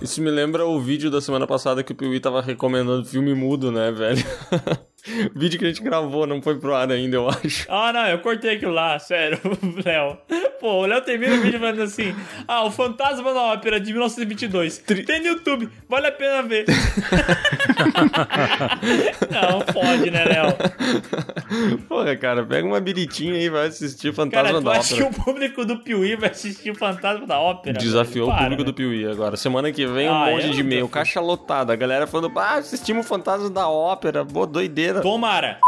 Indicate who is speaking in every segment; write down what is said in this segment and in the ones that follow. Speaker 1: Isso me lembra o vídeo da semana passada que o Piuí tava recomendando filme mudo, né, velho? vídeo que a gente gravou, não foi pro ar ainda, eu acho.
Speaker 2: Ah, não, eu cortei aquilo lá, sério, Léo. Pô, o Léo termina o vídeo falando assim: Ah, o Fantasma da Ópera de 1922. Tem no YouTube, vale a pena ver. não, pode, né, Léo?
Speaker 1: Porra, cara, pega uma biritinha aí e vai assistir Fantasma
Speaker 2: cara,
Speaker 1: da Ópera.
Speaker 2: Acho que o público do Piuí vai assistir o Fantasma da Ópera.
Speaker 1: Desafiou Para, o público né? do Piuí agora. Semana que vem, um ah, monte de e-mail, caixa lotada. A galera falando: Ah, assistimos o Fantasma da Ópera. Boa doideira.
Speaker 2: Tomara.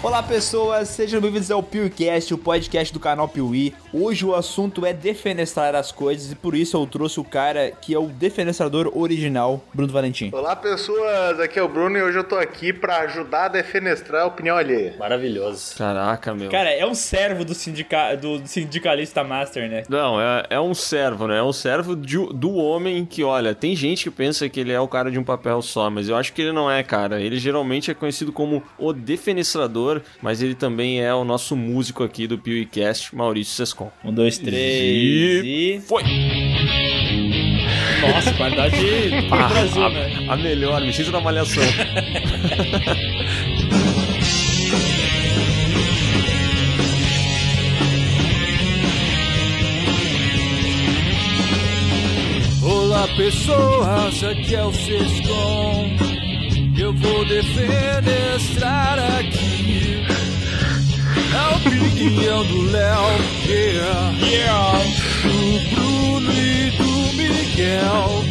Speaker 3: Olá pessoas, sejam bem-vindos ao PewCast, o podcast do canal Piuí. Hoje o assunto é defenestrar as coisas e por isso eu trouxe o cara que é o defenestrador original, Bruno Valentim.
Speaker 4: Olá pessoas, aqui é o Bruno e hoje eu tô aqui para ajudar a defenestrar a opinião alheia.
Speaker 5: Maravilhoso.
Speaker 1: Caraca, meu.
Speaker 2: Cara, é um servo do, sindica... do sindicalista master, né?
Speaker 1: Não, é, é um servo, né? É um servo de, do homem que, olha, tem gente que pensa que ele é o cara de um papel só, mas eu acho que ele não é, cara. Ele geralmente é conhecido como o defenestrador mas ele também é o nosso músico aqui do PewCast, Maurício Sescon.
Speaker 2: Um, dois, três e...
Speaker 1: e... Foi!
Speaker 2: Nossa, qualidade do ah, Brasil,
Speaker 1: a,
Speaker 2: né?
Speaker 1: A melhor, me sinto na malhação.
Speaker 6: Olá pessoas, aqui é o Sescon. Eu vou defenestrar aqui a opinião do Léo, yeah. yeah. do Bruno e do Miguel.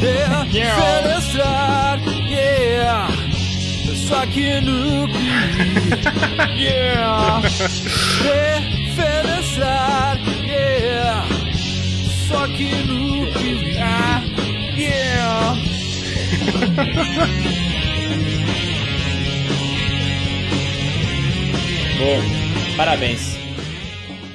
Speaker 6: Defenestrar, yeah. Só que no Pi, yeah. Defenestrar, yeah. Só que no Pi, yeah.
Speaker 2: Bom, parabéns.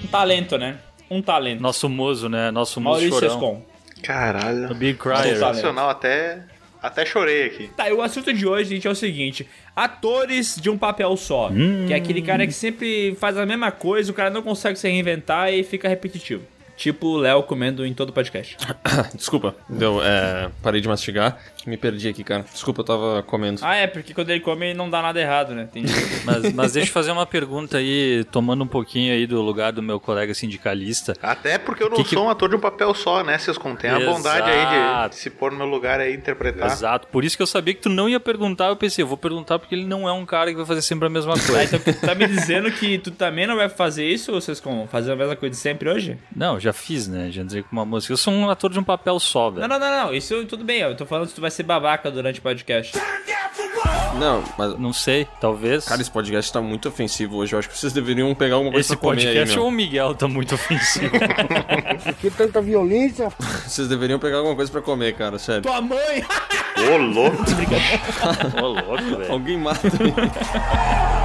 Speaker 2: Um talento, né? Um talento.
Speaker 5: Nosso mozo, né? Nosso mozo
Speaker 2: Maurício
Speaker 5: chorão.
Speaker 2: Escom.
Speaker 4: Caralho.
Speaker 5: The Big Crier.
Speaker 4: Sensacional, até, até chorei aqui.
Speaker 2: Tá, e o assunto de hoje, gente, é o seguinte. Atores de um papel só. Hum. Que é aquele cara que sempre faz a mesma coisa, o cara não consegue se reinventar e fica repetitivo. Tipo o Léo comendo em todo podcast.
Speaker 1: Desculpa, deu, é, parei de mastigar. Me perdi aqui, cara. Desculpa, eu tava comendo.
Speaker 2: Ah, é, porque quando ele come não dá nada errado, né? Tem...
Speaker 5: mas, mas deixa eu fazer uma pergunta aí, tomando um pouquinho aí do lugar do meu colega sindicalista.
Speaker 4: Até porque eu não que sou que... um ator de um papel só, né, vocês contêm a bondade aí de se pôr no meu lugar aí e interpretar.
Speaker 5: Exato, por isso que eu sabia que tu não ia perguntar, eu pensei, eu vou perguntar porque ele não é um cara que vai fazer sempre a mesma coisa.
Speaker 2: ah, então tu tá me dizendo que tu também não vai fazer isso, vocês com fazer a mesma coisa de sempre hoje?
Speaker 5: Não, já fiz, né? Já entrei com uma música. Eu sou um ator de um papel só, velho.
Speaker 2: Não, não, não, não. Isso tudo bem. Eu tô falando se tu vai ser babaca durante o podcast.
Speaker 1: Não, mas.
Speaker 5: Não sei, talvez.
Speaker 1: Cara, esse podcast tá muito ofensivo hoje. Eu acho que vocês deveriam pegar alguma coisa
Speaker 5: esse
Speaker 1: pra comer
Speaker 5: Esse podcast ou o Miguel tá muito ofensivo?
Speaker 6: que tanta violência.
Speaker 1: Vocês deveriam pegar alguma coisa pra comer, cara, sério.
Speaker 2: Tua mãe!
Speaker 4: Ô, louco!
Speaker 5: Ô, louco, velho.
Speaker 1: Alguém mata ele.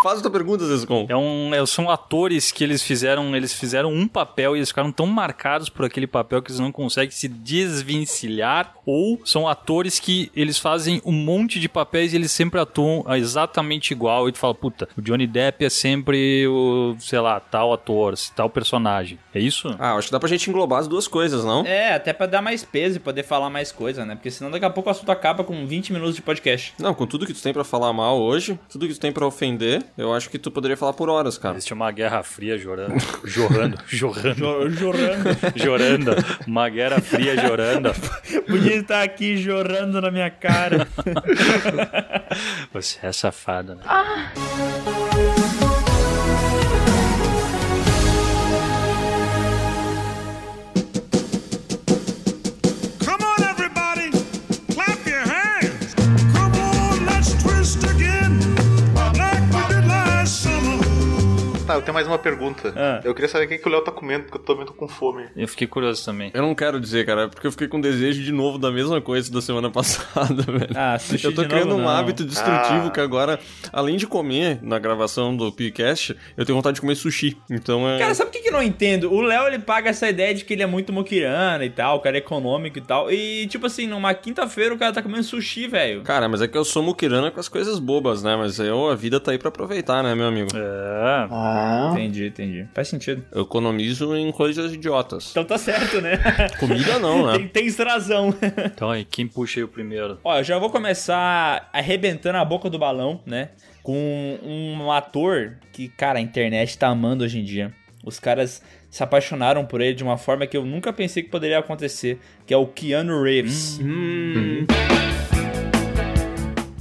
Speaker 1: Faz outra pergunta, Zescon.
Speaker 5: É um, é, são atores que eles fizeram, eles fizeram um papel e eles ficaram tão marcados por aquele papel que eles não conseguem se desvencilhar. Ou são atores que eles fazem um monte de papéis e eles sempre atuam exatamente igual. E tu fala, puta, o Johnny Depp é sempre o, sei lá, tal ator, tal personagem. É isso?
Speaker 1: Ah, acho que dá pra gente englobar as duas coisas, não?
Speaker 2: É, até pra dar mais peso e poder falar mais coisa, né? Porque senão daqui a pouco o assunto acaba com 20 minutos de podcast.
Speaker 1: Não, com tudo que tu tem para falar mal hoje, tudo que tu tem para ofender. Eu acho que tu poderia falar por horas, cara.
Speaker 5: Existe uma guerra fria jorando. jorrando. Jorrando.
Speaker 2: jorrando.
Speaker 5: jorando. Uma guerra fria jorando.
Speaker 2: Podia estar aqui jorando na minha cara.
Speaker 5: Você é safado, né? Ah.
Speaker 4: tá, eu tenho mais uma pergunta. Ah. Eu queria saber o que, que o Léo tá comendo, porque eu também tô com fome.
Speaker 5: Eu fiquei curioso também.
Speaker 1: Eu não quero dizer, cara, porque eu fiquei com desejo de novo da mesma coisa da semana passada, velho.
Speaker 2: Ah, sushi
Speaker 1: Eu tô
Speaker 2: de
Speaker 1: criando
Speaker 2: novo,
Speaker 1: um
Speaker 2: não.
Speaker 1: hábito destrutivo ah. que agora, além de comer na gravação do podcast, eu tenho vontade de comer sushi. Então é.
Speaker 2: Cara, sabe o que, que eu não entendo? O Léo ele paga essa ideia de que ele é muito moquirana e tal, o cara é econômico e tal. E, tipo assim, numa quinta-feira o cara tá comendo sushi, velho.
Speaker 1: Cara, mas é que eu sou moquirana com as coisas bobas, né? Mas eu, a vida tá aí pra aproveitar, né, meu amigo?
Speaker 5: É.
Speaker 4: Ah. Não.
Speaker 2: Entendi, entendi. Faz sentido.
Speaker 1: Eu economizo em coisas idiotas.
Speaker 2: Então tá certo, né?
Speaker 1: Comida não, né?
Speaker 2: tem, tem razão.
Speaker 5: Então aí, quem puxa aí o primeiro?
Speaker 2: Ó, eu já vou começar arrebentando a boca do balão, né? Com um ator que, cara, a internet tá amando hoje em dia. Os caras se apaixonaram por ele de uma forma que eu nunca pensei que poderia acontecer, que é o Keanu Reeves.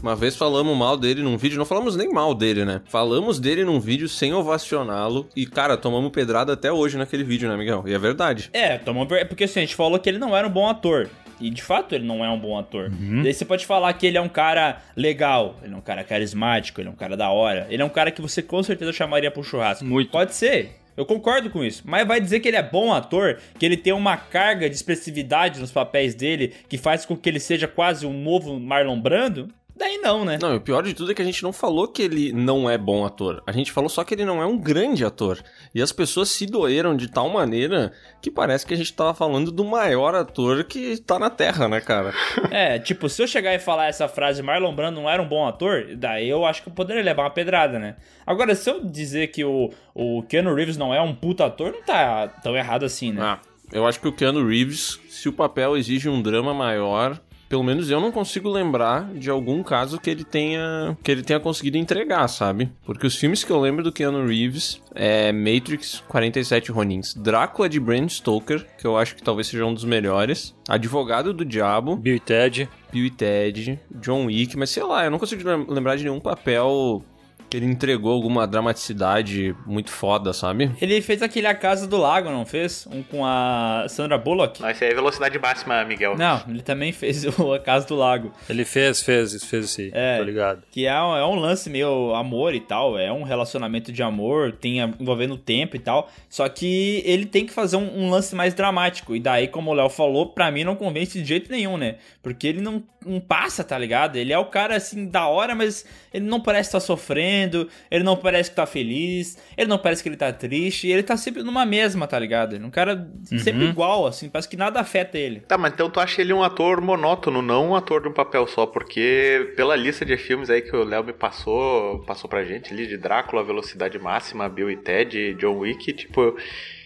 Speaker 1: Uma vez falamos mal dele num vídeo, não falamos nem mal dele, né? Falamos dele num vídeo sem ovacioná-lo e, cara, tomamos pedrada até hoje naquele vídeo, né, Miguel? E é verdade.
Speaker 2: É, tomou per- porque assim, a gente falou que ele não era um bom ator. E de fato ele não é um bom ator. Daí você pode falar que ele é um cara legal, ele é um cara carismático, ele é um cara da hora, ele é um cara que você com certeza chamaria pro churrasco.
Speaker 5: Muito.
Speaker 2: Pode ser. Eu concordo com isso. Mas vai dizer que ele é bom ator, que ele tem uma carga de expressividade nos papéis dele, que faz com que ele seja quase um novo Marlon Brando? Daí não, né?
Speaker 1: Não, e o pior de tudo é que a gente não falou que ele não é bom ator. A gente falou só que ele não é um grande ator. E as pessoas se doeram de tal maneira que parece que a gente tava falando do maior ator que tá na Terra, né, cara?
Speaker 2: É, tipo, se eu chegar e falar essa frase, Marlon Brando não era um bom ator, daí eu acho que eu poderia levar uma pedrada, né? Agora, se eu dizer que o, o Keanu Reeves não é um puta ator, não tá tão errado assim, né?
Speaker 1: Ah, eu acho que o Keanu Reeves, se o papel exige um drama maior, pelo menos eu não consigo lembrar de algum caso que ele tenha que ele tenha conseguido entregar, sabe? Porque os filmes que eu lembro do Keanu Reeves é Matrix, 47 Ronins, Drácula de Bram Stoker, que eu acho que talvez seja um dos melhores, Advogado do Diabo,
Speaker 5: Bill e Ted.
Speaker 1: Bill e Ted, John Wick, mas sei lá, eu não consigo lem- lembrar de nenhum papel que ele entregou alguma dramaticidade muito foda, sabe?
Speaker 2: Ele fez aquele A Casa do Lago, não fez? Um com a Sandra Bullock?
Speaker 4: Não, esse aí é velocidade máxima, Miguel.
Speaker 2: Não, ele também fez o A Casa do Lago.
Speaker 5: Ele fez, fez, fez esse.
Speaker 2: É.
Speaker 5: Tô ligado.
Speaker 2: Que é um, é um lance meio amor e tal, é um relacionamento de amor, tem a- envolvendo o tempo e tal. Só que ele tem que fazer um, um lance mais dramático. E daí, como o Léo falou, pra mim não convence de jeito nenhum, né? Porque ele não, não passa, tá ligado? Ele é o cara assim da hora, mas ele não parece estar sofrendo, ele não parece que tá feliz, ele não parece que ele tá triste, ele tá sempre numa mesma, tá ligado? Ele é um cara sempre igual, assim, parece que nada afeta ele.
Speaker 4: Tá, mas então tu acha ele um ator monótono, não um ator de um papel só, porque pela lista de filmes aí que o Léo me passou, passou pra gente ali, de Drácula, Velocidade Máxima, Bill e Ted, John Wick, tipo, eu,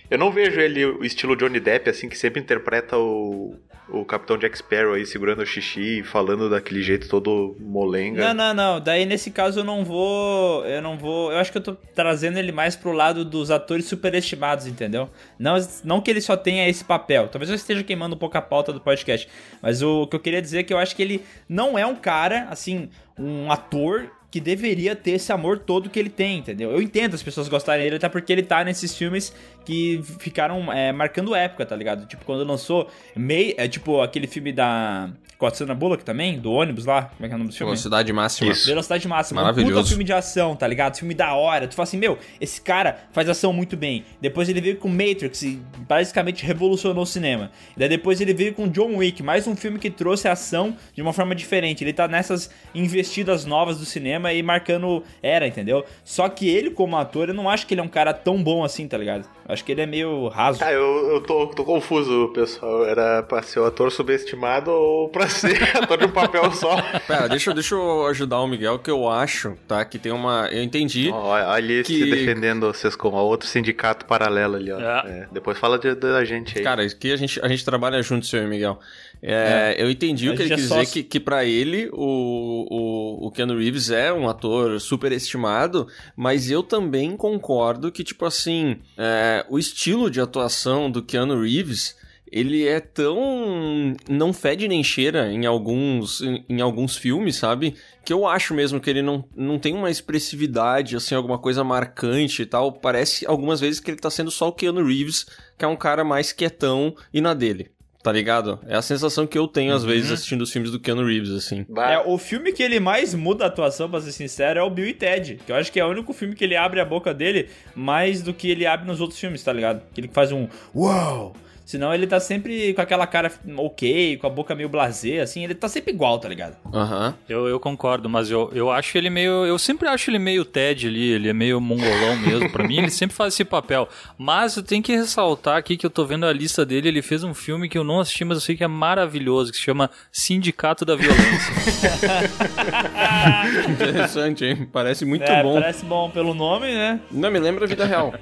Speaker 4: eu não vejo ele o estilo Johnny Depp, assim, que sempre interpreta o, o Capitão Jack Sparrow aí segurando o xixi e falando daquele jeito todo molenga.
Speaker 2: Não, não, não. Daí nesse caso eu não vou. é, Eu não vou. Eu acho que eu tô trazendo ele mais pro lado dos atores superestimados, entendeu? Não, não que ele só tenha esse papel. Talvez eu esteja queimando um pouco a pauta do podcast. Mas o que eu queria dizer é que eu acho que ele não é um cara, assim, um ator que deveria ter esse amor todo que ele tem, entendeu? Eu entendo as pessoas gostarem dele, até porque ele tá nesses filmes que ficaram é, marcando época, tá ligado? Tipo, quando lançou May, é tipo aquele filme da. Com a Sandra Bullock também, do ônibus lá, como é que é o nome do filme?
Speaker 1: Velocidade máxima.
Speaker 4: Isso.
Speaker 2: Velocidade máxima.
Speaker 1: Maravilhoso.
Speaker 2: Um puta filme de ação, tá ligado? Filme da hora. Tu fala assim, meu, esse cara faz ação muito bem. Depois ele veio com Matrix e basicamente revolucionou o cinema. E daí depois ele veio com John Wick, mais um filme que trouxe a ação de uma forma diferente. Ele tá nessas investidas novas do cinema e marcando era, entendeu? Só que ele, como ator, eu não acho que ele é um cara tão bom assim, tá ligado? Eu acho que ele é meio raso.
Speaker 4: Tá, eu, eu tô, tô confuso, pessoal. Era pra ser o ator subestimado ou pra ser ator de um papel só?
Speaker 1: Pera, deixa, eu- deixa eu ajudar o Miguel, que eu acho, tá? Que tem uma. Eu entendi.
Speaker 4: Olha, olha ele
Speaker 1: Que-
Speaker 4: se defendendo vocês com outro sindicato paralelo ali, ó.
Speaker 2: Ah.
Speaker 5: É.
Speaker 4: É, depois fala de- da gente aí.
Speaker 1: Cara, que a gente, a gente trabalha junto, seu Miguel. É, Eu entendi
Speaker 2: A
Speaker 1: o que ele
Speaker 2: gente é
Speaker 1: quis dizer,
Speaker 2: sócio.
Speaker 1: que, que para ele o, o, o Keanu Reeves é um ator superestimado, mas eu também concordo que, tipo assim, é, o estilo de atuação do Keanu Reeves, ele é tão... não fede nem cheira em alguns, em, em alguns filmes, sabe? Que eu acho mesmo que ele não, não tem uma expressividade, assim, alguma coisa marcante e tal. Parece, algumas vezes, que ele tá sendo só o Keanu Reeves, que é um cara mais quietão e na dele. Tá ligado? É a sensação que eu tenho, às vezes, assistindo os filmes do Keanu Reeves, assim.
Speaker 4: Bah,
Speaker 2: É, o filme que ele mais muda a atuação, pra ser sincero, é o Bill e Ted. Que eu acho que é o único filme que ele abre a boca dele mais do que ele abre nos outros filmes, tá ligado? Que ele faz um uau, Senão ele tá sempre com aquela cara ok, com a boca meio blasé, assim. Ele tá sempre igual, tá ligado?
Speaker 1: Aham.
Speaker 5: Eu, eu concordo, mas eu, eu acho ele meio. Eu sempre acho ele meio Ted ali, ele é meio mongolão mesmo. Pra mim, ele sempre faz esse papel. Mas eu tenho que ressaltar aqui que eu tô vendo a lista dele. Ele fez um filme que eu não assisti, mas eu sei que é maravilhoso, que se chama Sindicato da Violência.
Speaker 1: Interessante, hein? Parece muito
Speaker 2: é,
Speaker 1: bom.
Speaker 2: parece bom pelo nome, né?
Speaker 1: Não, me lembra a vida real.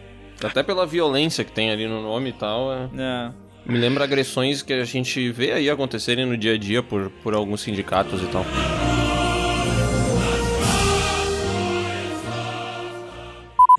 Speaker 1: Até pela violência que tem ali no nome e tal. é-
Speaker 2: É.
Speaker 1: Me lembra agressões que a gente vê aí acontecerem no dia a dia por, por alguns sindicatos e tal.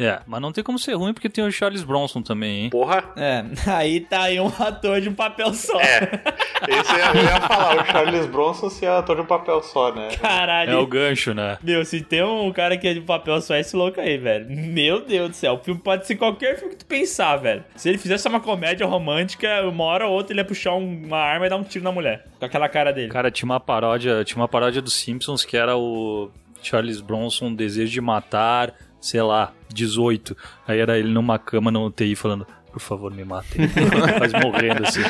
Speaker 5: é, mas não tem como ser ruim porque tem o Charles Bronson também, hein?
Speaker 4: Porra,
Speaker 2: É, aí tá aí um ator de um papel só.
Speaker 4: isso eu ia, é, eu ia falar. O Charles Bronson se é ator de um papel só, né?
Speaker 2: Caralho.
Speaker 5: É o gancho, né?
Speaker 2: Meu, se tem um cara que é de papel só, é esse louco aí, velho. Meu Deus do céu. O filme pode ser qualquer filme que tu pensar, velho. Se ele fizesse uma comédia romântica, uma hora ou outra ele ia puxar um- uma arma e dar um tiro na mulher. Com aquela cara dele.
Speaker 5: Cara, tinha uma paródia, tinha uma paródia dos Simpsons que era o Charles Bronson, desejo de matar, sei lá, 18. Aí era ele numa cama na UTI falando, por favor, me matem. Mas morrendo assim.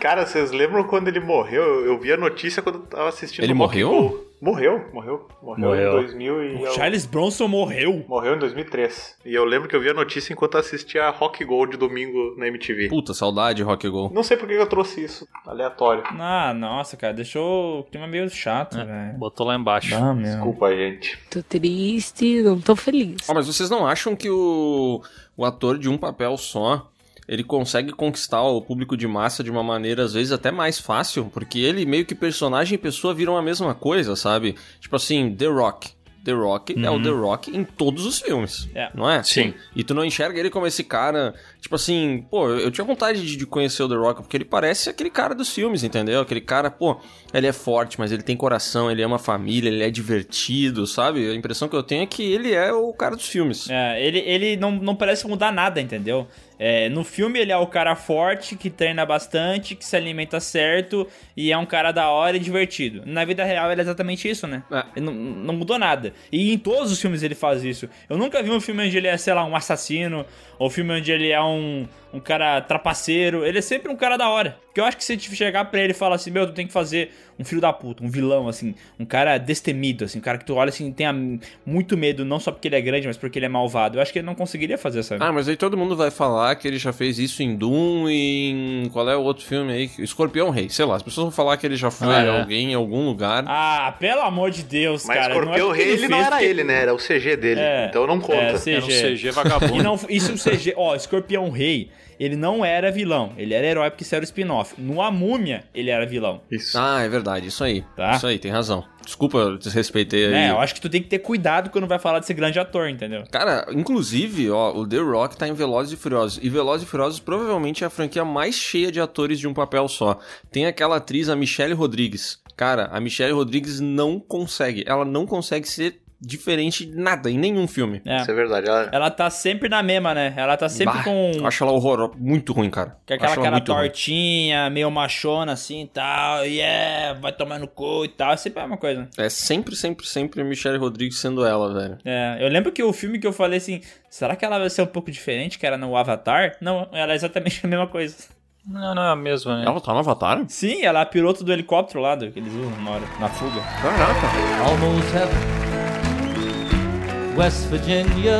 Speaker 4: Cara, vocês lembram quando ele morreu? Eu, eu vi a notícia quando eu tava assistindo.
Speaker 1: Ele
Speaker 4: o Rock
Speaker 1: morreu?
Speaker 4: Go. Morreu, morreu. Morreu,
Speaker 5: Morreu.
Speaker 4: em 2000 e...
Speaker 2: O Charles Bronson morreu.
Speaker 4: Morreu em 2003. E eu lembro que eu vi a notícia enquanto assistia a Rock Gold domingo na MTV.
Speaker 1: Puta, saudade, Rock Go.
Speaker 4: Não sei por que eu trouxe isso, aleatório.
Speaker 2: Ah, nossa, cara. Deixou o clima meio chato, velho.
Speaker 5: Botou lá embaixo.
Speaker 2: Ah, meu.
Speaker 4: Desculpa, gente.
Speaker 7: Tô triste, não tô feliz.
Speaker 1: Ah, mas vocês não acham que o, o ator de um papel só, ele consegue conquistar o público de massa de uma maneira, às vezes, até mais fácil? Porque ele, meio que personagem e pessoa, viram a mesma coisa, sabe? Tipo assim, The Rock. The Rock é o The Rock em todos os filmes,
Speaker 2: É.
Speaker 1: não é?
Speaker 5: Sim.
Speaker 1: E tu não enxerga ele como esse cara, tipo assim, pô, eu tinha vontade de, de conhecer o The Rock, porque ele parece aquele cara dos filmes, entendeu? Aquele cara, pô, ele é forte, mas ele tem coração, ele ama a família, ele é divertido, sabe? A impressão que eu tenho é que ele é o cara dos filmes.
Speaker 2: É, ele, ele não, não parece mudar nada, entendeu? É, no filme ele é o cara forte, que treina bastante, que se alimenta certo e é um cara da hora e divertido. Na vida real ele é exatamente isso, né?
Speaker 1: É.
Speaker 2: Ele não, não mudou nada. E em todos os filmes ele faz isso. Eu nunca vi um filme onde ele é, sei lá, um assassino, ou filme onde ele é um, um cara trapaceiro. Ele é sempre um cara da hora. Porque eu acho que se te chegar pra ele e falar assim, meu, tu tem que fazer um filho da puta, um vilão, assim, um cara destemido, assim, um cara que tu olha assim e tenha muito medo, não só porque ele é grande, mas porque ele é malvado. Eu acho que ele não conseguiria fazer essa.
Speaker 1: Ah, mas aí todo mundo vai falar que ele já fez isso em Doom e em. Qual é o outro filme aí? Escorpião Rei, sei lá. As pessoas vão falar que ele já foi
Speaker 5: Ah, é.
Speaker 1: alguém em algum lugar.
Speaker 2: Ah, pelo amor de Deus,
Speaker 4: Mas
Speaker 2: cara.
Speaker 4: Escorpião
Speaker 2: acho que
Speaker 4: Rei, ele não
Speaker 2: fez
Speaker 4: era
Speaker 2: porque-
Speaker 4: ele, né? Era o CG dele.
Speaker 2: É,
Speaker 4: então não
Speaker 2: É,
Speaker 4: conta.
Speaker 2: CG.
Speaker 5: Era um CG
Speaker 2: E
Speaker 5: vagabundo.
Speaker 2: não, isso o CG, ó, Escorpião Rei, ele não era vilão, ele era herói porque isso era o spin-off. No A Múmia, ele era vilão,
Speaker 4: Isso.
Speaker 1: Ah, é verdade, isso aí.
Speaker 2: Tá.
Speaker 1: Isso aí, tem razão. Desculpa, eu desrespeitei aí.
Speaker 2: né? Eu acho que tu tem que ter cuidado quando vai falar desse grande ator, entendeu?
Speaker 1: Cara, inclusive, ó, o The Rock tá em Velozes e Furiosos. E Velozes e Furiosos provavelmente é a franquia mais cheia de atores de um papel só. Tem aquela atriz, a Michelle Rodrigues. Cara, a Michelle Rodrigues não consegue. Ela não consegue ser diferente de nada em nenhum filme.
Speaker 2: É.
Speaker 4: Isso é verdade. Ela-
Speaker 2: Ela tá sempre na mesma, né? Ela tá sempre
Speaker 1: Bah,
Speaker 2: com,
Speaker 1: eu Acho ela horror, muito ruim, cara.
Speaker 2: com é aquela
Speaker 1: Acho ela
Speaker 2: cara
Speaker 1: muito ruim.
Speaker 2: tortinha, meio machona assim e tal, e é, vai tomar no cu e tal, sempre é a mesma coisa.
Speaker 1: É sempre, sempre, sempre a Michelle Rodrigues sendo ela, velho.
Speaker 2: É, eu lembro que o filme que eu falei assim, será que ela vai ser um pouco diferente, que era no Avatar? Não, ela é exatamente a mesma coisa.
Speaker 5: Não, não é a mesma, né?
Speaker 1: Ela tá no Avatar?
Speaker 2: Sim, ela é a piloto do helicóptero lá, do, que eles usam na hora, na fuga.
Speaker 1: Caraca.
Speaker 8: almost heaven. West Virginia,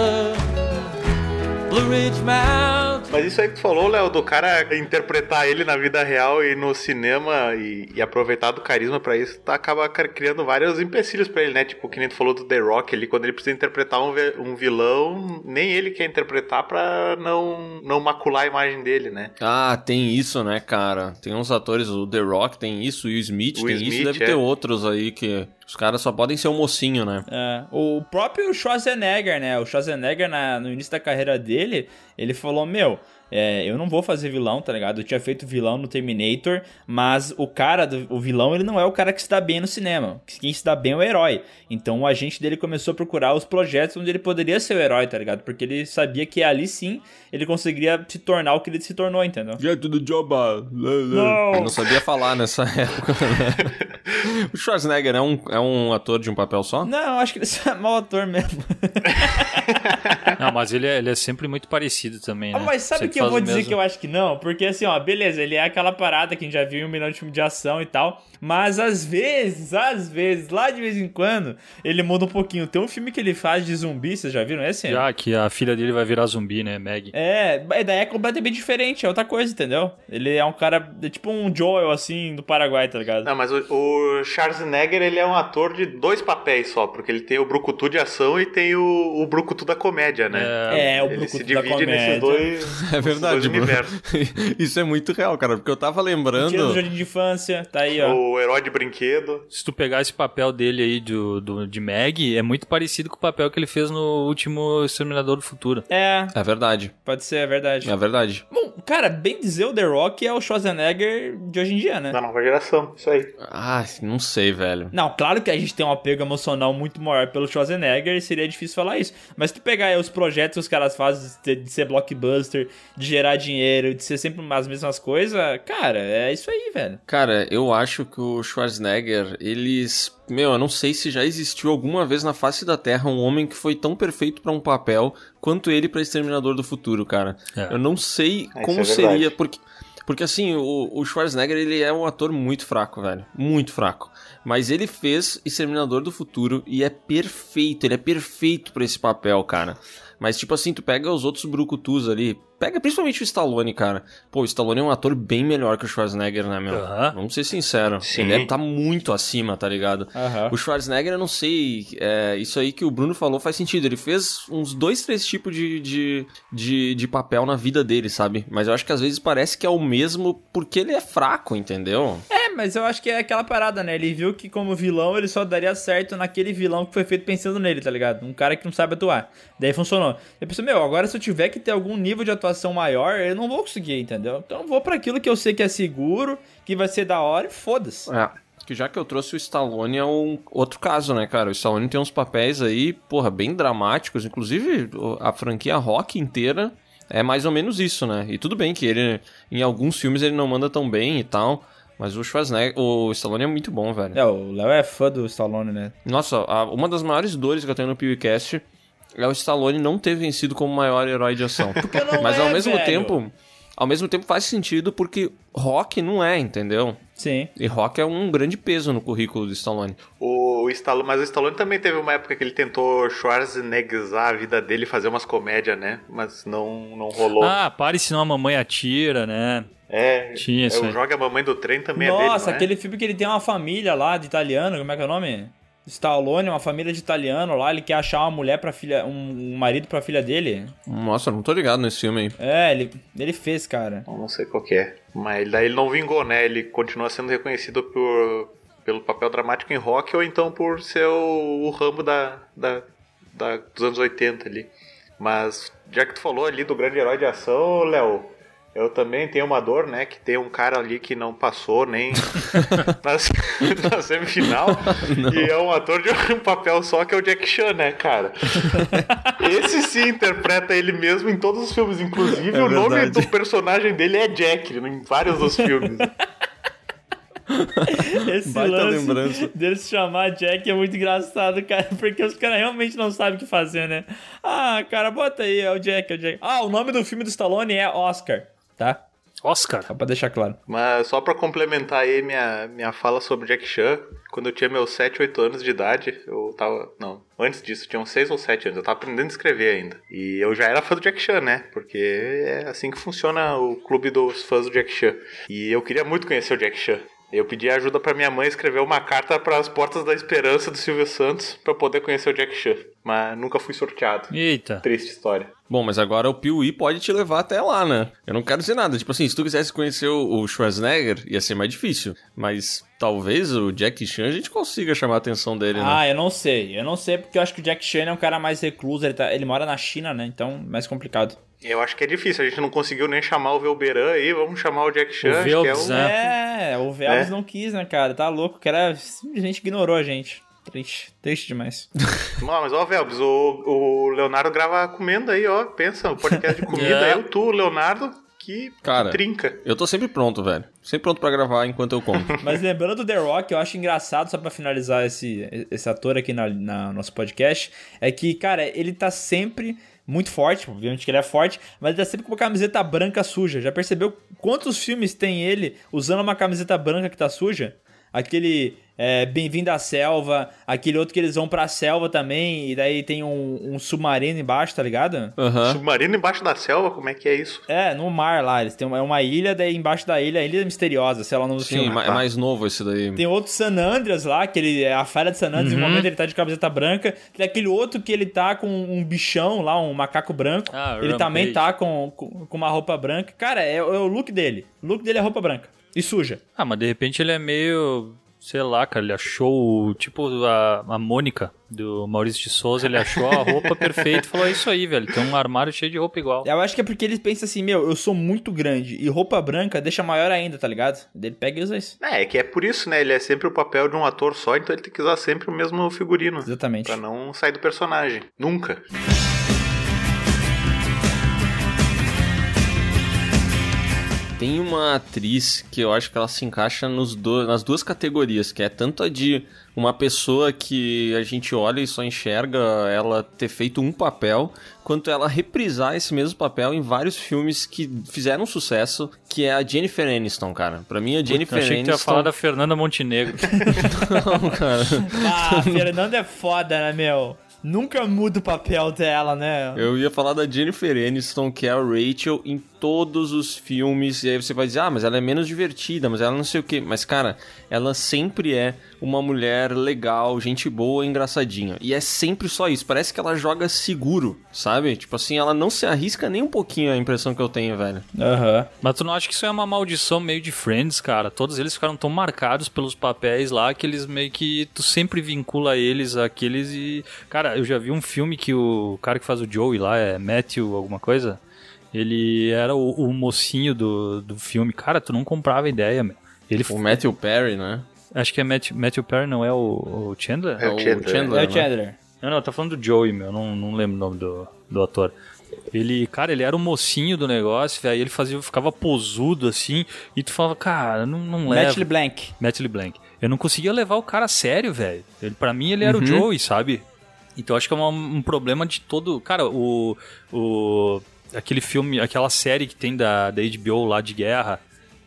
Speaker 8: Blue Ridge Mountains.
Speaker 4: Mas isso aí que tu falou, Léo, do cara interpretar ele na vida real e no cinema e, e aproveitar do carisma pra isso, tá, acaba cri- criando vários empecilhos pra ele, né? Tipo, que nem tu falou do The Rock ali, quando ele precisa interpretar um, ve- um vilão, nem ele quer interpretar pra não, não macular a imagem dele, né?
Speaker 1: Ah, tem isso, né, cara? Tem uns atores, o The Rock tem isso, o Will Smith
Speaker 4: Will
Speaker 1: tem isso,
Speaker 4: Smith,
Speaker 1: deve
Speaker 4: é.
Speaker 1: ter outros aí que os caras só podem ser o mocinho, né?
Speaker 2: É, o próprio Schwarzenegger, né? O Schwarzenegger, na- no início da carreira dele, ele falou: Meu, é, eu não vou fazer vilão, tá ligado? Eu tinha feito vilão no Terminator, mas o cara, do- o vilão, ele não é o cara que se dá bem no cinema. Quem se dá bem é o herói. Então o agente dele começou a procurar os projetos onde ele poderia ser o herói, tá ligado? Porque ele sabia que ali sim ele conseguiria se tornar o que ele se tornou, entendeu?
Speaker 1: Get to the job. Não. não sabia falar nessa época, né? O Schwarzenegger é um, é um ator de um papel só?
Speaker 2: Não, acho que ele é mau ator mesmo.
Speaker 5: Não, mas ele é, ele é sempre muito parecido também, né?
Speaker 2: Ah, mas sabe o
Speaker 5: Sempre
Speaker 2: que eu
Speaker 5: faz
Speaker 2: vou
Speaker 5: o
Speaker 2: dizer
Speaker 5: mesmo.
Speaker 2: que eu acho que não? Porque assim, ó, beleza, ele é aquela parada que a gente já viu em um milhão de filmes de ação e tal. Mas às vezes, às vezes, lá de vez em quando, ele muda um pouquinho. Tem um filme que ele faz de zumbi, vocês já viram esse?
Speaker 5: Já que a filha dele vai virar zumbi, né, Maggie?
Speaker 2: É, mas daí é completamente diferente, é outra coisa, entendeu? Ele é um cara, é tipo um Joel, assim, do Paraguai, tá ligado?
Speaker 4: Não, mas o, o Schwarzenegger, ele é um ator de dois papéis só, porque ele tem o brucutu de ação e tem o, o brucutu da comédia, né?
Speaker 2: É, o
Speaker 4: ele se
Speaker 2: Brucutu da
Speaker 4: divide nesses
Speaker 2: comédia.
Speaker 4: dois,
Speaker 1: É verdade,
Speaker 4: nesses dois
Speaker 1: Bruno.
Speaker 4: universos.
Speaker 1: Isso é muito real, cara, porque eu tava
Speaker 2: Tira do
Speaker 1: lembrando.
Speaker 2: jardim de infância, tá aí, ó.
Speaker 4: O herói de brinquedo.
Speaker 5: Se tu pegar esse papel dele aí do, do- de Maggie, é muito parecido com o papel que ele fez no último Exterminador do Futuro.
Speaker 2: É,
Speaker 1: É verdade,
Speaker 2: pode ser, é verdade.
Speaker 1: é verdade.
Speaker 2: Bom, cara, bem dizer, o The Rock é o Schwarzenegger de hoje em dia, né?
Speaker 4: Da nova geração, isso aí.
Speaker 1: Ah, não sei, velho.
Speaker 2: Não, claro que a gente tem um apego emocional muito maior pelo Schwarzenegger e seria difícil falar isso. Mas se tu pegar aí os projetos que os caras fazem de ter- de ser blockbuster, de gerar dinheiro, de ser sempre as mesmas coisas, cara, é isso aí, velho.
Speaker 1: Cara, eu acho que o Schwarzenegger, eles. Meu, eu não sei se já existiu alguma vez na face da Terra um homem que foi tão perfeito pra um papel quanto ele pra Exterminador do Futuro, cara.
Speaker 5: É.
Speaker 1: Eu não sei
Speaker 4: É,
Speaker 1: como
Speaker 4: isso é verdade.
Speaker 1: seria, porque. Porque assim, o, o Schwarzenegger ele é um ator muito fraco, velho. Muito fraco. Mas ele fez Exterminador do Futuro e é perfeito. Ele é perfeito pra esse papel, cara. Mas tipo assim, tu pega os outros brucutus ali. Pega principalmente o Stallone, cara. Pô, o Stallone é um ator bem melhor que o Schwarzenegger, né, meu?
Speaker 5: Aham.
Speaker 1: Vamos ser sinceros.
Speaker 4: Sim.
Speaker 1: Ele é- tá muito acima, tá ligado?
Speaker 2: Aham.
Speaker 1: O Schwarzenegger, eu não sei. é, isso aí que o Bruno falou faz sentido. Ele fez uns dois, três tipos de, de, de, de papel na vida dele, sabe? Mas eu acho que às vezes parece que é o mesmo porque ele é fraco, entendeu?
Speaker 2: É, mas eu acho que é aquela parada, né? Ele viu que como vilão ele só daria certo naquele vilão que foi feito pensando nele, tá ligado? Um cara que não sabe atuar. Daí funcionou. Eu pensei, meu, agora se eu tiver que ter algum nível de atuação maior, eu não vou conseguir, entendeu? Então eu vou pra aquilo que eu sei que é seguro, que vai ser da hora e foda-se.
Speaker 1: É. Que já que eu trouxe o Stallone é um outro caso, né, cara? O Stallone tem uns papéis aí, porra, bem dramáticos. Inclusive, o- a franquia rock inteira é mais ou menos isso, né? E tudo bem que ele, em alguns filmes, ele não manda tão bem e tal. Mas o Schwarzenegger, o Stallone é muito bom, velho.
Speaker 2: É, o Léo é fã do Stallone, né?
Speaker 1: Nossa, a- uma das maiores dores que eu tenho no PewCast é o Stallone não ter vencido como o maior herói de ação.
Speaker 2: não
Speaker 1: Mas ao
Speaker 2: é,
Speaker 1: mesmo
Speaker 2: velho.
Speaker 1: tempo, ao mesmo tempo faz sentido porque Rock não é, entendeu?
Speaker 2: Sim.
Speaker 1: E Rock é um grande peso no currículo do Stallone.
Speaker 4: O, o Stallone, mas o Stallone também teve uma época que ele tentou Schwarzeneggerizar a vida dele, fazer umas comédias, né? Mas não, não rolou.
Speaker 5: Ah, pare senão a mamãe atira, né?
Speaker 4: é,
Speaker 5: Tinha
Speaker 4: é
Speaker 5: isso
Speaker 4: o
Speaker 5: aí.
Speaker 4: Joga a Mamãe do Trem também é dele,
Speaker 2: Nossa,
Speaker 4: não é?
Speaker 2: aquele filme que ele tem uma família lá de italiano, como é que é o nome? Stallone, uma família de italiano lá, ele quer achar uma mulher pra filha, um um marido pra filha dele.
Speaker 1: Nossa, eu não tô ligado nesse filme aí.
Speaker 2: É, ele, ele fez, cara.
Speaker 4: Eu Não sei qual que é. Mas daí ele não vingou, né? Ele continua sendo reconhecido por, pelo papel dramático em rock ou então por ser o, o Rambo da, da, da- dos anos 80 ali. Mas já que tu falou ali do grande herói de ação, Léo, eu também tenho uma dor, né? Que tem um cara ali que não passou nem nas- na, semifinal e é um ator de um papel só que é o Jack Chan, né, cara? Esse sim interpreta ele mesmo em todos os filmes, inclusive
Speaker 1: É
Speaker 4: o nome
Speaker 1: verdade.
Speaker 4: do personagem dele é Jack em vários dos filmes.
Speaker 2: Esse
Speaker 1: Baita
Speaker 2: lance
Speaker 1: lembrança.
Speaker 2: dele se chamar Jack é muito engraçado, cara, porque os caras realmente não sabem o que fazer, né? Ah, cara, bota aí, é o Jack, é o Jack. Ah, o nome do filme do Stallone é Oscar, tá?
Speaker 5: Oscar.
Speaker 2: Só pra deixar claro.
Speaker 4: Mas só pra complementar aí minha, minha fala sobre Jack Chan, quando eu tinha meus 7, 8 anos de idade, eu tava. Não, antes disso, eu tinha uns 6 ou 7 anos, eu tava aprendendo a escrever ainda. E eu já era fã do Jack Chan, né? Porque é assim que funciona o clube dos fãs do Jack Chan. E eu queria muito conhecer o Jack Chan. Eu pedi ajuda pra minha mãe escrever uma carta para as Portas da Esperança do Silvio Santos pra eu poder conhecer o Jack Chan. Mas nunca fui sorteado.
Speaker 5: Eita.
Speaker 4: Triste história.
Speaker 1: Bom, mas agora o Piuí pode te levar até lá, né? Eu não quero dizer nada. Tipo assim, se tu quisesse conhecer o o Schwarzenegger, ia ser mais difícil. Mas talvez o Jack Chan a gente consiga chamar a atenção dele, né?
Speaker 2: Ah, eu não sei. Eu não sei porque eu acho que o Jack Chan é um cara mais recluso, ele, tá- ele mora na China, né? Então, mais complicado.
Speaker 4: Eu acho que é difícil, a gente não conseguiu nem chamar o Velberan aí, vamos chamar o Jack Chan,
Speaker 5: O
Speaker 4: acho que é
Speaker 5: Velbs,
Speaker 4: um...
Speaker 5: né?
Speaker 2: É, o Velves
Speaker 4: É.
Speaker 2: não quis, né, cara? Tá louco, o cara simplesmente ignorou a gente. Triste, triste demais.
Speaker 4: Não, mas ó, Velbs, o, o Leonardo grava comendo aí, ó. Pensa, o podcast de comida,
Speaker 5: É.
Speaker 4: eu, tu, o Leonardo, que
Speaker 1: Cara.
Speaker 4: trinca.
Speaker 1: Eu tô sempre pronto, velho. Sempre pronto pra gravar enquanto eu como.
Speaker 2: Mas lembrando do The Rock, eu acho engraçado, só pra finalizar esse, esse ator aqui na, na nosso podcast, é que, cara, ele tá sempre muito forte, obviamente que ele é forte, mas ele tá sempre com uma camiseta branca suja. Já percebeu quantos filmes tem ele usando uma camiseta branca que tá suja? Aquele é, Bem-vindo à Selva, aquele outro que eles vão pra selva também, e daí tem um, um submarino embaixo, tá ligado?
Speaker 1: Aham.
Speaker 4: Submarino embaixo da selva, como é que é isso?
Speaker 2: É, no mar lá, eles têm uma, é uma ilha, daí embaixo da ilha, a ilha misteriosa, sei lá o nome do
Speaker 1: Sim,
Speaker 2: filme. tá.
Speaker 1: ma- é mais novo esse daí.
Speaker 2: Tem outro San Andreas lá, que ele é a falha de San Andreas, em um momento ele tá de camiseta branca. Tem aquele outro que ele tá com um bichão lá, um macaco branco.
Speaker 5: Ah,
Speaker 2: ele
Speaker 5: Rampage.
Speaker 2: também tá com, com, com uma roupa branca. Cara, é, é o look dele. O look dele é roupa branca. E suja.
Speaker 5: Ah, mas de repente ele é meio. Sei lá, cara, ele achou. o- Tipo a, a Mônica do Maurício de Souza, ele achou a roupa perfeita e falou: "É Isso aí, velho, tem um armário cheio de roupa igual.
Speaker 2: Eu acho que é porque ele pensa assim, meu, eu sou muito grande. E roupa branca deixa maior ainda, tá ligado? Daí Ele pega e usa isso.
Speaker 4: É, é que é por isso, né? Ele é sempre o papel de um ator só, então ele tem que usar sempre o mesmo figurino.
Speaker 2: Exatamente.
Speaker 4: Pra não sair do personagem. Nunca.
Speaker 1: Tem uma atriz que eu acho que ela se encaixa nos do- nas duas categorias, que é tanto a de uma pessoa que a gente olha e só enxerga ela ter feito um papel, quanto ela reprisar esse mesmo papel em vários filmes que fizeram sucesso, que é a Jennifer Aniston, cara. Pra mim, a Jennifer
Speaker 5: Eu achei que tu ia
Speaker 1: Aniston...
Speaker 5: falar da Fernanda Montenegro.
Speaker 1: Não, cara.
Speaker 2: Ah, Fernando é foda, né, meu? Nunca muda o papel dela, né?
Speaker 1: Eu ia falar da Jennifer Aniston, que é a Rachel em todos os filmes. E aí você vai dizer, ah, mas ela é menos divertida, mas ela não sei o quê. Mas, cara, ela sempre é uma mulher legal, gente boa, engraçadinha. E é sempre só isso. Parece que ela joga seguro, sabe? Tipo assim, ela não se arrisca nem um pouquinho, a impressão que eu tenho, velho.
Speaker 2: Aham.
Speaker 5: Mas tu não acha que isso é uma maldição meio de Friends, cara? Todos eles ficaram tão marcados pelos papéis lá que eles meio que. Tu sempre vincula eles àqueles e. Cara, eu já vi um filme que o cara que faz o Joey lá é Matthew, alguma coisa. Ele era o, o mocinho do, do filme. Cara, tu não comprava ideia, meu. Ele.
Speaker 1: O Matthew Perry, né?
Speaker 5: Acho que é Matthew, Matthew Perry, não é o, o Chandler?
Speaker 4: É o Chandler.
Speaker 2: É
Speaker 1: né?
Speaker 2: o Chandler.
Speaker 5: Não, não, tá falando do Joey, meu. Não, não lembro o nome do, do ator. Ele, cara, ele era o mocinho do negócio, velho. Ele fazia, ficava posudo assim. E tu falava, cara, não, não leva.
Speaker 2: Matt Blank.
Speaker 5: Matt LeBlanc. Eu não conseguia levar o cara a sério, velho. Ele, pra mim, ele era o Joey, sabe? Então acho que é uma- um problema de todo. Cara, o. o aquele filme, aquela série que tem da, da HBO lá de guerra.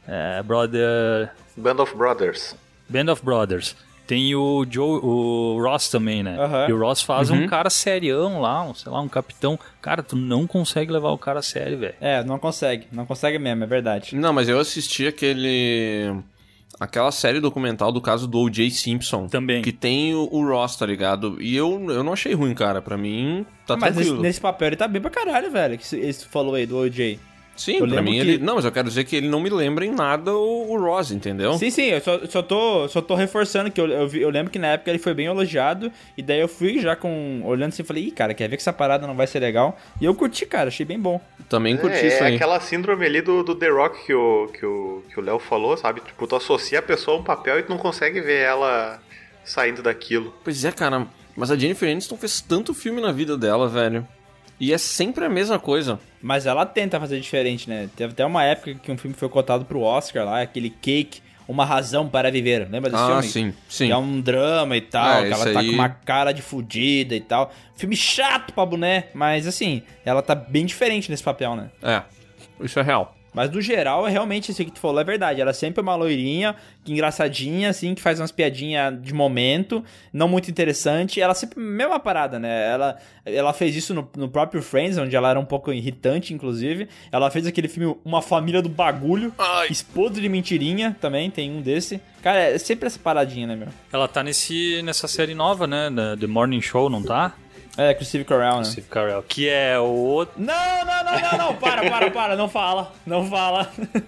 Speaker 5: É, Brother.
Speaker 4: Band of Brothers.
Speaker 5: Band of Brothers. Tem o Joe, o Ross também, né?
Speaker 2: Aham.
Speaker 5: E o Ross faz um cara serião lá, um, sei lá, um capitão. Cara, tu não consegue levar o cara a sério, velho.
Speaker 2: É, não consegue. Não consegue mesmo, é verdade.
Speaker 1: Não, mas eu assisti aquele. Aquela série documental do caso do O.J. Simpson.
Speaker 5: Também.
Speaker 1: Que tem o, o Ross, tá ligado? E eu, eu não achei ruim, cara. Pra mim, tá
Speaker 2: Ah, mas nesse,
Speaker 1: tranquilo.
Speaker 2: nesse papel ele tá bem pra caralho, velho. Que esse falou aí do OJ.
Speaker 1: Sim, pra
Speaker 2: eu lembro
Speaker 1: mim
Speaker 2: que-
Speaker 1: ele. Não, mas eu quero dizer que ele não me lembra em nada o, o Ross, entendeu?
Speaker 2: Sim, sim, eu só, só, tô, só tô reforçando que eu, eu, vi- eu lembro que na época ele foi bem elogiado. E daí eu fui já com. olhando assim e falei, ih, cara, quer ver que essa parada não vai ser legal? E eu curti, cara, achei bem bom.
Speaker 1: Também curti
Speaker 4: é,
Speaker 1: isso
Speaker 4: é
Speaker 1: aí.
Speaker 4: aquela síndrome ali do, do The Rock que o, que, o, que o Léo falou, sabe? Tipo, tu associa a pessoa a um papel e tu não consegue ver ela saindo daquilo.
Speaker 1: Pois é, cara. Mas a Jennifer Aniston fez tanto filme na vida dela, velho. E é sempre a mesma coisa.
Speaker 2: Mas ela tenta fazer diferente, né? Teve até uma época que um filme foi cotado pro Oscar lá, aquele Cake, Uma Razão para Viver. Lembra desse filme?
Speaker 1: Ah, sim, sim.
Speaker 2: Que é um drama e tal,
Speaker 1: É,
Speaker 2: que ela
Speaker 1: esse
Speaker 2: tá
Speaker 1: aí-
Speaker 2: com uma cara de fudida e tal. Filme chato pra boné, mas assim, ela tá bem diferente nesse papel, né?
Speaker 1: É. Isso é real.
Speaker 2: Mas no geral, é realmente isso que tu falou é verdade. Ela sempre é uma loirinha, que engraçadinha, assim, que faz umas piadinhas de momento, não muito interessante. Ela sempre, mesma parada, né? Ela, ela fez isso no, no próprio Friends, onde ela era um pouco irritante, inclusive. Ela fez aquele filme Uma Família do Bagulho, Esposo de Mentirinha também, tem um desse. Cara, é sempre essa paradinha, né, meu?
Speaker 5: Ela tá nesse, nessa série nova, né? da- The Morning Show, não tá?
Speaker 2: É, com o Steve Carell, né?
Speaker 5: Steve Carell. Que é o outro.
Speaker 2: Não, não, não, não, não, para, para, para, não fala, não fala.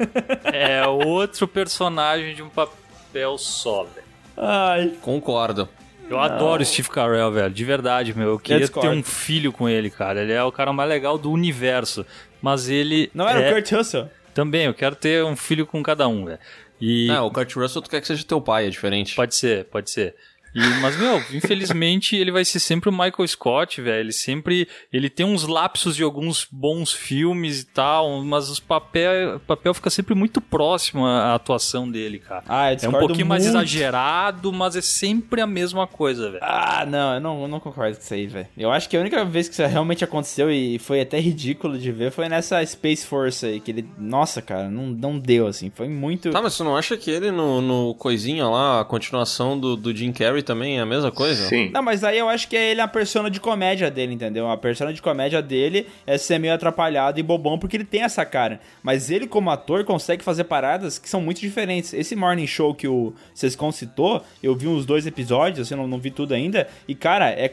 Speaker 5: É outro personagem de um papel só, velho.
Speaker 2: Ai,
Speaker 1: Concordo.
Speaker 5: Eu adoro Steve Carell, velho. De verdade, meu. Eu queria ter
Speaker 2: discordo.
Speaker 5: um filho com ele, cara. Ele é o cara mais legal do universo. Mas ele.
Speaker 2: não era
Speaker 5: é...
Speaker 2: o Kurt Russell?
Speaker 5: Também, eu quero ter um filho com cada um, velho. E.
Speaker 1: Ah, o Kurt Russell tu quer que seja teu pai, é diferente.
Speaker 5: Pode ser, pode ser. E- mas, meu, infelizmente ele vai ser sempre o Michael Scott, velho. Ele sempre. Ele tem uns lapsos de alguns bons filmes e tal, mas os papel, o papel fica sempre muito próximo à à atuação dele, cara.
Speaker 2: Ah, eu
Speaker 5: É um
Speaker 2: discordo
Speaker 5: pouquinho mais
Speaker 2: muito.
Speaker 5: exagerado, mas é sempre a mesma coisa, velho.
Speaker 2: Ah, não, eu não, eu não concordo com isso aí, velho. Eu acho que a única vez que isso realmente aconteceu e foi até ridículo de ver foi nessa Space Force aí, que ele. Nossa, cara, não, não deu, assim. Foi muito.
Speaker 1: Tá, mas você não acha que ele no, no coisinha lá, a continuação do, do Jim Carrey também é a mesma coisa?
Speaker 4: Sim.
Speaker 2: Não, mas aí eu acho que é ele a persona de comédia dele, entendeu? A persona de comédia dele é ser meio atrapalhado e bobão porque ele tem essa cara. Mas ele, como ator, consegue fazer paradas que são muito diferentes. Esse morning show que o Sescon citou, eu vi uns dois episódios, assim, não, não vi tudo ainda. E, cara, é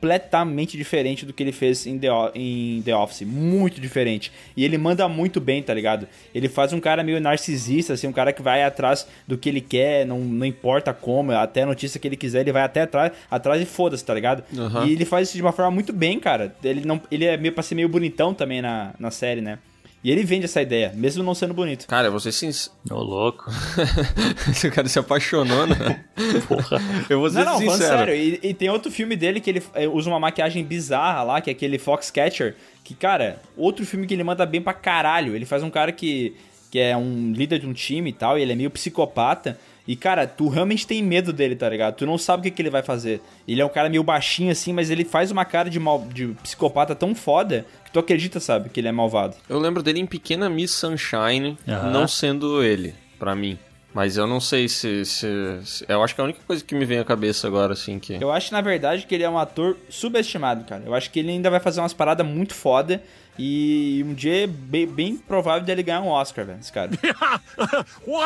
Speaker 2: completamente diferente do que ele fez em The, O- em The Office. Muito diferente. E ele manda muito bem, tá ligado? Ele faz um cara meio narcisista, assim, um cara que vai atrás do que ele quer, não, não importa como, até a notícia que ele quiser, ele vai até atrás, atrás e foda-se, tá ligado?
Speaker 1: Aham.
Speaker 2: E ele faz isso de uma forma muito bem, cara. Ele, não, ele é meio pra ser meio bonitão também na, na série, né? E ele vende essa ideia, mesmo não sendo bonito.
Speaker 1: Cara, você sincero.
Speaker 5: Ô, louco.
Speaker 1: Esse cara se apaixonou, né?
Speaker 5: Porra.
Speaker 1: Eu vou ser
Speaker 2: Não, não, falando
Speaker 1: sincero.
Speaker 2: sério. E, e tem outro filme dele que ele eh, usa uma maquiagem bizarra lá, que é aquele Foxcatcher. Que, cara, outro filme que ele manda bem pra caralho. Ele faz um cara que, que é um líder de um time e tal, e ele é meio psicopata. E, cara, tu realmente tem medo dele, tá ligado? Tu não sabe o que, que ele vai fazer. Ele é um cara meio baixinho assim, mas ele faz uma cara de, mal, de psicopata tão foda que tu acredita, sabe, que ele é malvado.
Speaker 1: Eu lembro dele em Pequena Miss Sunshine,
Speaker 5: Aham.
Speaker 1: não sendo ele, pra mim. Mas eu não sei se, se- se- Eu acho que é a única coisa que me vem à cabeça agora, assim, que.
Speaker 2: Eu acho, na verdade, que ele é um ator subestimado, cara. Eu acho que ele ainda vai fazer umas paradas muito foda. E um dia é bem, bem provável dele ganhar um Oscar, velho, esse cara.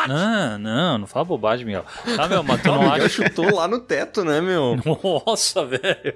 Speaker 5: Não, não, não fala bobagem, Miguel. Tá, meu, mas tu não acha.
Speaker 1: chutou lá no teto, né, meu?
Speaker 5: Nossa, velho.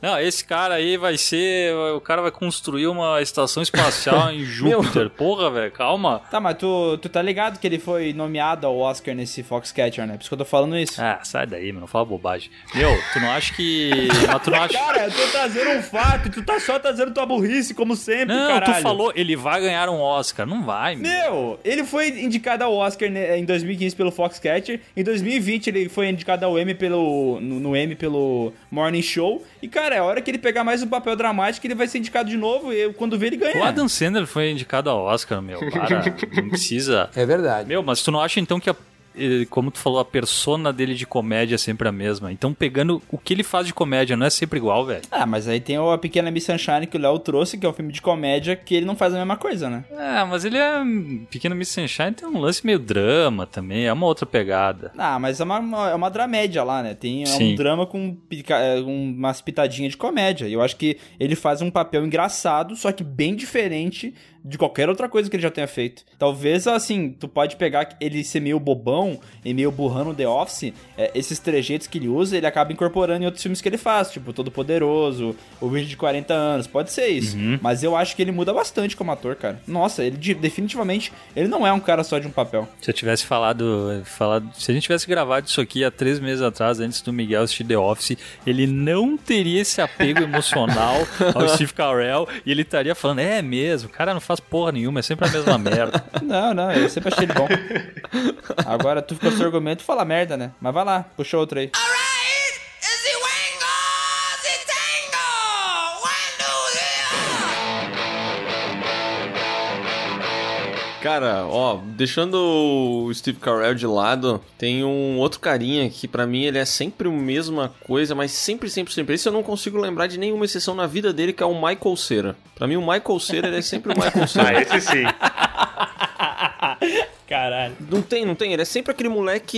Speaker 5: Não, esse cara aí vai ser. O cara vai construir uma estação espacial em Júpiter. Porra, velho, calma.
Speaker 2: Tá, mas tu, tu tá ligado que ele foi nomeado ao Oscar nesse Foxcatcher, né? Por isso que eu tô falando isso.
Speaker 5: Ah, sai daí, meu, não fala bobagem. Meu, tu não acha que. Mas tu não acha.
Speaker 2: Cara, eu tô trazendo um fato, tu tá só trazendo tua burrice, como sempre,
Speaker 5: Não,
Speaker 2: caralho.
Speaker 5: tu falou, ele vai ganhar um Oscar. Não vai, meu.
Speaker 2: Meu, ele foi indicado ao Oscar né, em 2015 pelo Foxcatcher, em 2020 ele foi indicado ao Emmy pelo no, no Emmy pelo Morning Show. E cara, a hora que ele pegar mais um papel dramático, ele vai ser indicado de novo e quando vê ele ganha.
Speaker 5: O Adam Sandler foi indicado ao Oscar, meu. Para, não precisa.
Speaker 9: É verdade.
Speaker 5: Meu, mas tu não acha então que a- eh, como tu falou, a persona dele de comédia é sempre a mesma. Então, pegando o que ele faz de comédia, não é sempre igual, velho.
Speaker 2: Ah, mas aí tem o a pequena Miss Sunshine que o Léo trouxe, que é um filme de comédia que ele não faz a mesma coisa, né?
Speaker 5: Ah, mas ele é. Pequeno Miss Sunshine tem um lance meio drama também, é uma outra pegada.
Speaker 2: Ah, mas é uma, uma- é uma dramédia lá, né? Tem é um
Speaker 5: Sim.
Speaker 2: drama com pica- é, um- umas pitadinhas de comédia. E eu acho que ele faz um papel engraçado, só que bem diferente de qualquer outra coisa que ele já tenha feito. Talvez, assim, tu pode pegar ele ser meio bobão e meio burrão no The Office, é, esses trejeitos que ele usa, ele acaba incorporando em outros filmes que ele faz, tipo Todo Poderoso, O Vídeo de 40 Anos, pode ser isso. Mas eu acho que ele muda bastante como ator, cara. Nossa, ele de- definitivamente, ele não é um cara só de um papel.
Speaker 5: Se eu tivesse falado, falado. Se a gente tivesse gravado isso aqui há três meses atrás, antes do Miguel assistir The Office, ele não teria esse apego emocional ao Steve Carell e ele estaria falando: é mesmo, o cara não faz porra nenhuma, é sempre a mesma merda.
Speaker 2: Não, não, eu sempre achei ele bom. Agora tu fica com seu argumento fala merda, né? Mas vai lá, puxa outro aí.
Speaker 1: Cara, ó, deixando o Steve Carell de lado, tem um outro carinha que pra mim ele é sempre a mesma coisa, mas sempre, sempre, sempre. Esse eu não consigo lembrar de nenhuma exceção na vida dele, que é o Michael Cera. Pra mim o Michael Cera ele é sempre o Michael Cera.
Speaker 4: Ah, esse sim.
Speaker 2: Caralho.
Speaker 1: Não tem, não tem. Ele é sempre aquele moleque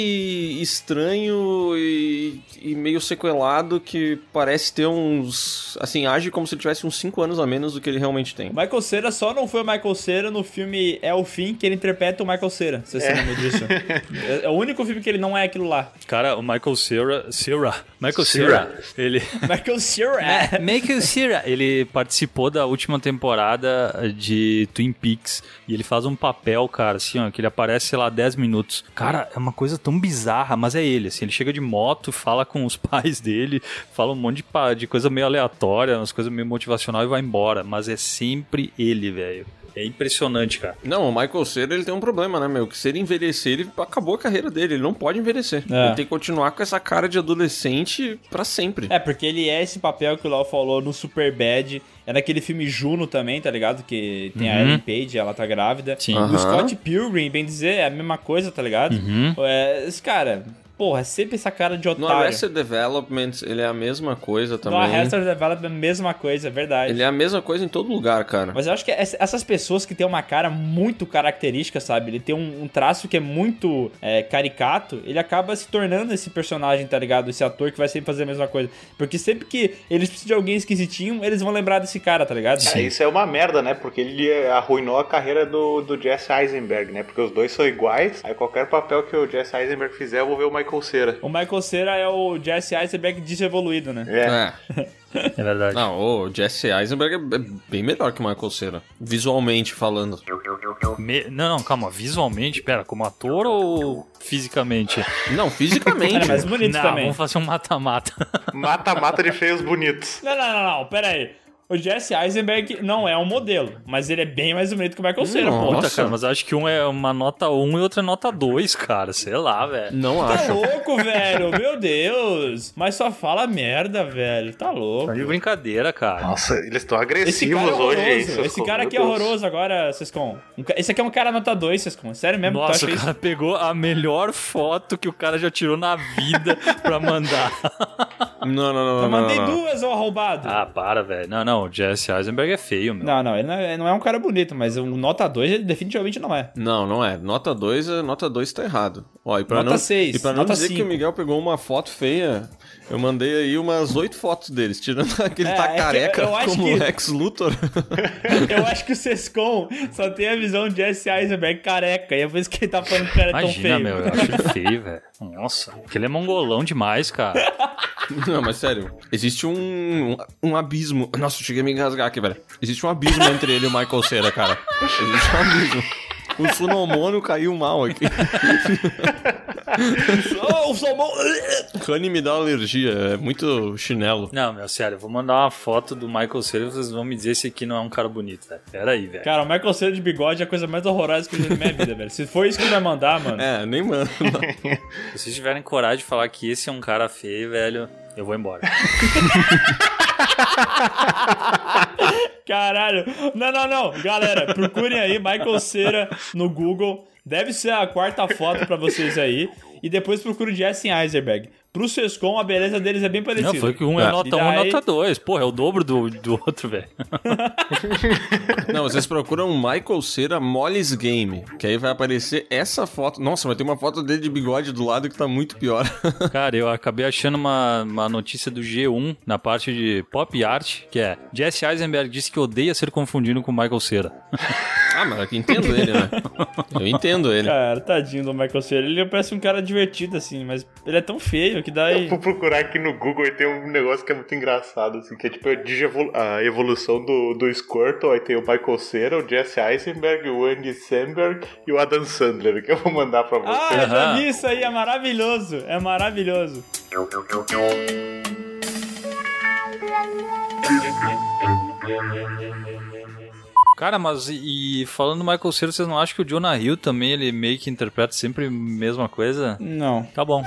Speaker 1: estranho e, e meio sequelado que parece ter uns. Assim, age como se ele tivesse uns 5 anos a menos do que ele realmente tem.
Speaker 2: Michael Cera só não foi o Michael Cera no filme É o Fim, que ele interpreta o Michael Cera, se você lembra disso. É, é o único filme que ele não é aquilo lá.
Speaker 5: Cara, o Michael Cera. Cera. Michael Cera. Ele.
Speaker 2: Michael Cera. é.
Speaker 5: Michael Cera. É. Ele participou da última temporada de Twin Peaks e ele faz um papel, cara, assim, ó, que ele aparece, sei lá, 10 minutos. Cara, é uma coisa tão bizarra, mas é ele, assim. Ele chega de moto, fala com os pais dele, fala um monte de, pa- de coisa meio aleatória, umas coisas meio motivacional e vai embora. Mas é sempre ele, velho. É impressionante, cara.
Speaker 1: Não, o Michael Cera, ele tem um problema, né, meu? Que se ele envelhecer, ele acabou a carreira dele. Ele não pode envelhecer.
Speaker 2: É.
Speaker 1: Ele tem que continuar com essa cara de adolescente pra sempre.
Speaker 2: É, porque ele é esse papel que o Lau falou no Superbad. É naquele filme Juno também, tá ligado? Que tem a Ellen Page, ela tá grávida.
Speaker 5: Sim.
Speaker 2: E
Speaker 1: Aham.
Speaker 2: O Scott Pilgrim, bem dizer, é a mesma coisa, tá ligado? É, esse cara, porra, é sempre essa cara de
Speaker 1: No
Speaker 2: otário.
Speaker 1: Arrested Development, ele é a mesma coisa
Speaker 2: No
Speaker 1: também. né?
Speaker 2: Arrested Development, mesma coisa, é verdade.
Speaker 1: Ele é a mesma coisa em todo lugar, cara.
Speaker 2: Mas eu acho que ess- essas pessoas que têm uma cara muito característica, sabe? Ele tem um, um traço que é muito é, caricato, ele acaba se tornando esse personagem, tá ligado? Esse ator que vai sempre fazer a mesma coisa. Porque sempre que eles precisam de alguém esquisitinho, eles vão lembrar desse cara, tá ligado?
Speaker 4: É, isso é uma merda, né? Porque ele arruinou a carreira do, do Jesse Eisenberg, né? Porque os dois são iguais. Aí qualquer papel que o Jesse Eisenberg fizer, eu vou ver o Michael Cera.
Speaker 2: O Michael Cera é o Jesse Eisenberg desevoluído, né?
Speaker 4: É.
Speaker 5: É verdade.
Speaker 1: Não, o Jesse Eisenberg é bem melhor que o Michael Cera, visualmente falando.
Speaker 5: Me- Não, não, calma. Visualmente, pera, como ator ou fisicamente?
Speaker 1: Não, fisicamente.
Speaker 2: É, mas bonito
Speaker 5: não,
Speaker 2: também.
Speaker 5: vamos fazer um mata-mata.
Speaker 4: Mata-mata de feios bonitos.
Speaker 2: Não, não, não, não, pera aí. O Jesse Eisenberg não é um modelo, mas ele é bem mais bonito que o Michael Cera, pô.
Speaker 1: Nossa.
Speaker 5: Puta, cara, mas eu acho que um é uma nota 1 e outra é nota 2, cara. Sei lá, velho.
Speaker 1: Não
Speaker 2: Tá
Speaker 1: acho.
Speaker 2: louco, velho, meu Deus. Mas só fala merda, velho, tá louco.
Speaker 5: Tá de brincadeira, cara.
Speaker 4: Nossa, eles estão
Speaker 2: Esse
Speaker 4: agressivos
Speaker 2: cara é
Speaker 4: hoje,
Speaker 2: horroroso.
Speaker 4: hein, Cisco?
Speaker 2: Esse cara
Speaker 4: Meu
Speaker 2: aqui é
Speaker 4: Deus.
Speaker 2: horroroso agora, Sescon. Esse aqui é um cara nota 2, Sescon. É Sério mesmo que tu
Speaker 5: Nossa,
Speaker 2: acha
Speaker 5: o
Speaker 2: isso?
Speaker 5: cara pegou a melhor foto que o cara já tirou na vida pra mandar.
Speaker 1: Não, não, não,
Speaker 2: Eu
Speaker 1: não, não,
Speaker 2: mandei
Speaker 1: não.
Speaker 2: duas, ô arrombado.
Speaker 5: ah, para, velho. Não, não, o Jesse Eisenberg é feio, meu.
Speaker 2: Não, não, ele não é, não é um cara bonito, mas um nota 2 ele definitivamente não é.
Speaker 1: Não, não é. Nota 2, é- nota 2 tá errado. Ó, e pra
Speaker 2: Nota
Speaker 1: não,
Speaker 2: seis,
Speaker 1: E pra não
Speaker 2: nota
Speaker 1: dizer que
Speaker 2: cinco.
Speaker 1: o Miguel pegou uma foto feia, eu mandei aí umas oito fotos deles, tirando aquele
Speaker 2: É,
Speaker 1: tá
Speaker 2: é que
Speaker 1: careca
Speaker 2: eu acho
Speaker 1: como
Speaker 2: que-
Speaker 1: Lex Luthor.
Speaker 2: Eu acho que o Sescon só tem a visão de Jesse Eisenberg careca, e é por isso que ele tá falando que o cara é tão
Speaker 5: Imagina,
Speaker 2: feio.
Speaker 5: meu, eu acho ele feio, velho. Nossa, aquele é mongolão demais, cara.
Speaker 1: não, mas sério, existe um, um abismo. Nossa, eu cheguei a me engasgar aqui, velho. Existe um abismo entre ele e o Michael Cera, cara. Existe um abismo. O Sunomônio caiu mal aqui.
Speaker 2: Oh, o Salmão...
Speaker 1: Honey me dá alergia, é muito chinelo.
Speaker 5: Não, meu, sério, eu vou mandar uma foto do Michael Cera e vocês vão me dizer se aqui não é um cara bonito, velho. Pera aí, velho.
Speaker 2: Cara, o Michael Cera de bigode é a coisa mais horrorosa que eu já vi na minha vida, velho. Se for isso que ele vai mandar, mano...
Speaker 1: É, nem mano.
Speaker 5: Se vocês tiverem coragem de falar que esse é um cara feio, velho, eu vou embora.
Speaker 2: Caralho. Não, não, não. Galera, procurem aí Michael Cera no Google. Deve ser a quarta foto pra vocês aí. E depois procura o Jesse Eisenberg. Pro Sescom, a beleza deles é bem parecida.
Speaker 5: Não, foi que um é,
Speaker 1: É.
Speaker 5: nota
Speaker 2: E
Speaker 5: 1 um, é
Speaker 2: daí-
Speaker 5: nota 2. Porra, é o dobro do, do outro, velho.
Speaker 1: Não, vocês procuram Michael Cera Molly's Game, que aí vai aparecer essa foto. Nossa, mas tem uma foto dele de bigode do lado que tá muito pior.
Speaker 5: Cara, eu acabei achando uma, uma notícia do G1 na parte de pop art, que é Jesse Eisenberg disse que odeia ser confundido com Michael Cera.
Speaker 1: ah, mas eu entendo ele, né? Eu entendo ele.
Speaker 2: Cara, tadinho do Michael Cera. Ele parece um cara divertido, assim, mas ele é tão feio que daí.
Speaker 4: Vou procurar aqui no Google e tem um negócio que é muito engraçado, assim, que é tipo a digevol- a evolução do, do Squirtle, aí tem o Michael Cera, o Jesse Eisenberg, o Andy Samberg e o Adam Sandler, que eu vou mandar pra você.
Speaker 2: Ah, eu já
Speaker 5: Aham.
Speaker 2: vi isso aí, é maravilhoso. É maravilhoso.
Speaker 5: Cara, mas e, e falando do Michael Cera, vocês não acham que o Jonah Hill também, ele meio que interpreta sempre a mesma coisa?
Speaker 2: Não.
Speaker 5: Tá bom.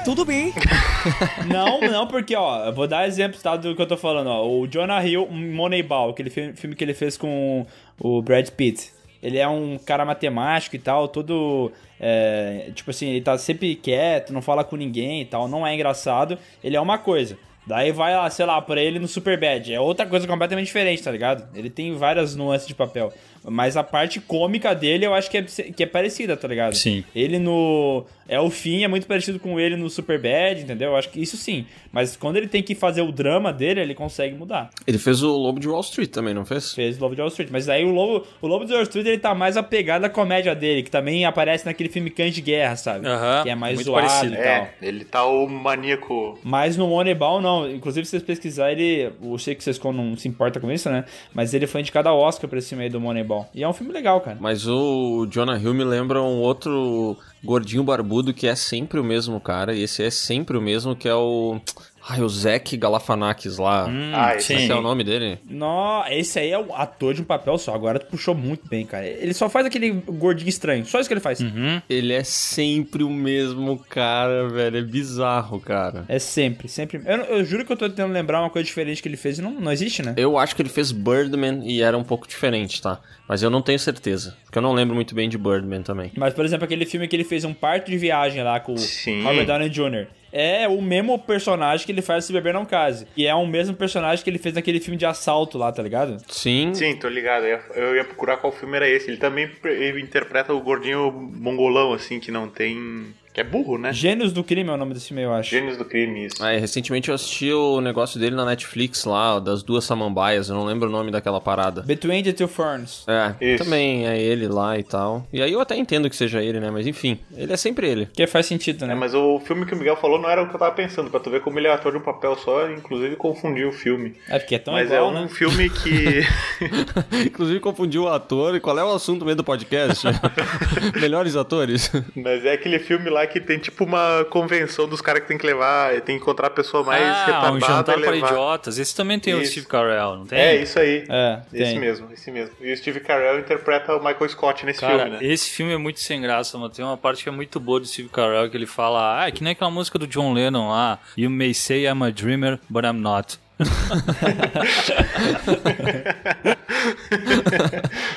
Speaker 2: Não, não, porque, ó, eu vou dar exemplos tá, do que eu tô falando, ó. O Jonah Hill, em Moneyball, aquele fi- filme que ele fez com o Brad Pitt. Ele é um cara matemático e tal, todo. é, tipo assim, ele tá sempre quieto, não fala com ninguém e tal, não é engraçado. Ele é uma coisa. Daí vai lá, sei lá, pra ele no Superbad. É outra coisa completamente diferente, tá ligado? Ele tem várias nuances de papel. Mas a parte cômica dele eu acho que é, que é parecida, tá ligado?
Speaker 5: Sim.
Speaker 2: Ele no. É o fim, é muito parecido com ele no Superbad, entendeu? Eu acho que isso sim. Mas quando ele tem que fazer o drama dele, ele consegue mudar.
Speaker 1: Ele fez o Lobo de Wall Street também, não fez?
Speaker 2: Fez o Lobo de Wall Street. Mas aí o Lobo, o Lobo de Wall Street ele tá mais apegado à comédia dele, que também aparece naquele filme Cães de Guerra, sabe?
Speaker 5: Aham,
Speaker 2: que é mais
Speaker 5: muito
Speaker 2: zoado
Speaker 5: parecido.
Speaker 2: e tal.
Speaker 4: É, ele tá o maníaco.
Speaker 2: Mas no Moneyball, não. Inclusive, se vocês pesquisarem, ele... eu sei que vocês não se importa com isso, né? Mas ele foi indicado ao Oscar pra esse meio do Moneyball. E é um filme legal, cara.
Speaker 1: Mas o Jonah Hill me lembra um outro gordinho barbudo que é sempre o mesmo cara, e esse é sempre o mesmo, que é o Ai, o Zac Galafanakis lá.
Speaker 2: Hum,
Speaker 4: Ah, esse
Speaker 1: Esse é o nome dele?
Speaker 2: Nó, esse aí é um ator de um papel só. Agora tu puxou muito bem, cara. Ele só faz aquele gordinho estranho. Só isso que ele faz.
Speaker 4: Uhum.
Speaker 1: Ele é sempre o mesmo cara, velho. É bizarro, cara.
Speaker 2: É sempre, sempre. Eu, não- eu juro que eu tô tentando lembrar uma coisa diferente que ele fez e não, não existe, né?
Speaker 1: Eu acho que ele fez Birdman e era um pouco diferente, tá? Mas eu não tenho certeza. Porque eu não lembro muito bem de Birdman também.
Speaker 2: Mas, por exemplo, aquele filme que ele fez um parto de viagem lá com
Speaker 4: Sim.
Speaker 2: o Robert Downey Jr. É o mesmo personagem que ele faz se beber não case. E é o mesmo personagem que ele fez naquele filme de assalto lá, tá ligado?
Speaker 1: Sim.
Speaker 4: Sim, tô ligado. Eu ia- Eu ia procurar qual filme era esse. Ele também pre- ele interpreta o gordinho mongolão, assim, que não tem. que é burro, né?
Speaker 2: Gênios do Crime é o nome desse filme, eu acho.
Speaker 4: Gênios do crime,
Speaker 2: Ah,
Speaker 4: isso.
Speaker 1: Aí, É, recentemente eu assisti o negócio dele na Netflix lá, ó, das duas samambaias, eu não lembro o nome daquela parada.
Speaker 2: Between the Two Ferns.
Speaker 1: É,
Speaker 4: Isso.
Speaker 1: também é ele lá e tal. E aí eu até entendo que seja ele, né? Mas enfim, ele é sempre ele.
Speaker 2: Que faz sentido,
Speaker 4: É,
Speaker 2: né?
Speaker 4: mas o filme que o Miguel falou não era o que eu tava pensando, pra tu ver como ele é ator de um papel só, inclusive confundiu o filme.
Speaker 2: É porque é tão
Speaker 4: mas é
Speaker 2: igual,
Speaker 4: um
Speaker 2: né?
Speaker 4: filme que.
Speaker 1: Inclusive confundiu o ator e qual é o assunto mesmo do podcast? Melhores atores?
Speaker 4: mas é aquele filme lá que tem tipo uma convenção dos caras que tem que levar, tem que encontrar a pessoa mais
Speaker 5: ah,
Speaker 4: retardada
Speaker 5: um jantar
Speaker 4: e
Speaker 5: para
Speaker 4: levar.
Speaker 5: idiotas. Esse também tem o
Speaker 4: Isso.
Speaker 5: Steve Carell, não tem?
Speaker 4: É, isso aí.
Speaker 2: É,
Speaker 4: esse
Speaker 2: tem.
Speaker 4: mesmo, esse mesmo. E o Steve Carell interpreta o Michael Scott nesse
Speaker 5: Cara,
Speaker 4: filme, né?
Speaker 5: esse filme é muito sem graça, mano. Tem uma parte que é muito boa do Steve Carell que ele fala, ah, é que nem aquela música do John Lennon lá, You may say I'm a dreamer, but I'm not.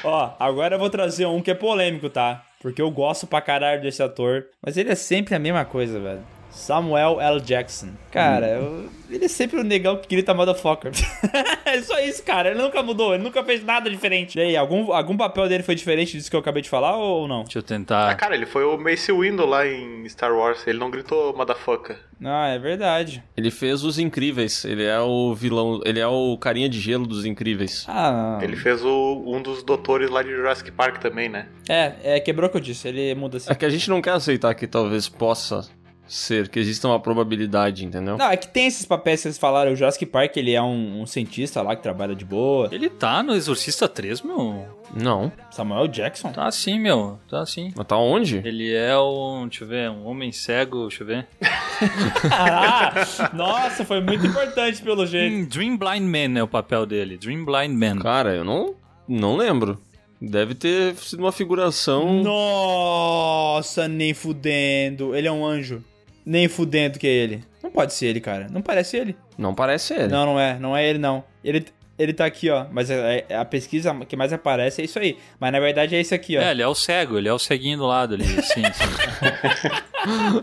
Speaker 2: Ó, agora eu vou trazer um que é polêmico, tá? Porque eu gosto pra caralho desse ator. Mas ele é sempre a mesma coisa, velho. Samuel L. Jackson. Cara, eu- ele é sempre o negão que grita motherfucker. é só isso, cara. Ele nunca mudou, ele nunca fez nada diferente. E aí, algum, algum papel dele foi diferente disso que eu acabei de falar ou não?
Speaker 5: Deixa eu
Speaker 4: Ah,
Speaker 5: tentar.
Speaker 4: cara, ele foi o Mace Windu lá em Star Wars, ele não gritou motherfucker.
Speaker 2: Ah, é verdade.
Speaker 1: Ele fez Os Incríveis, ele é o vilão, ele é o carinha de gelo dos Incríveis.
Speaker 2: Ah, não.
Speaker 4: Ele fez o- um dos doutores lá de Jurassic Park também, né?
Speaker 2: É, é, quebrou o que eu disse. Ele muda assim.
Speaker 1: É que a gente não quer aceitar que talvez possa ser, que exista uma probabilidade, entendeu?
Speaker 2: Não, é que tem esses papéis que vocês falaram. O Jurassic Park, ele é um, um cientista lá que trabalha de boa.
Speaker 5: Ele tá no Exorcista 3, meu.
Speaker 1: Não.
Speaker 2: Samuel Jackson?
Speaker 5: Tá sim, meu. Tá sim.
Speaker 1: Mas tá onde?
Speaker 5: Ele é um, deixa eu ver, um homem cego, deixa eu ver.
Speaker 2: Ah, nossa, foi muito importante pelo jeito.
Speaker 5: Hum, Dream Blind Man é o papel dele, Dream Blind Man.
Speaker 1: Cara, eu não, não lembro. Deve ter sido uma figuração.
Speaker 2: Nossa, nem fudendo. Ele é um anjo. Nem fudendo que é ele. Não pode ser ele, cara. Não parece ele.
Speaker 1: Não parece ele.
Speaker 2: Não, não é. Não é ele, não. Ele, ele tá aqui, ó. Mas é- é- a, pesquisa que mais aparece é isso aí. Mas na verdade é esse aqui, ó.
Speaker 5: É, ele é o cego, ele é o ceguinho do lado ali, assim, sim, sim.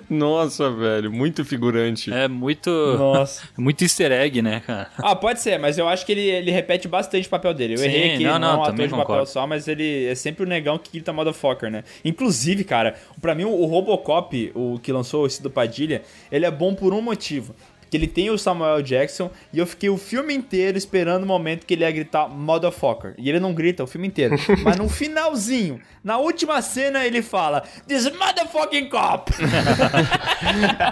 Speaker 1: Nossa, velho, muito figurante.
Speaker 5: É muito,
Speaker 2: Nossa.
Speaker 5: muito easter egg, né, cara?
Speaker 2: Ah, pode ser, mas eu acho que ele, ele repete bastante o papel dele. Eu
Speaker 5: Sim,
Speaker 2: errei aqui, ele
Speaker 5: não,
Speaker 2: não, é
Speaker 5: não,
Speaker 2: um ator
Speaker 5: também
Speaker 2: de papel
Speaker 5: concordo.
Speaker 2: só, mas ele é sempre o negão que grita motherfucker, né? Inclusive, cara, pra mim o Robocop, o que lançou esse do Padilha, ele é bom por um motivo. Que ele tem o Samuel Jackson e eu fiquei o filme inteiro esperando o momento que ele ia gritar motherfucker. E ele não grita o filme inteiro. Mas no finalzinho, na última cena, ele fala: This motherfucking cop!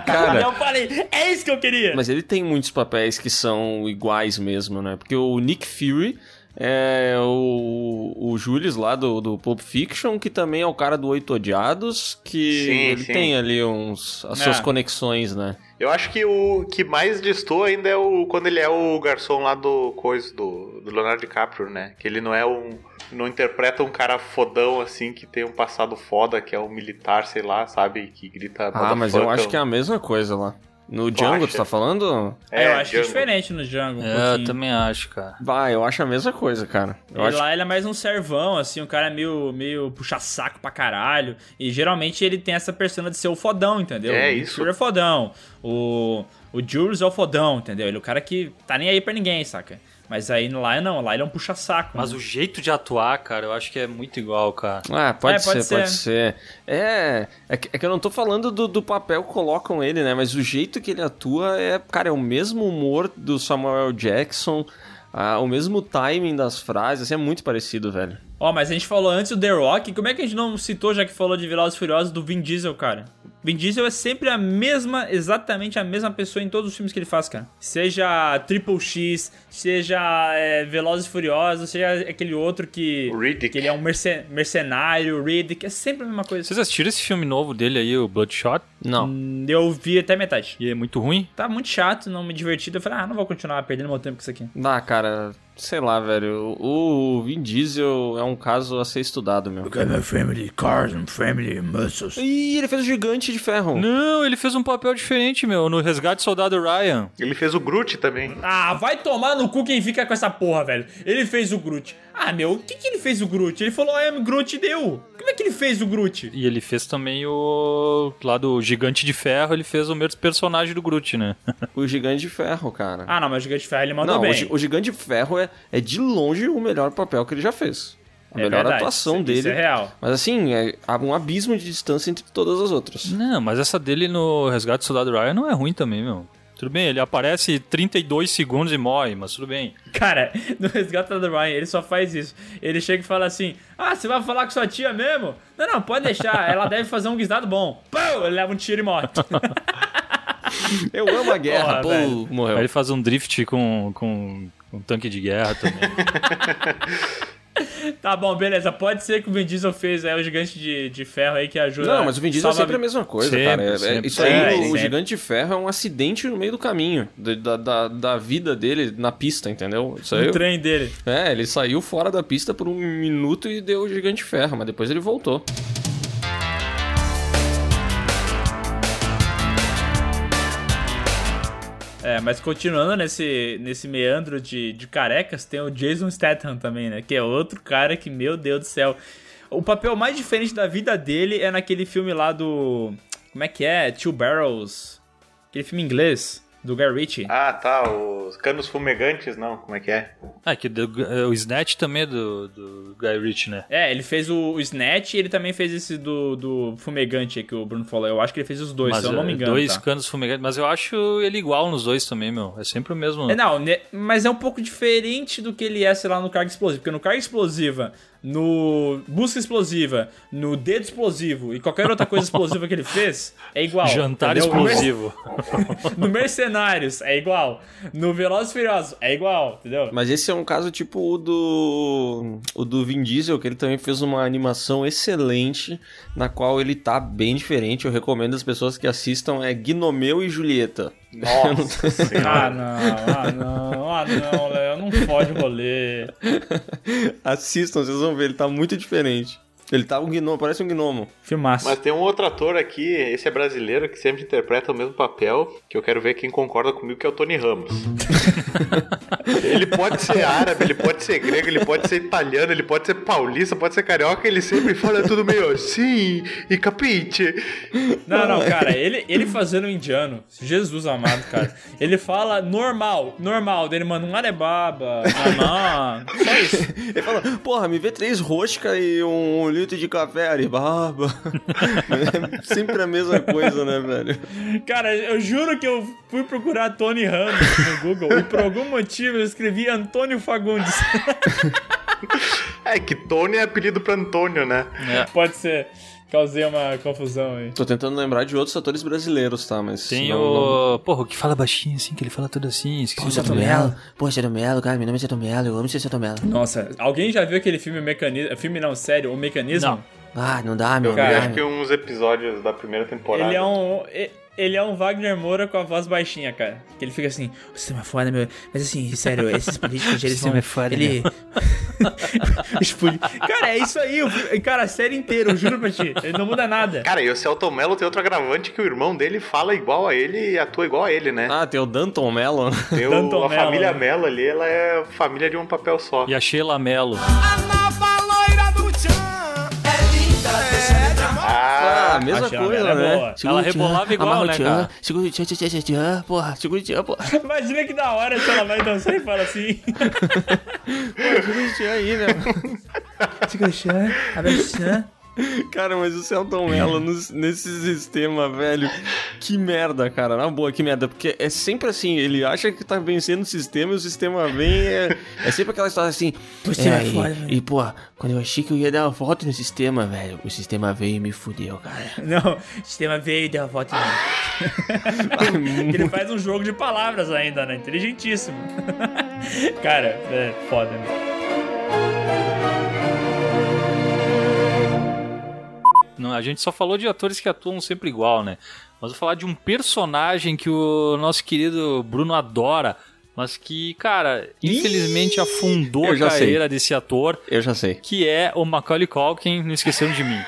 Speaker 1: Cara.
Speaker 2: eu falei: É isso que eu queria!
Speaker 1: Mas ele tem muitos papéis que são iguais mesmo, né? Porque o Nick Fury é o, o Julius lá do, do Pulp Fiction, que também é o cara do Oito Odiados, que
Speaker 4: Sim,
Speaker 1: ele
Speaker 4: sim.
Speaker 1: tem ali uns, as suas
Speaker 5: É.
Speaker 1: conexões, né?
Speaker 4: Eu acho que o que mais destoa ainda é o quando ele é o garçom lá do coisa do, do Leonardo DiCaprio, né? Que ele não é um não interpreta um cara fodão assim que tem um passado foda, que é um militar, sei lá, sabe, que grita
Speaker 1: Ah, mas eu
Speaker 4: motherfucker.
Speaker 1: acho que é a mesma coisa lá. No Django,
Speaker 4: acha?
Speaker 1: tu tá falando?
Speaker 4: É,
Speaker 10: eu acho que é
Speaker 4: Django.
Speaker 10: diferente no Django. Um
Speaker 5: É, eu
Speaker 10: pouquinho.
Speaker 5: também acho, cara.
Speaker 1: Vai, eu acho a mesma coisa, cara. Eu
Speaker 10: Ele
Speaker 1: acho
Speaker 10: lá ele é mais um servão, assim, um cara meio, meio puxa-saco pra caralho. E geralmente ele tem essa persona de ser o fodão, entendeu?
Speaker 4: É
Speaker 10: o Nick
Speaker 4: isso.
Speaker 10: Fury é fodão. O, o Jules é o fodão, entendeu? Ele é o cara que tá nem aí pra ninguém, saca? Mas aí lá não, lá ele é um puxa-saco.
Speaker 5: Mas
Speaker 10: né?
Speaker 5: o jeito de atuar, cara, eu acho que é muito igual, cara.
Speaker 1: Ah, pode,
Speaker 10: É,
Speaker 1: ser,
Speaker 10: pode
Speaker 1: pode ser. É, é que, é que eu não tô falando do, do papel que colocam ele, né? Mas o jeito que ele atua é, cara, é o mesmo humor do Samuel Jackson, ah, o mesmo timing das frases, assim, é muito parecido, velho.
Speaker 10: Ó, mas a gente falou antes do The Rock. Como é que a gente não citou, já que falou de Velozes e Furiosos, do Vin Diesel, cara?
Speaker 2: Vin Diesel é sempre a mesma, exatamente a mesma pessoa em todos os filmes que ele faz, cara. Seja Triple X, seja é, Velozes e Furiosos, seja aquele outro que,
Speaker 4: O Riddick.
Speaker 2: que ele é um merce- mercenário, Riddick, é sempre a mesma coisa.
Speaker 5: Vocês assistiram esse filme novo dele aí, o Bloodshot?
Speaker 1: Não.
Speaker 2: Hum, Eu vi até metade.
Speaker 5: E é muito ruim?
Speaker 2: Tá muito chato, não me diverti. Eu falei, ah, não vou continuar perdendo meu tempo com isso aqui.
Speaker 1: Ah, cara, sei lá, velho. O Vin Diesel é um caso a ser estudado, meu. Ih, ele fez o gigante de ferro.
Speaker 5: Não, ele fez um papel diferente, meu, no Resgate do Soldado Ryan.
Speaker 4: Ele fez o Groot também.
Speaker 2: Ah, vai tomar no cu quem fica com essa porra, velho. Ele fez o Groot. Ah, meu, o que, que ele fez o Groot? Ele falou, I am Groot e deu. Como é que ele fez o Groot?
Speaker 5: E ele fez também o. Lá do Gigante de Ferro, ele fez o mesmo personagem do Groot, né?
Speaker 1: O gigante de ferro, cara.
Speaker 2: Ah, não, mas o Gigante de Ferro ele mandou
Speaker 1: Não,
Speaker 2: bem.
Speaker 1: o, Gi- o Gigante de Ferro é, é de longe o melhor papel que ele já fez. A
Speaker 2: É
Speaker 1: melhor
Speaker 2: verdade,
Speaker 1: atuação
Speaker 2: isso-
Speaker 1: dele.
Speaker 2: isso é real.
Speaker 1: Mas assim, é, há um abismo de distância entre todas as outras.
Speaker 5: Não, mas essa dele no Resgate do Soldado Ryan não é ruim também, meu. Tudo bem, ele aparece 32 segundos e morre, mas tudo bem.
Speaker 2: Cara, no Resgate do Ryan, ele só faz isso. Ele chega e fala assim, ah, você vai falar com sua tia mesmo? Não, não, pode deixar, ela deve fazer um guisado bom. Pum, ele leva um tiro e morre.
Speaker 1: Eu amo a guerra,
Speaker 2: Porra,
Speaker 1: pô,
Speaker 2: velho.
Speaker 5: Aí
Speaker 1: morreu.
Speaker 5: ele faz um drift com, com um tanque de guerra também.
Speaker 2: tá bom, beleza, pode ser que o Vin Diesel fez aí o Gigante de, de Ferro aí que ajuda.
Speaker 1: Não, mas o Vin Diesel é
Speaker 2: salva
Speaker 1: sempre a mesma coisa,
Speaker 5: Sempre,
Speaker 1: cara. É- é-
Speaker 5: sempre.
Speaker 1: isso aí,
Speaker 2: É,
Speaker 1: o- o
Speaker 2: sempre.
Speaker 1: Gigante de Ferro é um acidente no meio do caminho de- da, da, da vida dele na pista, entendeu? Isso aí.
Speaker 2: o trem dele.
Speaker 1: É, ele saiu fora da pista por um minuto e deu o Gigante de Ferro, mas depois ele voltou.
Speaker 2: É, mas continuando nesse, nesse meandro de, de carecas, tem o Jason Statham também, né? Que é outro cara que, meu Deus do céu. O papel mais diferente da vida dele é naquele filme lá do. Como é que é? Two Barrels. Aquele filme inglês do Guy Ritchie.
Speaker 4: Ah, tá, os canos fumegantes, não, como é que é?
Speaker 5: ah, que do- é, o Snatch também é do, do Guy Ritchie, né?
Speaker 2: É, ele fez o, o Snatch e ele também fez esse do, do Fumegante que o Bruno falou. Eu acho que ele fez os dois,
Speaker 5: mas,
Speaker 2: se eu não me
Speaker 5: é,
Speaker 2: engano.
Speaker 5: Dois
Speaker 2: tá?
Speaker 5: canos fumegantes, mas eu acho ele igual nos dois também, meu. É sempre o mesmo.
Speaker 2: É, não, né, mas é um pouco diferente do que ele é, sei lá, no carga explosiva. Porque no carga explosiva, no busca explosiva, no dedo explosivo e qualquer outra coisa explosiva que ele fez, é igual.
Speaker 5: Jantar
Speaker 2: entendeu?
Speaker 5: explosivo.
Speaker 2: No Mercenários, é igual. No Velozes e Furiosos, é igual, entendeu?
Speaker 1: Mas esse é um caso tipo o do o do Vin Diesel, que ele também fez uma animação excelente, na qual ele tá bem diferente. Eu recomendo as pessoas que assistam é Gnomeu e Julieta.
Speaker 4: Nossa
Speaker 2: Ah,
Speaker 4: senhora.
Speaker 2: não, ah, não, ah, não, Léo, não pode rolê.
Speaker 1: Assistam, vocês vão ver, ele tá muito diferente. Ele tá um gnomo, parece um gnomo.
Speaker 2: Filmaço.
Speaker 4: Mas tem um outro ator aqui, esse é brasileiro, que sempre interpreta o mesmo papel, que eu quero ver quem concorda comigo, que é o Tony Ramos. ele pode ser árabe, ele pode ser grego, ele pode ser italiano, ele pode ser paulista, pode ser carioca, ele sempre fala tudo meio assim, e capite.
Speaker 2: Não, não, cara, ele, ele fazendo um indiano, Jesus amado, cara. Ele fala normal, normal, dele manda um arebaba, mamã, só isso.
Speaker 1: Ele fala, porra, me vê três rosca e um litro de café, aribaba. é sempre a mesma coisa, né, velho?
Speaker 2: Cara, eu juro que eu fui procurar Tony Ramos no Google e por algum motivo eu escrevi Antônio Fagundes.
Speaker 4: É que Tony é apelido pra Antônio, né?
Speaker 2: Pode ser. Causei uma confusão aí.
Speaker 1: Tô tentando lembrar de outros atores brasileiros, tá? Mas
Speaker 5: Tem
Speaker 1: não- não-
Speaker 5: o. Porra, o que fala baixinho assim, que ele fala tudo assim. Esqueci o nome dele.
Speaker 6: Pô, Seto Melo, cara, meu nome é Seto Melo, eu amo ser Seto Melo.
Speaker 2: Nossa, alguém já viu aquele filme Mecanismo? Filme não, sério, o Mecanismo?
Speaker 5: Não.
Speaker 6: Ah, não dá, meu.
Speaker 4: Eu
Speaker 2: Cara.
Speaker 4: vi acho que uns episódios da primeira temporada.
Speaker 2: Ele é um. e- Ele é um Wagner Moura com a voz baixinha, cara. Que ele fica assim,
Speaker 11: O sistema é foda, meu. Mas assim, sério, esses políticos, eles
Speaker 8: sistema
Speaker 11: vão...
Speaker 8: é foda,
Speaker 11: ele...
Speaker 2: os poli- Cara, é isso aí. o- Cara, a série inteira, eu juro pra ti. Ele não muda nada.
Speaker 4: Cara, e o Celton Mello tem outro agravante que o irmão dele fala igual a ele e atua igual a ele, né?
Speaker 1: Ah, tem o Danton Mello, né?
Speaker 4: tem
Speaker 2: Danton
Speaker 4: o, a
Speaker 2: Mello,
Speaker 4: família
Speaker 2: né?
Speaker 4: Mello ali, ela é família de um papel só.
Speaker 5: E a Sheila Mello.
Speaker 1: Ah,
Speaker 4: Ah,
Speaker 1: a mesma
Speaker 2: Achei uma
Speaker 1: coisa,
Speaker 2: galera
Speaker 1: né?
Speaker 2: boa.
Speaker 5: Ela rebolava igual, né, cara?
Speaker 6: Segura o tchan, tchan, tchan, tchan, porra, segura o tchan, porra.
Speaker 2: Imagina que da hora se ela vai dançar e fala assim.
Speaker 1: Bonitinho aí, né?
Speaker 11: Tchã, abre o tchan.
Speaker 1: Cara, mas o Celton Mello no- nesse sistema, velho. Que merda, cara. Na boa, que merda. Porque é sempre assim, ele acha que tá vencendo o sistema e o sistema vem. É, é sempre aquela história assim. "Ah,
Speaker 11: Você é
Speaker 6: e-
Speaker 11: foda, velho.
Speaker 6: e, pô, quando eu achei que eu ia dar uma volta no sistema, velho, o sistema veio e me fudeu, cara.
Speaker 2: Não, o sistema veio e deu a volta em mim. Ele faz um jogo de palavras ainda, né? Inteligentíssimo. Cara, é foda, né?
Speaker 5: Não, a gente só falou de atores que atuam sempre igual, né? Mas vou falar de um personagem que o nosso querido Bruno adora, mas que, cara, infelizmente afundou
Speaker 1: eu já
Speaker 5: a carreira desse ator,
Speaker 1: Eu já sei.
Speaker 5: que é o Macaulay Culkin, não esqueceram de mim.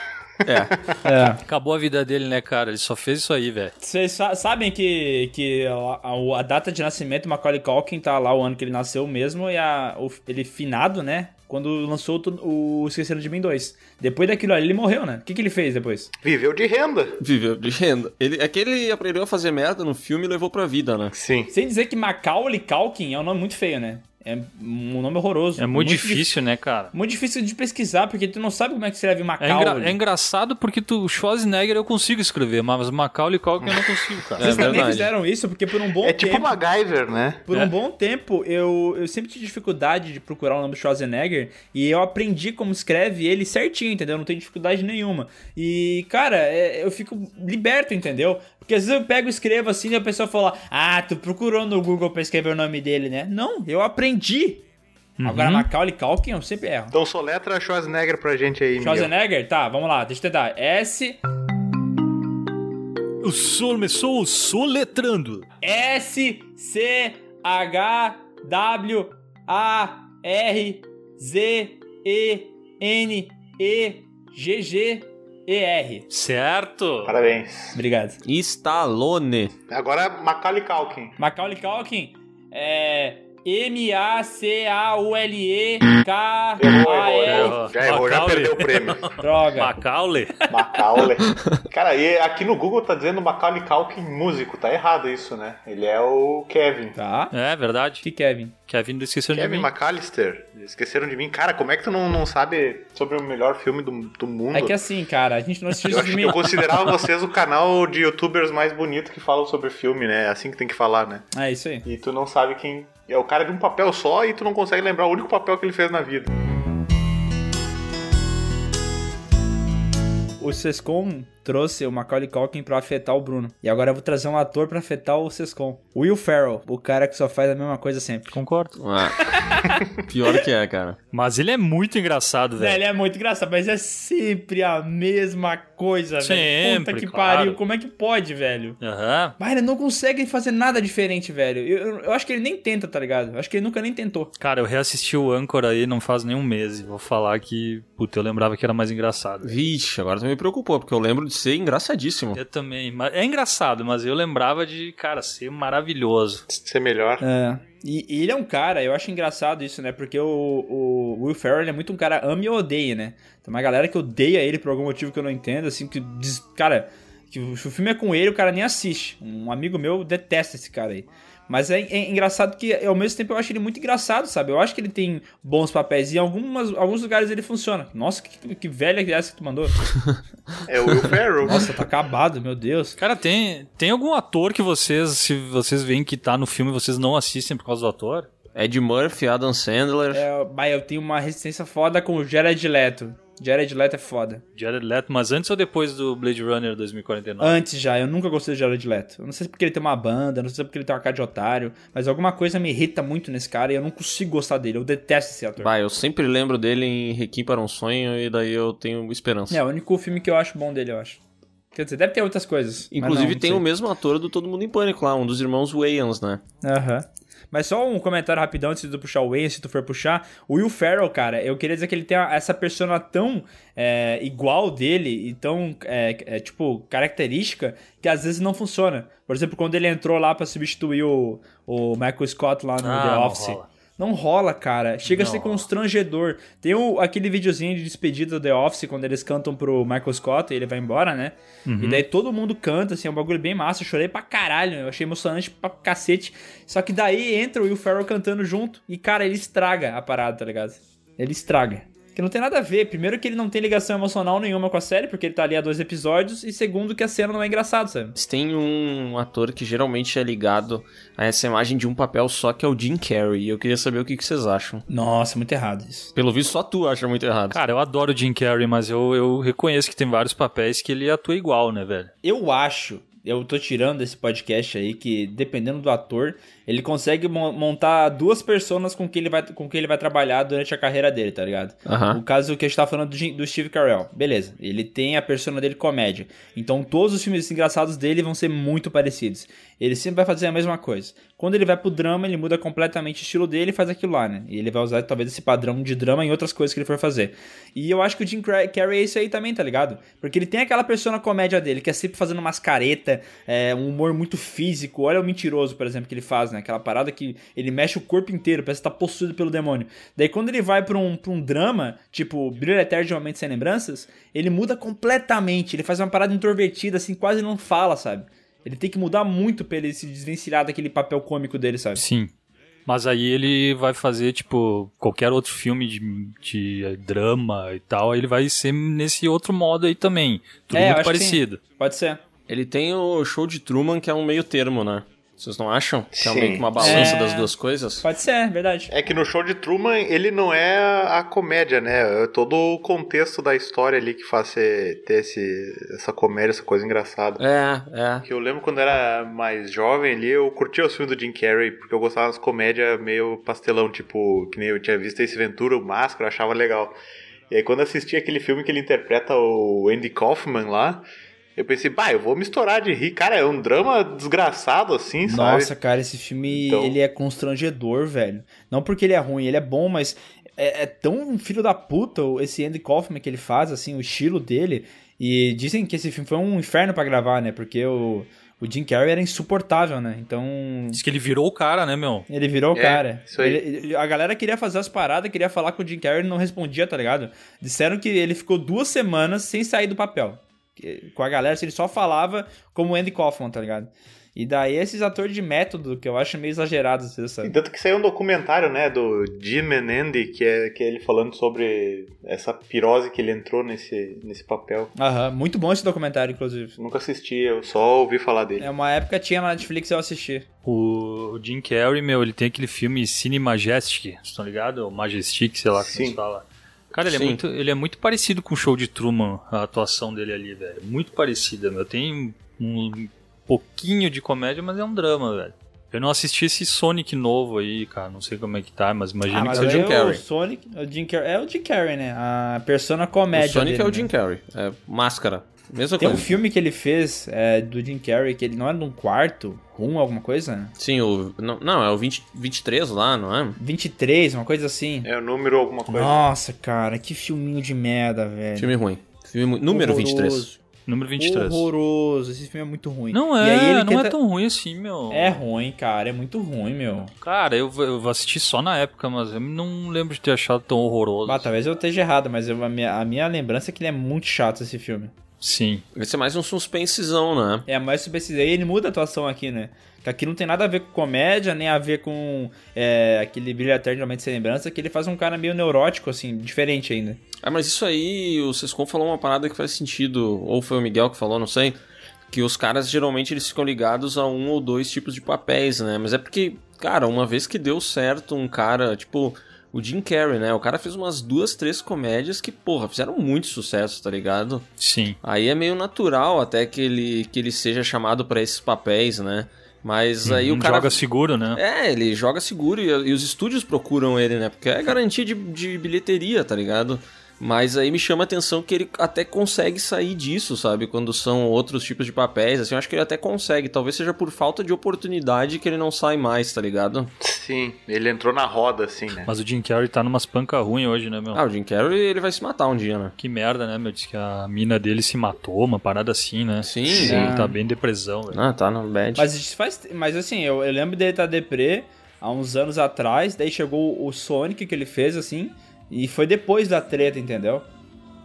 Speaker 1: É.
Speaker 2: É.
Speaker 5: Acabou a vida dele, né, cara? Ele só fez isso aí, velho.
Speaker 2: Vocês sa- sabem que, que a, a- a data de nascimento do Macaulay Culkin tá lá o ano que ele nasceu mesmo e a, o- ele finado, né? Quando lançou o, o Esqueceram de Mim 2. Depois daquilo ali, ele morreu, né? O que, que ele fez depois?
Speaker 4: Viveu de renda.
Speaker 1: Viveu de renda. Ele, é que ele aprendeu a fazer merda no filme e levou pra vida, né?
Speaker 4: Sim.
Speaker 2: Sem dizer que Macaulay Culkin é um nome muito feio, né? É um nome horroroso.
Speaker 5: É muito, difícil, né, cara?
Speaker 2: Muito difícil de pesquisar, porque tu não sabe como é que escreve
Speaker 5: É,
Speaker 2: Macaulay.
Speaker 5: engra- é engraçado porque tu, Schwarzenegger eu consigo escrever, mas Macaulay Culkin eu não consigo, cara.
Speaker 1: É
Speaker 2: Vocês também
Speaker 1: verdade.
Speaker 2: fizeram isso, porque por um bom
Speaker 4: É
Speaker 2: tempo.
Speaker 4: tipo o MacGyver, né?
Speaker 2: Por
Speaker 5: É.
Speaker 2: um bom tempo, eu, eu sempre tive dificuldade de procurar o nome do Schwarzenegger e eu aprendi como escreve ele certinho, entendeu? Não tenho dificuldade nenhuma. E, cara, é- eu fico liberto, entendeu? Porque às vezes eu pego e escrevo assim e a pessoa fala: Ah, tu procurou no Google pra escrever o nome dele, né? Não, eu aprendi. É.
Speaker 5: Uhum.
Speaker 2: Agora, Macaulay Culkin, eu sempre erro.
Speaker 4: Então soletra Schwarzenegger pra gente aí, Miguel.
Speaker 2: Schwarzenegger? Tá, vamos lá, deixa eu tentar. S,
Speaker 5: Eu sou, eu sou soletrando.
Speaker 2: S, C, H, W, A, R, Z, E, N, E, G, G, E, R.
Speaker 5: Certo.
Speaker 4: Parabéns.
Speaker 2: Obrigado.
Speaker 1: Stallone.
Speaker 4: Agora é Macaulay Culkin.
Speaker 2: Macaulay Culkin é M, A, C, A, U, L, E, K,
Speaker 4: Errou,
Speaker 2: A,
Speaker 4: errou,
Speaker 2: R.
Speaker 5: errou.
Speaker 4: errou. Já errou, já
Speaker 5: Macaulay.
Speaker 4: perdeu o prêmio.
Speaker 2: Droga.
Speaker 5: Macaulay?
Speaker 4: Macaulay. Cara, e aqui no Google tá dizendo Macaulay Culkin músico. Tá errado isso, né? Ele é o Kevin.
Speaker 2: Tá.
Speaker 5: É verdade.
Speaker 2: Que Kevin?
Speaker 5: Kevin não esqueceu de
Speaker 4: Kevin
Speaker 5: mim.
Speaker 4: McAllister. Esqueceram de mim. Cara, como é que tu não, não sabe sobre o melhor filme do, do mundo?
Speaker 2: É que assim, cara, a gente não
Speaker 4: Eu
Speaker 2: assistiu esse
Speaker 4: acho que
Speaker 2: filme.
Speaker 4: eu considerava vocês o canal de youtubers mais bonito que falam sobre filme, né? É assim que tem que falar, né?
Speaker 2: É isso aí.
Speaker 4: E tu não sabe quem. É o cara de um papel só e tu não consegue lembrar o único papel que ele fez na vida.
Speaker 2: O Sescom trouxe o Macaulay Culkin pra afetar o Bruno. E agora eu vou trazer um ator pra afetar o Sescom. Will Ferrell, o cara que só faz a mesma coisa sempre.
Speaker 5: Concordo.
Speaker 1: Ah. Pior que é, cara.
Speaker 5: Mas ele é muito engraçado,
Speaker 2: Velho,
Speaker 5: velho.
Speaker 2: ele é muito engraçado, mas é sempre a mesma coisa, velho. Puta
Speaker 5: Sempre,
Speaker 2: que
Speaker 5: claro.
Speaker 2: pariu, como é que pode, velho?
Speaker 5: Aham.
Speaker 2: Mas ele não consegue fazer nada diferente, velho. Eu, eu- eu acho que ele nem tenta, tá ligado? Eu acho que ele nunca nem tentou.
Speaker 5: Cara, eu reassisti o Anchor aí não faz nem um mês. e Vou falar que, puta, eu lembrava que era mais engraçado.
Speaker 1: Vixe, agora tu me preocupou, porque eu lembro de ser engraçadíssimo.
Speaker 5: Eu também. mas- É engraçado, mas eu lembrava de, cara, ser maravilhoso.
Speaker 4: Ser melhor.
Speaker 2: É. E, e ele é um cara, eu acho engraçado isso, né? Porque o, o Will Ferrell ele é muito um cara ame ou odeia, né? Tem uma galera que odeia ele por algum motivo que eu não entendo, assim, que diz, cara, que o, se o filme é com ele, o cara nem assiste. Um amigo meu detesta esse cara aí. Mas é, é engraçado que, ao mesmo tempo, eu acho ele muito engraçado, sabe? Eu acho que ele tem bons papéis e em algumas, alguns lugares ele funciona. Nossa, que, que velha que é essa que tu mandou.
Speaker 4: É o Will Ferrell.
Speaker 2: Nossa, tá acabado, meu Deus.
Speaker 5: Cara, tem, tem algum ator que vocês, se vocês veem que tá no filme, vocês não assistem por causa do ator?
Speaker 1: Ed Murphy, Adam Sandler.
Speaker 2: É, mas eu tenho uma resistência foda com o Jared Leto. Jared Leto é foda.
Speaker 5: Jared Leto, mas antes ou depois do Blade Runner 2049?
Speaker 2: Antes já, eu nunca gostei do Jared Leto. Eu não sei se porque ele tem uma banda, eu não sei se porque ele tem uma cara de otário, mas alguma coisa me irrita muito nesse cara e eu não consigo gostar dele. Eu detesto esse ator.
Speaker 1: Bah, eu sempre lembro dele em Requiem para um Sonho e daí eu tenho esperança.
Speaker 2: É, o único filme que eu acho bom dele, eu acho. Quer dizer, deve ter outras coisas. mas
Speaker 1: Inclusive
Speaker 2: não, não
Speaker 1: tem
Speaker 2: sei.
Speaker 1: o mesmo ator do Todo Mundo em Pânico lá, um dos irmãos Wayans, né?
Speaker 2: Aham. Mas só um comentário rapidão antes de tu puxar o Wayne, se tu for puxar. O Will Ferrell, cara, eu queria dizer que ele tem a- essa persona tão é, igual dele e tão, é, é, tipo, característica, que às vezes não funciona. Por exemplo, quando ele entrou lá pra substituir o, o Michael Scott lá no
Speaker 5: Ah,
Speaker 2: The
Speaker 5: não
Speaker 2: Office.
Speaker 5: rola.
Speaker 2: Não rola, cara. Chega a
Speaker 5: Não
Speaker 2: ser
Speaker 5: rola.
Speaker 2: constrangedor. Tem o- aquele videozinho de despedida do The Office, quando eles cantam pro Michael Scott e ele vai embora, né? E daí todo mundo canta, assim, é um bagulho bem massa. Eu chorei pra caralho, eu achei emocionante pra cacete. Só que daí entra o Will Ferrell cantando junto e, cara, ele estraga a parada, tá ligado? Ele estraga. que não tem nada a ver. Primeiro que ele não tem ligação emocional nenhuma com a série, porque ele tá ali há dois episódios, e segundo que a cena não é engraçada, sabe?
Speaker 1: Mas tem um ator que geralmente é ligado a essa imagem de um papel só, que é o Jim Carrey. E eu queria saber o que, que vocês acham.
Speaker 2: Nossa, muito errado isso.
Speaker 1: Pelo visto, só tu acha muito errado.
Speaker 5: Cara, eu adoro o Jim Carrey, mas eu, eu reconheço que tem vários papéis que ele atua igual, né, velho?
Speaker 2: Eu acho, eu tô tirando desse podcast aí que dependendo do ator, ele consegue mon- montar duas personas com que ele vai com que ele vai trabalhar durante a carreira dele, tá ligado?
Speaker 1: Aham.
Speaker 2: O caso que a gente tá falando do, Jim- do Steve Carell, beleza? Ele tem a persona dele comédia. Então todos os filmes engraçados dele vão ser muito parecidos. Ele sempre vai fazer a mesma coisa. Quando ele vai pro drama, ele muda completamente o estilo dele e faz aquilo lá, né? E ele vai usar talvez esse padrão de drama em outras coisas que ele for fazer. E eu acho que o Jim Cra- Carrey é isso aí também, tá ligado? Porque ele tem aquela persona comédia dele, que é sempre fazendo umas careta, é, um humor muito físico. Olha o mentiroso, por exemplo, que ele faz, né? Aquela parada que ele mexe o corpo inteiro, parece que tá possuído pelo demônio. Daí quando ele vai pra um, pra um drama, tipo Brilho Eterno de Uma Mente Sem Lembranças, ele muda completamente. Ele faz uma parada introvertida, assim, quase não fala, sabe? Ele tem que mudar muito pra ele se desvencilhar daquele papel cômico dele, sabe?
Speaker 5: Sim. Mas aí ele vai fazer, tipo, qualquer outro filme de, de drama e tal, ele vai ser nesse outro modo aí também. Tudo
Speaker 2: É, eu
Speaker 5: muito
Speaker 2: acho que sim.
Speaker 5: parecido.
Speaker 2: Pode ser.
Speaker 1: Ele tem o show de Truman, que é um meio termo, né? Vocês não acham? Que é
Speaker 4: Sim.
Speaker 1: meio que uma balança
Speaker 2: É.
Speaker 1: das duas coisas?
Speaker 2: Pode ser, é verdade.
Speaker 4: É que no show de Truman ele não é a comédia, né? É todo o contexto da história ali que faz você ter esse, essa comédia, essa coisa engraçada.
Speaker 1: É, é.
Speaker 4: Que eu lembro quando era mais jovem ali, eu curtia os filmes do Jim Carrey, porque eu gostava das comédias meio pastelão, tipo, que nem eu tinha visto esse Ventura, o Máscara, eu achava legal. E aí quando eu assisti aquele filme que ele interpreta o Andy Kaufman lá, eu pensei, bah, eu vou me estourar de rir. Cara, é um drama desgraçado assim, sabe?
Speaker 3: Nossa, cara, esse filme
Speaker 4: Então-
Speaker 3: ele é constrangedor, velho. Não porque ele é ruim, ele é bom, mas é, é tão um filho da puta o- esse Andy Kaufman que ele faz, assim, o estilo dele. E dizem que esse filme foi um inferno pra gravar, né? Porque o, o Jim Carrey era insuportável, né? Então
Speaker 5: Diz que ele virou o cara, né, meu?
Speaker 3: ele virou o
Speaker 4: É,
Speaker 3: cara.
Speaker 4: isso aí.
Speaker 3: Ele- ele- a galera queria fazer as paradas, queria falar com o Jim Carrey, ele não respondia, tá ligado? Disseram que ele ficou duas semanas sem sair do papel. Que- Com a galera, assim, ele só falava como Andy Kaufman, tá ligado? E daí esses atores de método, que eu acho meio exagerados, você
Speaker 4: E
Speaker 3: sabe?
Speaker 4: tanto que saiu um documentário, né, do Jim and Andy, que é, que é ele falando sobre essa pirose que ele entrou nesse, nesse papel.
Speaker 3: Aham, muito bom esse documentário, inclusive.
Speaker 4: Nunca assisti, eu só ouvi falar dele.
Speaker 3: É uma época tinha na Netflix eu assisti.
Speaker 5: O o Jim Carrey, meu, ele tem aquele filme Cine Majestic, vocês estão ligados? Ou Majestic, sei lá como
Speaker 4: Sim.
Speaker 5: se fala. Cara, ele é,
Speaker 1: Sim.
Speaker 5: muito, ele é muito parecido com o show de Truman, a atuação dele ali, velho. Muito parecida, meu. Tem um pouquinho de comédia, mas é um drama, velho. Eu não assisti esse Sonic novo aí, cara. Não sei como é que tá, mas imagino que
Speaker 3: Ah, mas
Speaker 5: seja
Speaker 3: daí
Speaker 1: Jim
Speaker 3: o
Speaker 1: Carrey.
Speaker 3: Sonic, o Jim Carrey, é o Jim Carrey, né? A persona
Speaker 1: O
Speaker 3: comédia
Speaker 1: Sonic
Speaker 3: dele,
Speaker 1: é o
Speaker 3: né?
Speaker 1: Jim Carrey. É máscara. Mesma
Speaker 3: Tem um
Speaker 1: coisa.
Speaker 3: filme que ele fez é, do Jim Carrey, que ele não era num quarto, rum, alguma coisa, né?
Speaker 1: Sim, o. Não, não, é o 20, 23 lá, não é?
Speaker 3: 23, uma coisa assim.
Speaker 4: É o número alguma coisa.
Speaker 3: Nossa, cara, que filminho de merda, velho.
Speaker 1: Filme ruim. Filme mu- número
Speaker 3: Horroroso.
Speaker 1: 23.
Speaker 5: número 23.
Speaker 3: Horroroso, esse filme é muito ruim.
Speaker 5: Não
Speaker 3: é E aí
Speaker 5: é,
Speaker 3: ele
Speaker 5: não é
Speaker 3: tenta-
Speaker 5: tão ruim assim, meu.
Speaker 3: É ruim, cara, é muito ruim, meu.
Speaker 5: Cara, eu, eu assisti só na época, mas eu não lembro de ter achado tão horroroso.
Speaker 3: Ah, talvez eu esteja errado, mas eu- a, minha, a minha lembrança é que ele é muito chato esse filme.
Speaker 5: Sim.
Speaker 1: Vai ser mais um suspensezão, né?
Speaker 3: É, mas se precisar, ele muda a atuação aqui, né? Que aqui não tem nada a ver com comédia, nem a ver com é, aquele brilho eterno de Uma Mente sem lembrança, que ele faz um cara meio neurótico, assim, diferente ainda.
Speaker 1: Ah, mas isso aí, o Sescon falou uma parada que faz sentido, ou foi o Miguel que falou, não sei, que os caras geralmente eles ficam ligados a um ou dois tipos de papéis, né? Mas é porque, cara, uma vez que deu certo um cara, tipo, o Jim Carrey, né? O cara fez umas duas, três comédias que, porra, fizeram muito sucesso, tá ligado?
Speaker 5: Sim.
Speaker 1: Aí é meio natural até que ele, que ele seja chamado pra esses papéis, né? Mas aí o
Speaker 5: Não
Speaker 1: cara
Speaker 5: joga seguro, né?
Speaker 1: é, ele joga seguro e, e os estúdios procuram ele, né? Porque é garantia de, de bilheteria, tá ligado? Mas aí me chama a atenção que ele até consegue sair disso, sabe? Quando são outros tipos de papéis, assim, eu acho que ele até consegue. Talvez seja por falta de oportunidade que ele não sai mais, tá ligado?
Speaker 4: Sim, ele entrou na roda, assim, né?
Speaker 5: Mas o Jim Carrey tá numas pancas ruins hoje, né, meu?
Speaker 1: Ah, o Jim Carrey, ele vai se matar um dia, né?
Speaker 5: Que merda, né, meu? Diz que a mina dele se matou, uma parada assim, né?
Speaker 1: Sim.
Speaker 5: Ele tá bem depressão, velho.
Speaker 1: Ah, tá no bad.
Speaker 3: Mas isso faz. Mas assim, eu, eu lembro dele tá deprê há uns anos atrás, daí chegou o Sonic que ele fez, assim, e foi depois da treta, entendeu?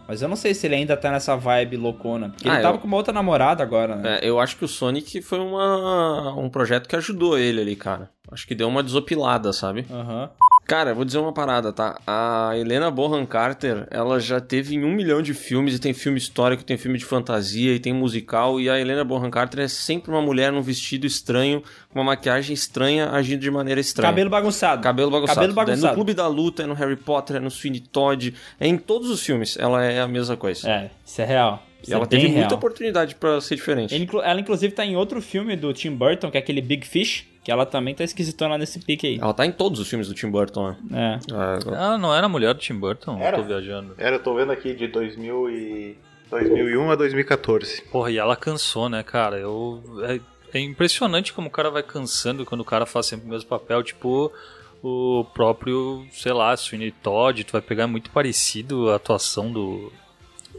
Speaker 3: Mas eu não sei se ele ainda tá nessa vibe loucona. Porque
Speaker 1: Ah,
Speaker 3: ele
Speaker 1: eu-
Speaker 3: tava com uma outra namorada agora, né?
Speaker 1: É, eu acho que o Sonic foi uma, um projeto que ajudou ele ali, cara. Acho que deu uma desopilada, sabe?
Speaker 3: Aham.
Speaker 1: Cara, vou dizer uma parada, tá? A Helena Bonham Carter, ela já teve em um milhão de filmes, e tem filme histórico, tem filme de fantasia, e tem musical, e a Helena Bonham Carter é sempre uma mulher num vestido estranho, com uma maquiagem estranha, agindo de maneira estranha.
Speaker 2: Cabelo bagunçado.
Speaker 1: Cabelo bagunçado.
Speaker 2: Cabelo
Speaker 1: É
Speaker 2: bagunçado.
Speaker 1: no Clube da Luta, é no Harry Potter, é no Sweeney Todd, é em todos os filmes, ela é a mesma coisa.
Speaker 2: É, isso é real.
Speaker 1: E
Speaker 2: Isso
Speaker 1: ela
Speaker 2: é bem
Speaker 1: teve
Speaker 2: real.
Speaker 1: muita oportunidade pra ser diferente.
Speaker 2: Ele inclu- Ela, inclusive, tá em outro filme do Tim Burton, que é aquele Big Fish, que ela também tá esquisitona nesse pique aí.
Speaker 1: Ela tá em todos os filmes do Tim Burton, né?
Speaker 2: É.
Speaker 1: É,
Speaker 5: Ah, não era a mulher do Tim Burton?
Speaker 4: Era.
Speaker 5: Eu tô viajando.
Speaker 4: Era, eu tô vendo aqui de 2000 e... 2001 a 2014.
Speaker 5: Porra, e ela cansou, né, cara? Eu... É, é impressionante como o cara vai cansando quando o cara faz sempre o mesmo papel, tipo o próprio, sei lá, Sweeney Todd, tu vai pegar muito parecido a atuação do...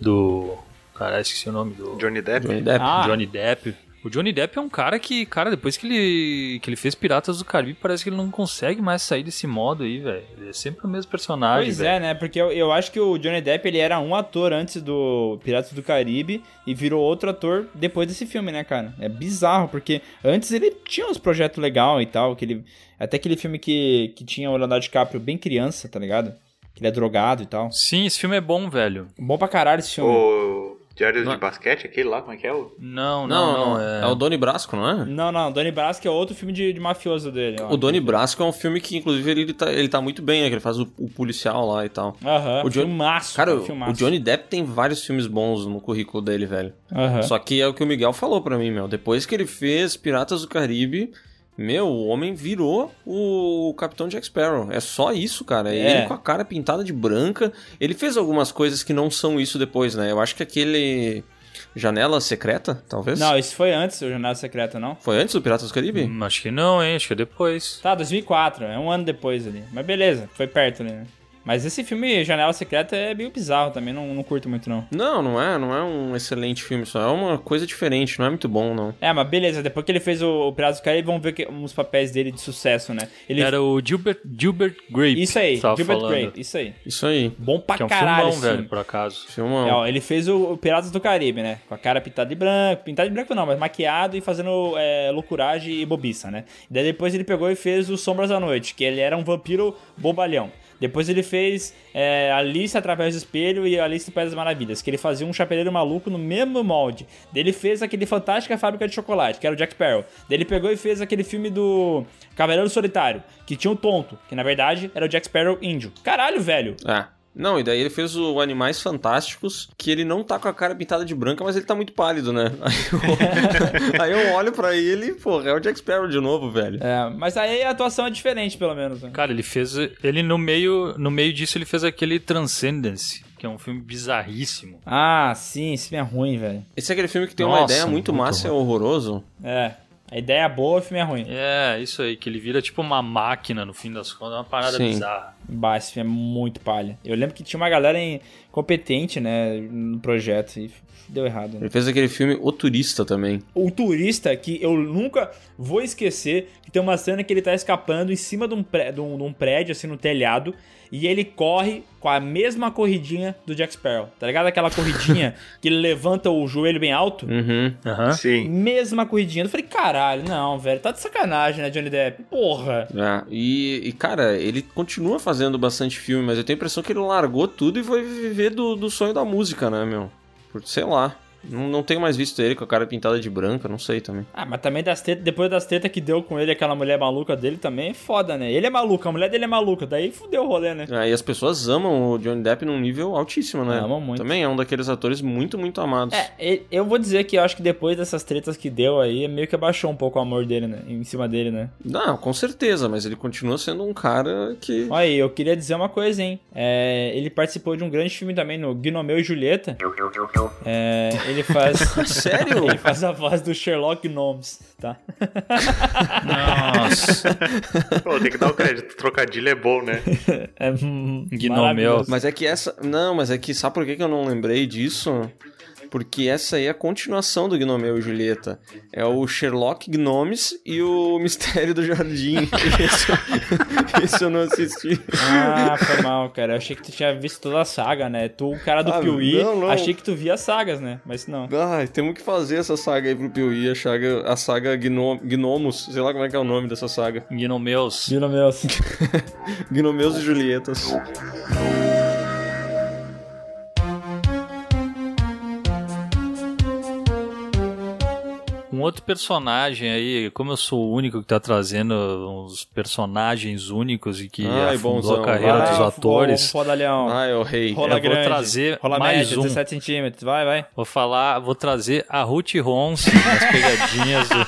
Speaker 5: do... Cara, esqueci o nome do...
Speaker 4: Johnny Depp.
Speaker 1: Johnny Depp.
Speaker 2: Ah,
Speaker 5: Johnny Depp. O Johnny Depp é um cara que, cara, depois que ele, que ele fez Piratas do Caribe, parece que ele não consegue mais sair desse modo aí, velho. Ele é sempre o mesmo personagem,
Speaker 2: Pois
Speaker 5: velho.
Speaker 2: é, né? Porque eu, eu acho que o Johnny Depp ele era um ator antes do Piratas do Caribe e virou outro ator depois desse filme, né, cara? É bizarro, porque antes ele tinha uns projetos legais e tal, que ele, até aquele filme que, que tinha o Leonardo DiCaprio bem criança, tá ligado? Que ele é drogado e tal.
Speaker 5: Sim, esse filme é bom, velho.
Speaker 2: Bom pra caralho esse filme.
Speaker 4: O Diário de
Speaker 1: Não.
Speaker 4: Basquete, aquele lá, como é que é? O...
Speaker 2: Ah,
Speaker 5: Não,
Speaker 1: Não,
Speaker 5: não, não. é...
Speaker 1: é o Doni Brasco, não é?
Speaker 2: Não, não, Donnie Brasco é outro filme de, de mafioso dele. ó.
Speaker 1: O Doni Brasco é um filme que, inclusive, ele tá, ele tá muito bem, né? Que ele faz o, o policial lá e tal.
Speaker 2: Aham,
Speaker 1: o Johnny-
Speaker 2: filmaço,
Speaker 1: Cara,
Speaker 2: É um filmaço.
Speaker 1: o Johnny Depp tem vários filmes bons no currículo dele, velho.
Speaker 2: Aham.
Speaker 1: Só que é o que o Miguel falou pra mim, meu. Depois que ele fez Piratas do Caribe, meu, o homem virou o Capitão Jack Sparrow. É só isso, cara. É.
Speaker 2: É.
Speaker 1: Ele com a cara pintada de branca. Ele fez algumas coisas que não são isso depois, né? Eu acho que aquele Janela Secreta, talvez.
Speaker 2: Não, isso foi antes do Jornada Secreta, não?
Speaker 1: Foi antes do Piratas do Caribe?
Speaker 5: Hum, Acho que não, hein? Acho que é depois.
Speaker 2: Tá, 2004, é um ano depois ali. Mas beleza, foi perto ali, né? Mas esse filme, Janela Secreta, é meio bizarro também, não, não curto muito não.
Speaker 1: Não, não é, não é um excelente filme, só é uma coisa diferente, não é muito bom, não.
Speaker 2: É, mas beleza, depois que ele fez o, o Piratas do Caribe, vamos ver que, uns papéis dele de sucesso, né? Ele...
Speaker 5: Era o Gilbert, Gilbert Grape.
Speaker 2: Isso aí,
Speaker 5: que tava
Speaker 2: Gilbert
Speaker 5: falando.
Speaker 2: Grape, isso aí.
Speaker 1: Isso aí.
Speaker 2: Bom pra
Speaker 5: Que é um
Speaker 2: caralho
Speaker 5: filmão,
Speaker 2: esse
Speaker 5: velho,
Speaker 2: filme.
Speaker 5: por acaso.
Speaker 1: Filmão.
Speaker 2: É, ó, ele fez o o Piratas do Caribe, né? Com a cara pintada de branco. Pintada de branco não, mas maquiado e fazendo é, loucuragem e bobiça, né? Daí depois ele pegou e fez o Sombras da Noite, que ele era um vampiro bobalhão. Depois ele fez é, Alice através do espelho e Alice no País das Maravilhas, que ele fazia um chapeleiro maluco no mesmo molde. Daí ele fez aquele Fantástica Fábrica de Chocolate, que era o Jack Sparrow. Daí ele pegou e fez aquele filme do Cavaleiro Solitário, que tinha um tonto, que na verdade era o Jack Sparrow índio. Caralho, velho!
Speaker 1: É. Não, e daí ele fez o Animais Fantásticos, que ele não tá com a cara pintada de branca, mas ele tá muito pálido, né? Aí eu, aí eu olho pra ele e, porra, é o Jack Sparrow de novo, velho.
Speaker 2: É, mas aí a atuação é diferente, pelo menos. Né?
Speaker 5: Cara, ele fez. Ele no meio, no meio disso ele fez aquele Transcendence, que é um filme bizarríssimo.
Speaker 2: Ah, sim, esse filme é ruim, velho.
Speaker 1: Esse é aquele filme que tem uma
Speaker 5: Nossa,
Speaker 1: ideia muito,
Speaker 5: muito
Speaker 1: massa e é horroroso.
Speaker 2: É. A ideia é boa, o filme é ruim.
Speaker 5: É, isso aí, que ele vira tipo uma máquina no fim das contas, uma parada
Speaker 1: Sim.
Speaker 5: bizarra.
Speaker 2: Bah, esse filme é muito palha. Eu lembro que tinha uma galera em- competente, né, no projeto e deu errado. Né?
Speaker 1: Ele fez aquele filme O Turista também.
Speaker 2: O turista, que eu nunca vou esquecer, que tem uma cena que ele tá escapando em cima de um, pré- de um- de um prédio, assim, no telhado, e ele corre com a mesma corridinha do Jack Sparrow, tá ligado? Aquela corridinha que ele levanta o joelho bem alto.
Speaker 1: Uhum.
Speaker 5: Aham.
Speaker 4: Sim.
Speaker 2: Mesma corridinha. Eu falei, caralho, não, velho, tá de sacanagem, né, Johnny Depp? Porra!
Speaker 1: É, e, e, cara, ele continua fazendo bastante filme, mas eu tenho a impressão que ele largou tudo e foi viver do, do sonho da música, né, meu? Por, sei lá. Não, não tenho mais visto ele com a cara pintada de branca, não sei também.
Speaker 2: Ah, mas também das tetas, depois das tetas que deu com ele, aquela mulher maluca dele também, é foda, né? Ele é maluco, a mulher dele é maluca, daí fudeu o rolê, né?
Speaker 1: É, e as pessoas amam o Johnny Depp num nível altíssimo, né?
Speaker 2: Amam muito.
Speaker 1: Também é um daqueles atores muito, muito amados.
Speaker 2: É, e- eu vou dizer que eu acho que depois dessas tretas que deu aí, meio que abaixou um pouco o amor dele, né? Em cima dele, né?
Speaker 1: Não, com certeza, mas ele continua sendo um cara que.
Speaker 2: Olha aí, eu queria dizer uma coisa, hein? É, ele participou de um grande filme também, no Gnomeu e Julieta. É, ele faz...
Speaker 1: Sério?
Speaker 2: Ele faz a voz do Sherlock Gnomes, tá?
Speaker 5: Nossa.
Speaker 4: Pô, tem que dar o crédito. Trocadilho é bom, né?
Speaker 2: É
Speaker 5: Gnomeu.
Speaker 2: maravilhoso.
Speaker 1: Mas é que essa. Não, mas é que sabe por que que eu não lembrei disso? porque essa aí é a continuação do Gnomeu e Julieta. É o Sherlock Gnomes e o Mistério do Jardim. Esse, eu- esse eu não assisti.
Speaker 2: Ah, foi mal, cara. Eu achei que tu tinha visto toda a saga, né? Tu, o cara do
Speaker 1: Ah,
Speaker 2: Piuí,
Speaker 1: não, não.
Speaker 2: achei que tu via as sagas, né? Mas não.
Speaker 1: Ai, temos que fazer essa saga aí pro Piuí, a saga, a saga Gno- Gnomos, sei lá como é que é o nome dessa saga.
Speaker 5: Gnomeus.
Speaker 2: Viram meu assim.
Speaker 1: Gnomeus e Julietas.
Speaker 5: Um outro personagem aí, como eu sou o único que tá trazendo uns personagens únicos e que
Speaker 1: Ai,
Speaker 5: afundou
Speaker 1: bonzão.
Speaker 5: a carreira
Speaker 1: Vai,
Speaker 5: dos atores,
Speaker 2: Foda, leão.
Speaker 1: Ai, eu rei.
Speaker 2: rola
Speaker 5: eu vou
Speaker 2: grande.
Speaker 5: trazer
Speaker 2: Rola
Speaker 5: mais
Speaker 2: média,
Speaker 5: um.
Speaker 2: 17 centímetros. Vai, vai.
Speaker 5: Vou falar, vou trazer a Ruth Ronson nas pegadinhas do...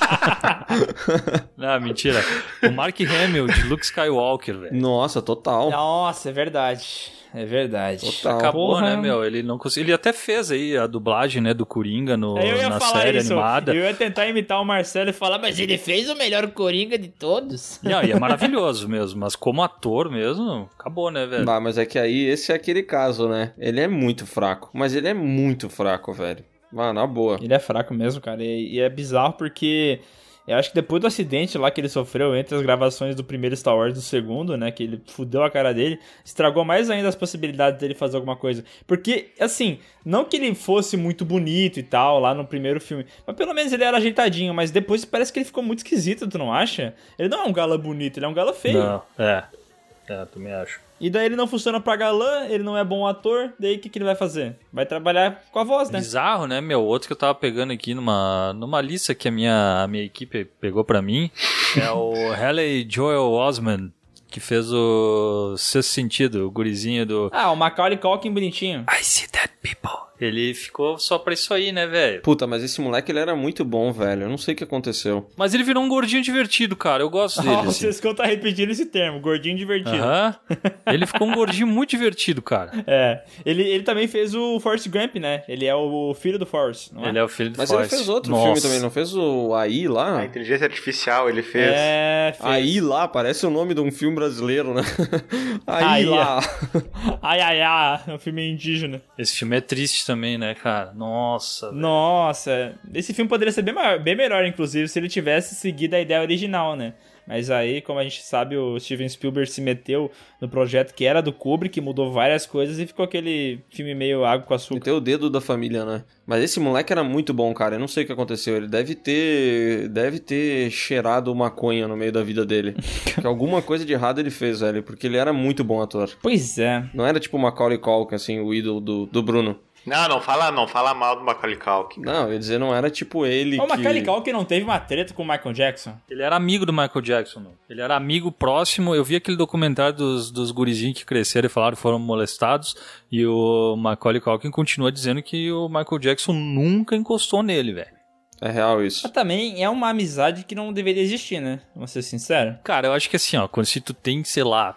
Speaker 5: Não, mentira. O Mark Hamill de Luke Skywalker, velho.
Speaker 1: Nossa, total.
Speaker 2: Nossa, é verdade. É verdade.
Speaker 1: Total.
Speaker 5: Acabou,
Speaker 2: Porra.
Speaker 5: né, meu? Ele não conseguiu. Ele até fez aí a dublagem, né, do Coringa no,
Speaker 2: É, Eu ia
Speaker 5: na
Speaker 2: falar
Speaker 5: série
Speaker 2: isso.
Speaker 5: animada.
Speaker 2: Eu ia tentar imitar o Marcelo e falar, mas ele fez o melhor Coringa de todos.
Speaker 5: Não, e é maravilhoso mesmo, mas como ator mesmo, acabou, né, velho?
Speaker 1: Ah, mas é que aí esse é aquele caso, né? Ele é muito fraco. Mas ele é muito fraco, velho. Mano, na boa.
Speaker 2: Ele é fraco mesmo, cara. E, e é bizarro porque. Eu acho que depois do acidente lá que ele sofreu entre as gravações do primeiro Star Wars e do segundo, né? Que ele fudeu a cara dele, estragou mais ainda as possibilidades dele fazer alguma coisa. Porque, assim, não que ele fosse muito bonito e tal lá no primeiro filme, mas pelo menos ele era ajeitadinho, mas depois parece que ele ficou muito esquisito, tu não acha? Ele não é um gala bonito, ele é um gala feio.
Speaker 5: Não, é. É, também acho.
Speaker 2: E daí ele não funciona pra galã, ele não é bom ator, daí o que, que ele vai fazer? Vai trabalhar com a voz, né?
Speaker 5: Bizarro, né, meu? Outro que eu tava pegando aqui numa, numa lista que a minha, a minha equipe pegou pra mim é o Haley Joel Osman, que fez o Sexto Sentido, o gurizinho do...
Speaker 2: Ah, o Macaulay Culkin bonitinho.
Speaker 5: I see dead people. Ele ficou só pra isso aí, né, velho?
Speaker 1: Puta, mas esse moleque ele era muito bom, velho. Eu não sei o que aconteceu.
Speaker 5: Mas ele virou um gordinho divertido, cara. Eu gosto dele,
Speaker 2: Ó, o
Speaker 5: assim.
Speaker 2: Sescão tá repetindo esse termo, gordinho divertido.
Speaker 5: Aham. Ele ficou um gordinho muito divertido, cara.
Speaker 2: É. Ele, ele também fez o Forrest Gump, né? Ele é o filho do Forrest, não é?
Speaker 5: Ele é o filho do
Speaker 1: Mas ele
Speaker 5: Forrest.
Speaker 1: fez outro
Speaker 5: Nossa.
Speaker 1: filme também, não fez o AI lá?
Speaker 4: A inteligência artificial ele fez.
Speaker 2: É, fez.
Speaker 1: AI lá, parece o nome de um filme brasileiro, né? AI
Speaker 2: Aí,
Speaker 1: lá.
Speaker 2: Ai, ai, ai, é um filme indígena.
Speaker 5: Esse filme é triste também, né, cara? Nossa. velho.
Speaker 2: Nossa, esse filme poderia ser bem, maior- bem melhor, inclusive, se ele tivesse seguido a ideia original, né? Mas aí, como a gente sabe, o Steven Spielberg se meteu no projeto que era do Kubrick, mudou várias coisas e ficou aquele filme meio água com açúcar.
Speaker 1: Meteu o dedo da família, né? Mas esse moleque era muito bom, cara. Eu não sei o que aconteceu. Ele deve ter. Deve ter cheirado maconha no meio da vida dele. que alguma coisa de errado ele fez, velho. Porque ele era muito bom ator.
Speaker 2: Pois é.
Speaker 1: Não era tipo o Macaulay Culkin, assim, o ídolo do, do Bruno.
Speaker 4: Não, não fala, não fala mal do Macaulay Culkin.
Speaker 1: Não, eu ia dizer, não era tipo ele
Speaker 2: Ó, O
Speaker 1: que...
Speaker 2: Macaulay Culkin não teve uma treta com o Michael Jackson?
Speaker 5: Ele era amigo do Michael Jackson, não. Ele era amigo próximo. Eu vi aquele documentário dos, dos gurizinhos que cresceram e falaram que foram molestados. E o Macaulay Culkin continua dizendo que o Michael Jackson nunca encostou nele, velho.
Speaker 1: É real isso.
Speaker 2: Mas também é uma amizade que não deveria existir, né? Vamos ser sincero.
Speaker 5: Cara, eu acho que assim, ó, quando se tu tem, sei lá,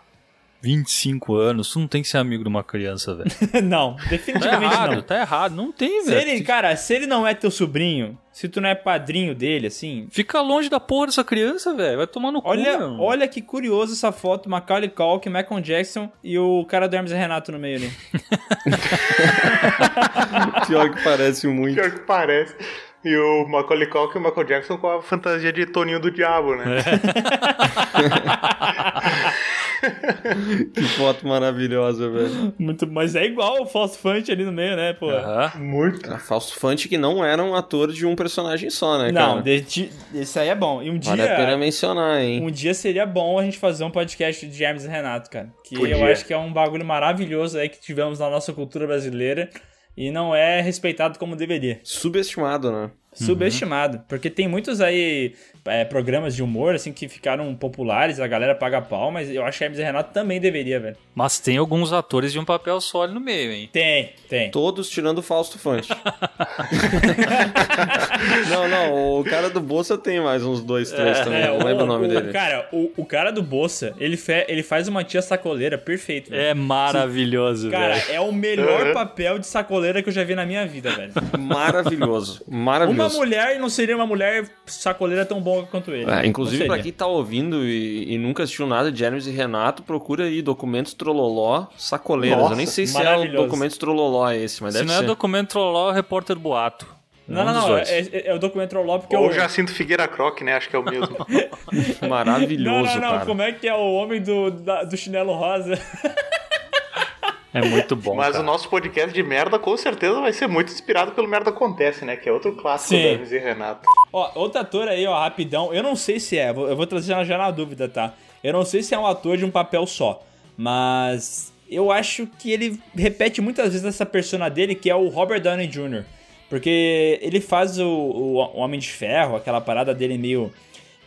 Speaker 5: 25 anos, tu não tem que ser amigo de uma criança, velho.
Speaker 2: não,
Speaker 5: Tá
Speaker 1: é
Speaker 2: definitivamente
Speaker 5: errado,
Speaker 2: não.
Speaker 5: tá errado. Não tem,
Speaker 2: Se ele,
Speaker 5: velho.
Speaker 2: cara, se ele não é teu sobrinho, se tu não é padrinho dele, assim.
Speaker 5: Fica longe da porra dessa criança, velho. Vai tomar no
Speaker 2: Olha,
Speaker 5: cu, meu.
Speaker 2: olha que curioso essa foto: Macaulay Culkin, Michael Jackson e o cara do Hermes e Renato no meio ali.
Speaker 1: Pior que parece muito.
Speaker 4: Pior que parece. E o Macaulay Culkin e o Michael Jackson com a fantasia de Toninho do Diabo, né?
Speaker 1: Que foto maravilhosa, velho.
Speaker 2: Muito, mas é igual o Fosfante ali no meio, né, pô?
Speaker 5: Aham.
Speaker 4: Muito.
Speaker 1: Era Fausto Fante que não era um ator de um personagem só, né, cara?
Speaker 2: não, de- de- esse aí é bom. E um
Speaker 1: Vale a pena
Speaker 2: dia.
Speaker 1: mencionar, hein?
Speaker 2: Um dia seria bom a gente fazer um podcast de Hermes e Renato, cara. Que eu
Speaker 4: Podia.
Speaker 2: acho que é um bagulho maravilhoso aí que tivemos na nossa cultura brasileira e não é respeitado como deveria.
Speaker 1: Subestimado, né?
Speaker 2: Subestimado. Porque tem muitos aí é, programas de humor, assim, que ficaram populares, a galera paga pau, mas eu acho que Hermes e Renato também deveria, velho.
Speaker 5: Mas tem alguns atores de um papel só ali no meio, hein?
Speaker 2: Tem, tem.
Speaker 1: Todos tirando o Fausto Fante. não, não, o cara do Bolsa tem mais uns dois, três também. não é, lembro o nome dele.
Speaker 2: É, Cara, o, o cara do Bolsa, ele, fe- ele faz uma tia sacoleira perfeito. velho.
Speaker 5: É maravilhoso,
Speaker 2: Cara,
Speaker 5: velho.
Speaker 2: é o melhor
Speaker 4: Uhum.
Speaker 2: papel de sacoleira que eu já vi na minha vida, velho.
Speaker 1: Maravilhoso. Maravilhoso.
Speaker 2: Uma uma mulher e não seria uma mulher sacoleira tão boa quanto ele.
Speaker 1: É,
Speaker 2: Não
Speaker 1: inclusive,
Speaker 2: seria.
Speaker 1: pra quem tá ouvindo e, e nunca assistiu nada de Hermes e Renato, procura aí documentos trololó sacoleiras.
Speaker 4: Nossa,
Speaker 1: Eu nem sei se é o
Speaker 2: maravilhoso.
Speaker 1: documentos trololó esse, mas
Speaker 5: Se
Speaker 1: deve
Speaker 5: não é
Speaker 1: ser.
Speaker 5: documento trolló, é o repórter boato.
Speaker 2: Não,
Speaker 5: Um
Speaker 2: não,
Speaker 5: dos
Speaker 2: não.
Speaker 5: dois.
Speaker 2: É, é- é o documento Trolló porque
Speaker 4: Ou
Speaker 2: o.
Speaker 4: Jacinto Figueira Croc, né? Acho que é o mesmo.
Speaker 1: Maravilhoso,
Speaker 2: Não, não, não.
Speaker 1: cara.
Speaker 2: Como é que é o homem do, da- do chinelo rosa?
Speaker 5: É muito bom.
Speaker 4: Mas
Speaker 5: cara.
Speaker 4: o nosso podcast de merda com certeza vai ser muito inspirado pelo Merda Acontece, né? Que é outro clássico
Speaker 2: Sim.
Speaker 4: do Hermes e Renato.
Speaker 2: Ó, outro ator aí, ó, rapidão. Eu não sei se é, vou- eu vou trazer já- já na dúvida, tá? Eu não sei se é um ator de um papel só, mas eu acho que ele repete muitas vezes essa persona dele, que é o Robert Downey Jr. Porque ele faz o, o, o Homem de Ferro, aquela parada dele meio.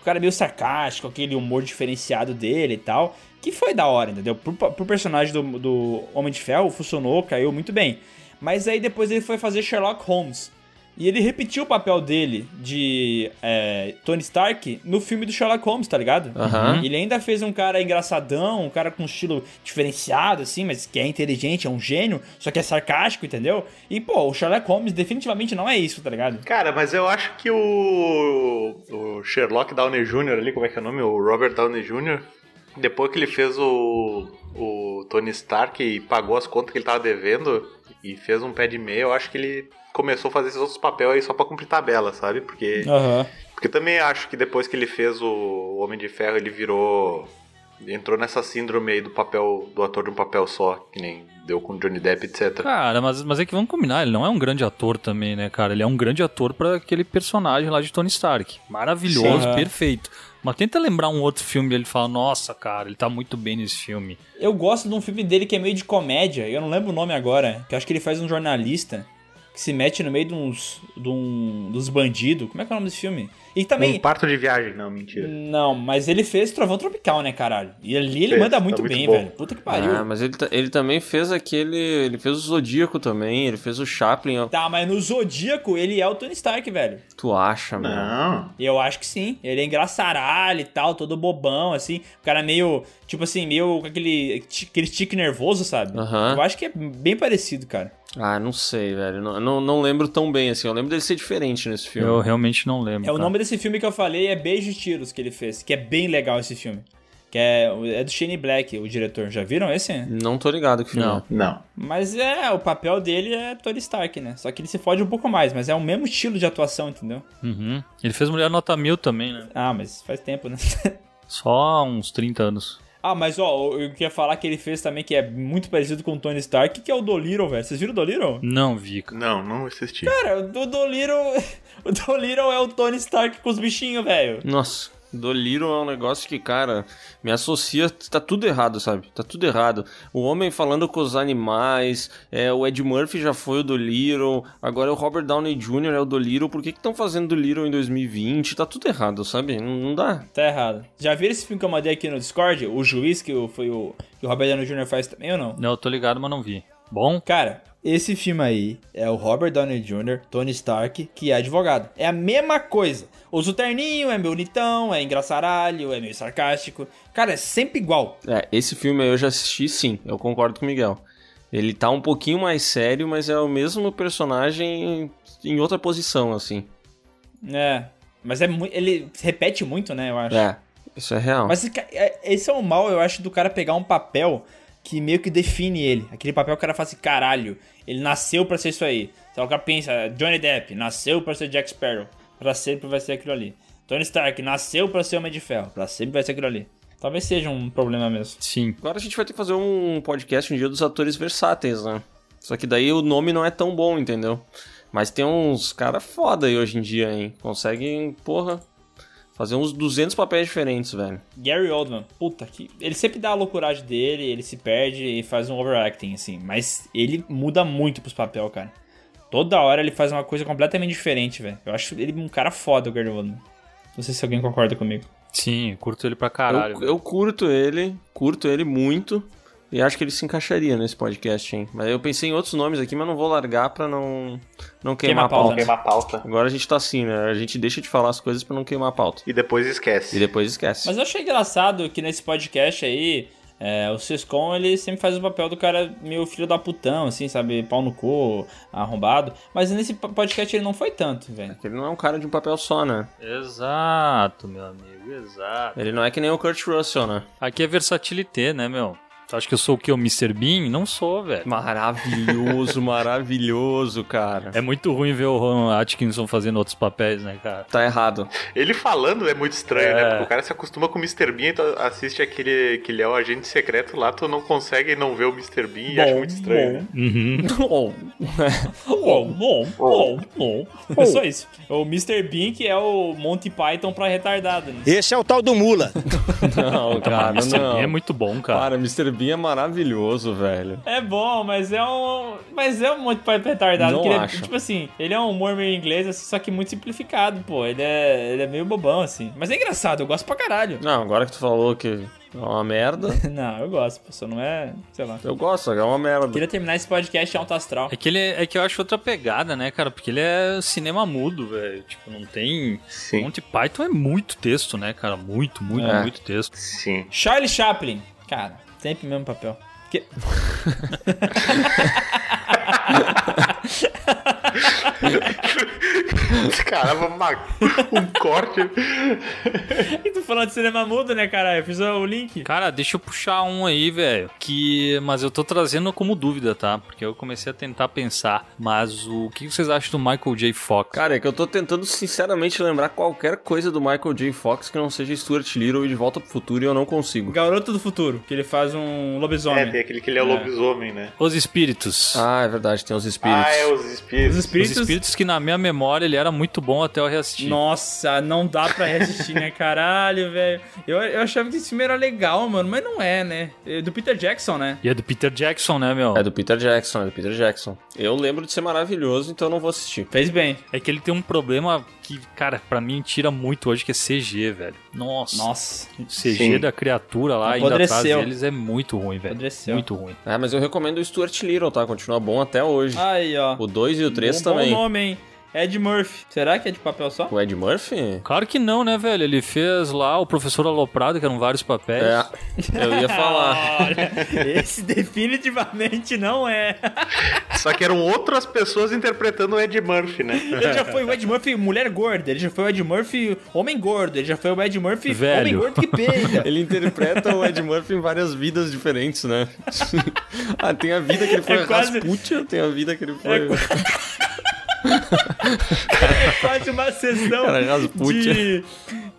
Speaker 2: O cara meio sarcástico, aquele humor diferenciado dele e tal. Que foi da hora, entendeu? Pro, pro personagem do, do Homem de Ferro funcionou, caiu muito bem. Mas aí depois ele foi fazer Sherlock Holmes. E ele repetiu o papel dele de é, Tony Stark no filme do Sherlock Holmes, tá ligado?
Speaker 1: Aham.
Speaker 2: Ele ainda fez um cara engraçadão, um cara com um estilo diferenciado, assim, mas que é inteligente, é um gênio, só que é sarcástico, entendeu? E, pô, o Sherlock Holmes definitivamente não é isso, tá ligado?
Speaker 4: Cara, mas eu acho que o, o Sherlock Downey Jr. ali, como é que é o nome? O Robert Downey Jr., depois que ele fez o, o Tony Stark e pagou as contas que ele tava devendo e fez um pé de meia, eu acho que ele começou a fazer esses outros papéis aí só pra cumprir tabela, sabe? Porque,
Speaker 2: Aham.
Speaker 4: porque eu também acho que depois que ele fez o Homem de Ferro, ele virou... Entrou nessa síndrome aí do papel, do ator de um papel só, que nem deu com Johnny Depp, etc.
Speaker 5: Cara, mas, mas é que vamos combinar, ele não é um grande ator também, né, cara? Ele é um grande ator pra aquele personagem lá de Tony Stark. Maravilhoso,
Speaker 2: Sim.
Speaker 5: perfeito. Mas tenta lembrar um outro filme e ele fala, nossa, cara, ele tá muito bem nesse filme.
Speaker 2: Eu gosto de um filme dele que é meio de comédia, eu não lembro o nome agora, que eu acho que ele faz um jornalista que se mete no meio de uns, de um, dos bandidos. Como é que é o nome desse filme? E também.
Speaker 4: Um parto de viagem, não, mentira.
Speaker 2: Não, mas ele fez Trovão Tropical, né, caralho? E ali ele
Speaker 4: Fez,
Speaker 2: manda
Speaker 4: tá
Speaker 2: muito
Speaker 4: muito
Speaker 2: bem,
Speaker 4: bom.
Speaker 2: velho. Puta que pariu.
Speaker 1: Ah, mas ele, ta- ele também fez aquele. Ele fez o Zodíaco também, ele fez o Chaplin. ó.
Speaker 2: Tá, mas no Zodíaco ele é o Tony Stark, velho.
Speaker 1: Tu acha, mano?
Speaker 4: Não.
Speaker 2: Eu acho que sim. Ele é engraçaralho e tal, todo bobão, assim. O cara meio, tipo assim, meio com aquele, ti- aquele tique nervoso, sabe?
Speaker 1: Aham.
Speaker 2: Eu acho que é bem parecido, cara.
Speaker 1: Ah, não sei, velho. Não, não, não lembro tão bem assim. Eu lembro dele ser diferente nesse filme.
Speaker 5: Eu realmente não lembro.
Speaker 1: Tá.
Speaker 2: É o
Speaker 5: cara.
Speaker 2: nome desse filme que eu falei é Beijo e Tiros que ele fez, que é bem legal esse filme. Que é, é do Shane Black, o diretor. Já viram esse?
Speaker 1: Não tô ligado que filme.
Speaker 5: Não.
Speaker 1: é.
Speaker 4: Não.
Speaker 2: Mas é, o papel dele é Tony Stark, né? Só que ele se fode um pouco mais, mas é o mesmo estilo de atuação, entendeu?
Speaker 5: Uhum. Ele fez Mulher Nota Mil também, né?
Speaker 2: Ah, mas faz tempo, né?
Speaker 5: Só uns 30 anos.
Speaker 2: ah, mas ó, eu queria falar que ele fez também, que é muito parecido com o Tony Stark, que é o Dolittle, velho. Vocês viram o Dolittle?
Speaker 5: Não vi, cara.
Speaker 4: Não, não assisti.
Speaker 2: Cara, o Dolittle... O Dolittle é o Tony Stark com os bichinhos, velho.
Speaker 1: Nossa, Doliro é um negócio que, cara, me associa. Tá tudo errado, sabe? Tá tudo errado. O homem falando com os animais, é, o Ed Murphy já foi o Doliro, agora é o Robert Downey Jr. é o Doliro. Por que estão fazendo Doliro em 2020? Tá tudo errado, sabe? Não, não dá.
Speaker 2: Tá errado. Já viram esse filme que eu mandei aqui no Discord? O juiz que o- foi o que o Robert Downey Jr. faz também ou não?
Speaker 5: Não, eu tô ligado, mas não vi. Bom,
Speaker 2: Cara, esse filme aí é o Robert Downey Jr., Tony Stark, que é advogado. É a mesma coisa. Usa o terninho, é meio bonitão, é engraçaralho, é meio sarcástico. Cara, é sempre igual.
Speaker 1: É, esse filme aí eu já assisti, sim. Eu concordo com o Miguel. Ele tá um pouquinho mais sério, mas é o mesmo personagem em outra posição, assim.
Speaker 2: É. Mas é muito. Ele repete muito, né, eu acho.
Speaker 1: É, isso é real.
Speaker 2: Mas esse ca- é- esse é o mal, eu acho, do cara pegar um papel que meio que define ele. Aquele papel que o cara fala assim, caralho, ele nasceu pra ser isso aí. Então o cara pensa, Johnny Depp nasceu pra ser Jack Sparrow. Pra sempre vai ser aquilo ali. Tony Stark nasceu pra ser Homem de Ferro. Pra sempre vai ser aquilo ali. Talvez seja um problema mesmo.
Speaker 5: sim.
Speaker 1: Agora a gente vai ter que fazer um podcast um dia dos atores versáteis, né? Só que daí o nome não é tão bom, entendeu? Mas tem uns cara foda aí hoje em dia, hein? Conseguem, porra, fazer uns 200 papéis diferentes, velho.
Speaker 2: Gary Oldman, puta que. Ele sempre dá a loucuragem dele, ele se perde e faz um overacting, assim. Mas ele muda muito pros papel, cara. Toda hora ele faz uma coisa completamente diferente, velho. Eu acho ele um cara foda, o Gary Oldman. Não sei se alguém concorda comigo.
Speaker 5: Sim, eu curto ele pra caralho.
Speaker 1: eu, eu curto ele, curto ele muito. E acho que ele se encaixaria nesse podcast, hein? Mas eu pensei em outros nomes aqui, mas não vou largar pra não, não queimar
Speaker 2: Queima
Speaker 1: a pauta.
Speaker 2: a pauta.
Speaker 4: Queimar pauta.
Speaker 1: Agora a gente tá assim, né? A gente deixa de falar as coisas pra não queimar a pauta.
Speaker 4: E depois
Speaker 1: E
Speaker 4: esquece.
Speaker 1: depois esquece.
Speaker 2: Mas eu achei engraçado que nesse podcast aí, É, o Sescon, ele sempre faz o papel do cara meio filho da putão, assim, sabe? Pau no cu, arrombado. Mas nesse podcast ele não foi tanto, velho.
Speaker 1: Ele não é um cara de um papel só, né?
Speaker 5: Exato, meu amigo, exato.
Speaker 1: Ele não é que nem o Kurt Russell, né?
Speaker 5: Aqui é versatilité, né, meu? Tu acha que eu sou o que? O Mr. Bean? Não sou, velho.
Speaker 1: Maravilhoso, maravilhoso, cara.
Speaker 5: É muito ruim ver o Ron Atkinson fazendo outros papéis, né, cara?
Speaker 1: Tá errado.
Speaker 4: Ele falando é muito estranho, né?
Speaker 5: É.
Speaker 4: Porque o cara se acostuma com o Mr. Bean e tu assiste aquele que ele é o agente secreto lá, tu não consegue não ver o Mr. Bean e acha muito estranho, né?
Speaker 5: Uhum.
Speaker 1: Bom,
Speaker 2: Bom, bom,
Speaker 4: Oh.
Speaker 2: bom, bom. É só isso. O Mr. Bean, que é o Monty Python pra retardado. Né?
Speaker 12: Esse é o tal do Mula.
Speaker 1: não, cara,
Speaker 5: Mr.
Speaker 1: não.
Speaker 5: Tá Bean é muito bom, cara.
Speaker 1: Cara, Mr. Bean é maravilhoso, velho.
Speaker 2: É bom, mas é um. Mas é um Monty Python retardado.
Speaker 1: Não
Speaker 2: que ele é-
Speaker 1: acho.
Speaker 2: tipo assim, ele é um humor meio inglês, assim, só que muito simplificado, pô. Ele é, ele é meio bobão, assim. Mas é engraçado, eu gosto pra caralho.
Speaker 1: Não, agora que tu falou que é uma merda,
Speaker 2: Não, eu gosto, pô. Só não é. Sei lá.
Speaker 1: eu gosto, é uma merda.
Speaker 2: Queria terminar esse podcast alto astral.
Speaker 5: É que, ele, é que eu acho outra pegada, né, cara? Porque ele é cinema mudo, velho. Tipo, não tem.
Speaker 4: Sim.
Speaker 5: Monty Python é muito texto, né, cara? Muito, muito,
Speaker 1: É.
Speaker 5: muito texto.
Speaker 4: Sim.
Speaker 2: Charlie Chaplin. Cara, sempre o mesmo papel. Que-
Speaker 4: Caramba, uma, um corte.
Speaker 2: E tu falando de cinema mudo, né, cara? Eu fiz o link.
Speaker 5: Cara, deixa eu puxar um aí, velho. Que. Mas eu tô trazendo como dúvida, tá? Porque eu comecei a tentar pensar. Mas o que vocês acham do Michael J. Fox?
Speaker 1: Cara, é que eu tô tentando sinceramente lembrar qualquer coisa do Michael J. Fox que não seja Stuart Little e de volta pro futuro e eu não consigo.
Speaker 2: Garoto do Futuro, que ele faz um
Speaker 4: É,
Speaker 2: lobisomem.
Speaker 4: tem aquele que ele é o lobisomem, né?
Speaker 5: Os espíritos.
Speaker 1: Ah, é verdade, tem os espíritos.
Speaker 4: Ah, é os
Speaker 2: Os
Speaker 4: espíritos.
Speaker 5: Os
Speaker 2: espíritos...
Speaker 5: espíritos que na minha memória ele era muito bom até eu reassistir.
Speaker 2: Nossa, não dá pra resistir, né? Caralho, velho. Eu, eu achava que esse filme era legal, mano, mas não é, né? É Do Peter Jackson, né?
Speaker 5: E é do Peter Jackson, né, meu?
Speaker 1: É do Peter Jackson, é do Peter Jackson. Eu lembro de ser maravilhoso, então eu não vou assistir.
Speaker 2: Fez bem.
Speaker 5: É que ele tem um problema que, cara, pra mim tira muito hoje, que é CG, velho. Nossa.
Speaker 2: Nossa.
Speaker 5: O CG
Speaker 4: Sim.
Speaker 5: da criatura lá, ainda atrás
Speaker 2: Apodreceu.
Speaker 5: deles, é muito ruim, velho.
Speaker 2: Apodreceu.
Speaker 5: Muito ruim.
Speaker 1: Ah, mas eu recomendo o Stuart Little, tá? Continua bom até hoje.
Speaker 2: Aí, ó.
Speaker 1: O 2 e o 3
Speaker 2: Ah, Bom-
Speaker 1: também.
Speaker 2: Bom nome, hein? Ed Murphy. Será que é de papel só?
Speaker 1: O Ed Murphy?
Speaker 5: Claro que não, né, velho? Ele fez lá o Professor Aloprado, que eram vários papéis.
Speaker 1: É, eu ia falar.
Speaker 2: Ah, Olha, esse definitivamente não é.
Speaker 4: Só que eram outras pessoas interpretando o Ed Murphy, né?
Speaker 2: Ele já foi o Ed Murphy mulher gorda, ele já foi o Ed Murphy homem gordo, ele já foi o Ed Murphy
Speaker 5: Velho.
Speaker 2: homem gordo que peida.
Speaker 1: Ele interpreta o Ed Murphy em várias vidas diferentes, né? ah, tem a vida que ele foi
Speaker 2: É quase- é
Speaker 1: Rasputin, tem a vida que ele foi...
Speaker 2: faz uma sessão
Speaker 1: Cara, Rasputin.
Speaker 2: de,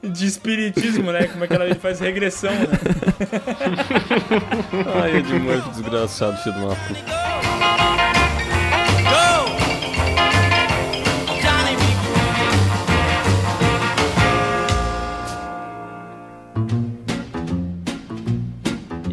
Speaker 2: de espiritismo, né? Como é que ela ele faz regressão, né?
Speaker 1: Ai, Ed Murphy, desgraçado, filho do mapa.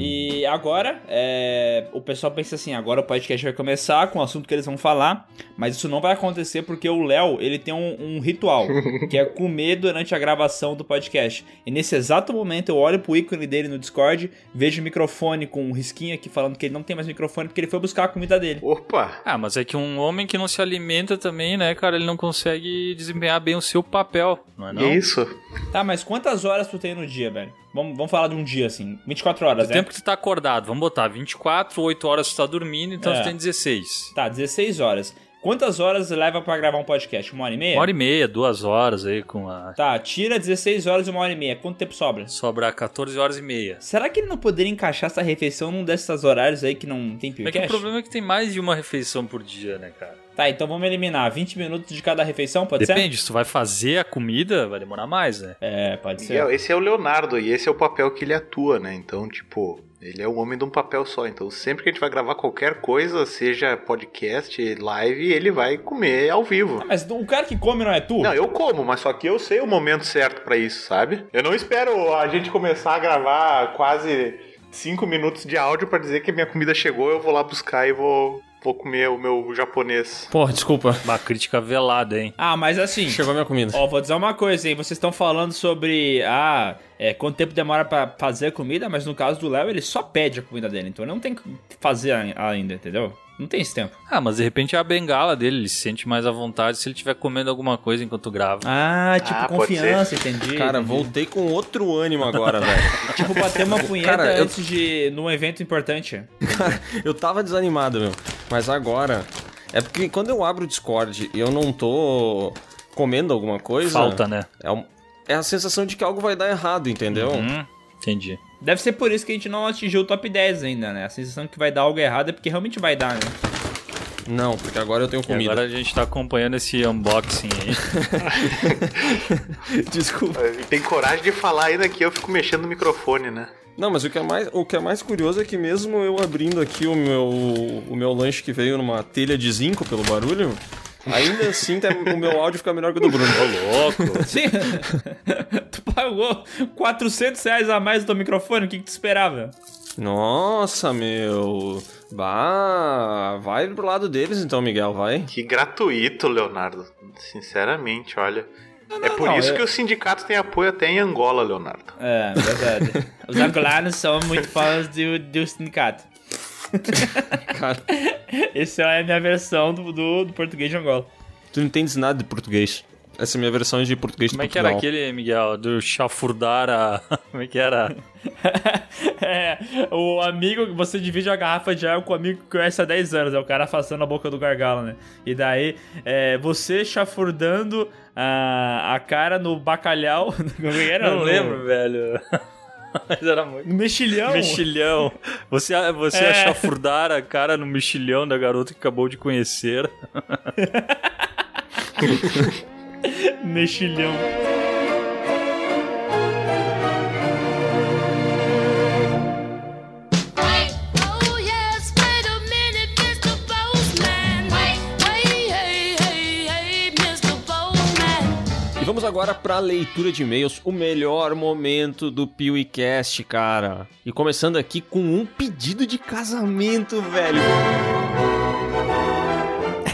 Speaker 2: E agora, é, o pessoal pensa assim, agora o podcast vai começar com o assunto que eles vão falar, mas isso não vai acontecer porque o Léo, ele tem um, um ritual, que é comer durante a gravação do podcast. E nesse exato momento eu olho pro ícone dele no Discord, vejo o microfone com um risquinho aqui falando que ele não tem mais microfone porque ele foi buscar a comida dele.
Speaker 4: Opa!
Speaker 5: Ah, mas é que um homem que não se alimenta também, né, cara, ele não consegue desempenhar bem o seu papel, não é não?
Speaker 4: Que isso?
Speaker 2: Tá, mas quantas horas tu tem no dia, velho? Vamos, vamos falar de um dia assim, 24 horas,
Speaker 5: O
Speaker 2: né?
Speaker 5: tempo que tu tá acordado, vamos botar 24, 8 horas tu tá dormindo, então
Speaker 2: É.
Speaker 5: tu tem 16.
Speaker 2: Tá, 16 horas. Quantas horas leva pra gravar um podcast? Uma hora e meia?
Speaker 5: Uma hora e meia, duas horas aí com a.
Speaker 2: Tá, tira 16 horas e uma hora e meia. Quanto tempo sobra?
Speaker 5: Sobrar 14 horas e meia.
Speaker 2: Será que ele não poderia encaixar essa refeição num desses horários aí que não tem
Speaker 5: É que o
Speaker 2: podcast?
Speaker 5: problema é que tem mais de uma refeição por dia, né, cara?
Speaker 2: Tá, então vamos eliminar 20 minutos de cada refeição, pode ser?
Speaker 5: Depende, se tu vai fazer a comida, vai demorar mais, né?
Speaker 2: É, pode
Speaker 4: E
Speaker 2: ser.
Speaker 4: é- esse é o Leonardo e esse é o papel que ele atua, né? Então, tipo, ele é um homem de um papel só. Então, sempre que a gente vai gravar qualquer coisa, seja podcast, live, ele vai comer ao vivo.
Speaker 2: Ah, mas o cara que come não é tu?
Speaker 4: Não, eu como, mas só que eu sei o momento certo pra isso, sabe? Eu não espero a gente começar a gravar quase cinco minutos de áudio pra dizer que minha comida chegou, eu vou lá buscar e vou, vou comer o meu japonês.
Speaker 1: Porra, desculpa.
Speaker 5: Uma crítica velada, hein?
Speaker 2: Ah, mas assim.
Speaker 1: Chegou minha comida.
Speaker 2: Ó, vou dizer uma coisa, hein? Vocês estão falando sobre ah, é, quanto tempo demora pra fazer a comida, mas no caso do Léo, ele só pede a comida dele, então ele não tem que fazer ai- ainda, entendeu? Não tem esse tempo.
Speaker 5: Ah, mas de repente é a bengala dele, ele se sente mais à vontade se ele estiver comendo alguma coisa enquanto grava.
Speaker 2: Ah, tipo
Speaker 4: Ah, pode
Speaker 2: confiança, entendi.
Speaker 1: Cara,
Speaker 2: entendi.
Speaker 1: voltei com outro ânimo agora, velho.
Speaker 2: Tipo, bater uma punheta
Speaker 1: Cara, eu-
Speaker 2: antes de. num evento importante.
Speaker 1: Eu tava desanimado, meu. Mas agora. É porque quando eu abro o Discord e eu não tô comendo alguma coisa.
Speaker 5: Falta, né?
Speaker 1: É, um- é a sensação de que algo vai dar errado, entendeu?
Speaker 5: Hum, entendi.
Speaker 2: Deve ser por isso que a gente não atingiu o top 10 ainda, né? A sensação que vai dar algo errado é porque realmente vai dar, né?
Speaker 1: Não, porque agora eu tenho
Speaker 5: E
Speaker 1: comida.
Speaker 5: agora a gente tá acompanhando esse unboxing aí.
Speaker 1: Desculpa.
Speaker 4: E Tem coragem de falar ainda que eu fico mexendo no microfone, né?
Speaker 1: Não, mas o que, é mais, o que é mais curioso é que mesmo eu abrindo aqui o meu, o meu lanche que veio numa telha de zinco pelo barulho, ainda assim tá- o meu áudio fica melhor que o do Bruno.
Speaker 5: Louco.
Speaker 2: Sim. tu pagou 400 reais a mais do teu microfone, o que, que tu esperava?
Speaker 1: Nossa, meu. Bah, vai pro lado deles então, Miguel, vai.
Speaker 4: Que gratuito, Leonardo. Sinceramente, olha. é por
Speaker 2: não,
Speaker 4: isso
Speaker 2: eu-
Speaker 4: que o sindicato tem apoio até em Angola, Leonardo.
Speaker 2: É, verdade. Os angolanos são muito fãs do, do sindicato.
Speaker 1: Cara,
Speaker 2: Essa é a minha versão do, do, do português de Angola.
Speaker 1: tu não entendes nada de português. Essa é a minha versão de português
Speaker 5: Como
Speaker 1: de
Speaker 5: é que era
Speaker 1: Portugal.
Speaker 5: aquele, Miguel, do chafurdar a... Como é que era?
Speaker 2: é, o amigo, você divide uma garrafa de água com o amigo que conhece há 10 anos, é o cara afastando a boca do gargalo, né? E daí, é, você chafurdando a, a cara no bacalhau. Como é que era?
Speaker 5: Não,
Speaker 2: No-
Speaker 5: lembro, velho. Mas era muito...
Speaker 2: No mexilhão.
Speaker 5: Mexilhão. Você, você
Speaker 2: É.
Speaker 5: achafurdar a cara no mexilhão da garota que acabou de conhecer.
Speaker 2: Mexilhão.
Speaker 12: Wait, oh yes, wait a minute, Mr. Postman. Wait, hey, hey, hey, hey, Mr. Postman.
Speaker 1: E vamos agora pra leitura de e-mails, o melhor momento do PeeWeeCast, cara. E começando aqui com um pedido de casamento, velho.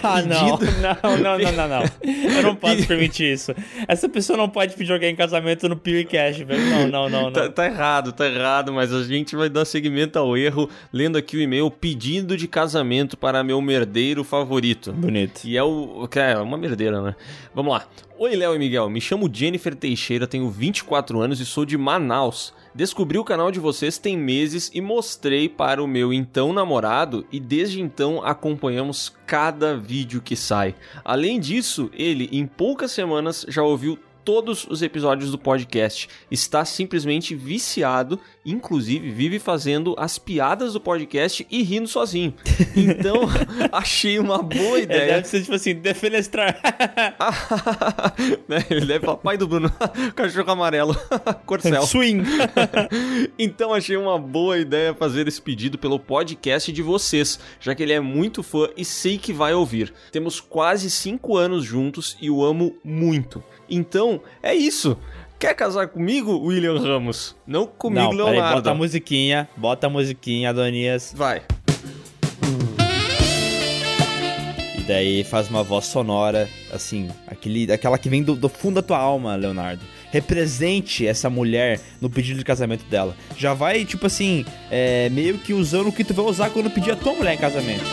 Speaker 2: Ah, não.
Speaker 1: Pedido?
Speaker 2: Não, não, não, não, não. Eu não posso permitir isso. Essa pessoa não pode pedir alguém em casamento no PewCast, velho. Não, não, não, não.
Speaker 1: Tá, tá errado, tá errado, mas a gente vai dar seguimento ao erro lendo aqui o e-mail pedindo de casamento para meu merdeiro favorito.
Speaker 3: Bonito.
Speaker 1: E é o. que É uma merdeira, né? Vamos lá. Oi, Léo e Miguel. Me chamo Jennifer Teixeira, tenho 24 anos e sou de Manaus. Descobri o canal de vocês tem meses e mostrei para o meu então namorado e desde então acompanhamos cada vídeo que sai. Além disso, ele em poucas semanas já ouviu todos os episódios do podcast. Está simplesmente viciado, inclusive vive fazendo as piadas do podcast e rindo sozinho. Então, achei uma boa
Speaker 2: É,
Speaker 1: ideia.
Speaker 2: deve ser tipo assim, defenestrar.
Speaker 1: Né? Ele deve falar, pai do Bruno, cachorro amarelo, corcel.
Speaker 2: Swing.
Speaker 1: Então achei uma boa ideia fazer esse pedido pelo podcast de vocês, já que ele é muito fã e sei que vai ouvir. Temos quase 5 anos juntos e o amo muito. Então, é isso. Quer casar comigo, William Ramos? Não comigo,
Speaker 2: não, peraí,
Speaker 1: Leonardo.
Speaker 2: bota a musiquinha, bota a musiquinha, Adonias.
Speaker 1: Vai.
Speaker 3: E daí faz uma voz sonora, assim, aquele, aquela que vem do, do fundo da tua alma, Leonardo. Represente essa mulher no pedido de casamento dela. Já vai, tipo assim, é, meio que usando o que tu vai usar quando pedir a tua mulher em casamento.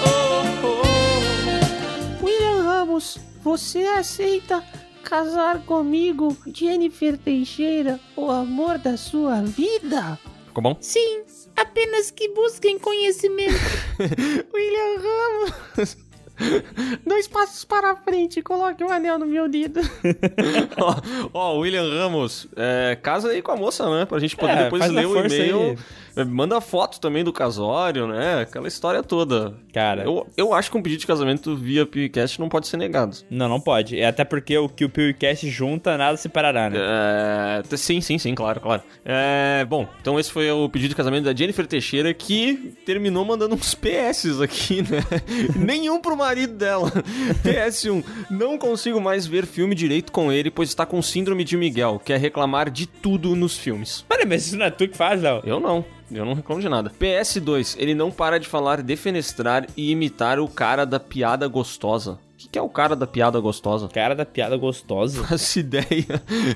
Speaker 6: William Ramos, você aceita casar comigo, Jennifer Teixeira, o amor da sua vida?
Speaker 1: Ficou bom?
Speaker 7: Sim, apenas que busquem conhecimento.
Speaker 6: William Ramos. Dois passos para frente, coloque o anel no meu dedo.
Speaker 1: Ó, ó, William Ramos, é, casa aí com a moça, né? Pra gente poder
Speaker 2: É,
Speaker 1: depois
Speaker 2: faz uma
Speaker 1: ler o
Speaker 2: força
Speaker 1: e-mail. É, Manda foto também do casório, né? Aquela história toda.
Speaker 2: Cara,
Speaker 1: Eu, eu acho que um pedido de casamento via podcast não pode ser negado.
Speaker 2: não, não pode. É até porque o que o PewCast junta, nada separará, né?
Speaker 1: É, t- sim, sim, sim, claro, claro. É, bom, então esse foi o pedido de casamento da Jennifer Teixeira que terminou mandando uns PS aqui, né? Nenhum pro marido dela. PS1, não consigo mais ver filme direito com ele, pois está com síndrome de Miguel, que é reclamar de tudo nos filmes.
Speaker 2: Peraí, mas isso não é tu que faz, Léo?
Speaker 1: Eu não. Eu não reclamo de nada. PS2, ele não para de falar, defenestrar e imitar o cara da piada gostosa. que, que é o cara da piada gostosa?
Speaker 2: Cara da piada gostosa.
Speaker 1: Faço ideia.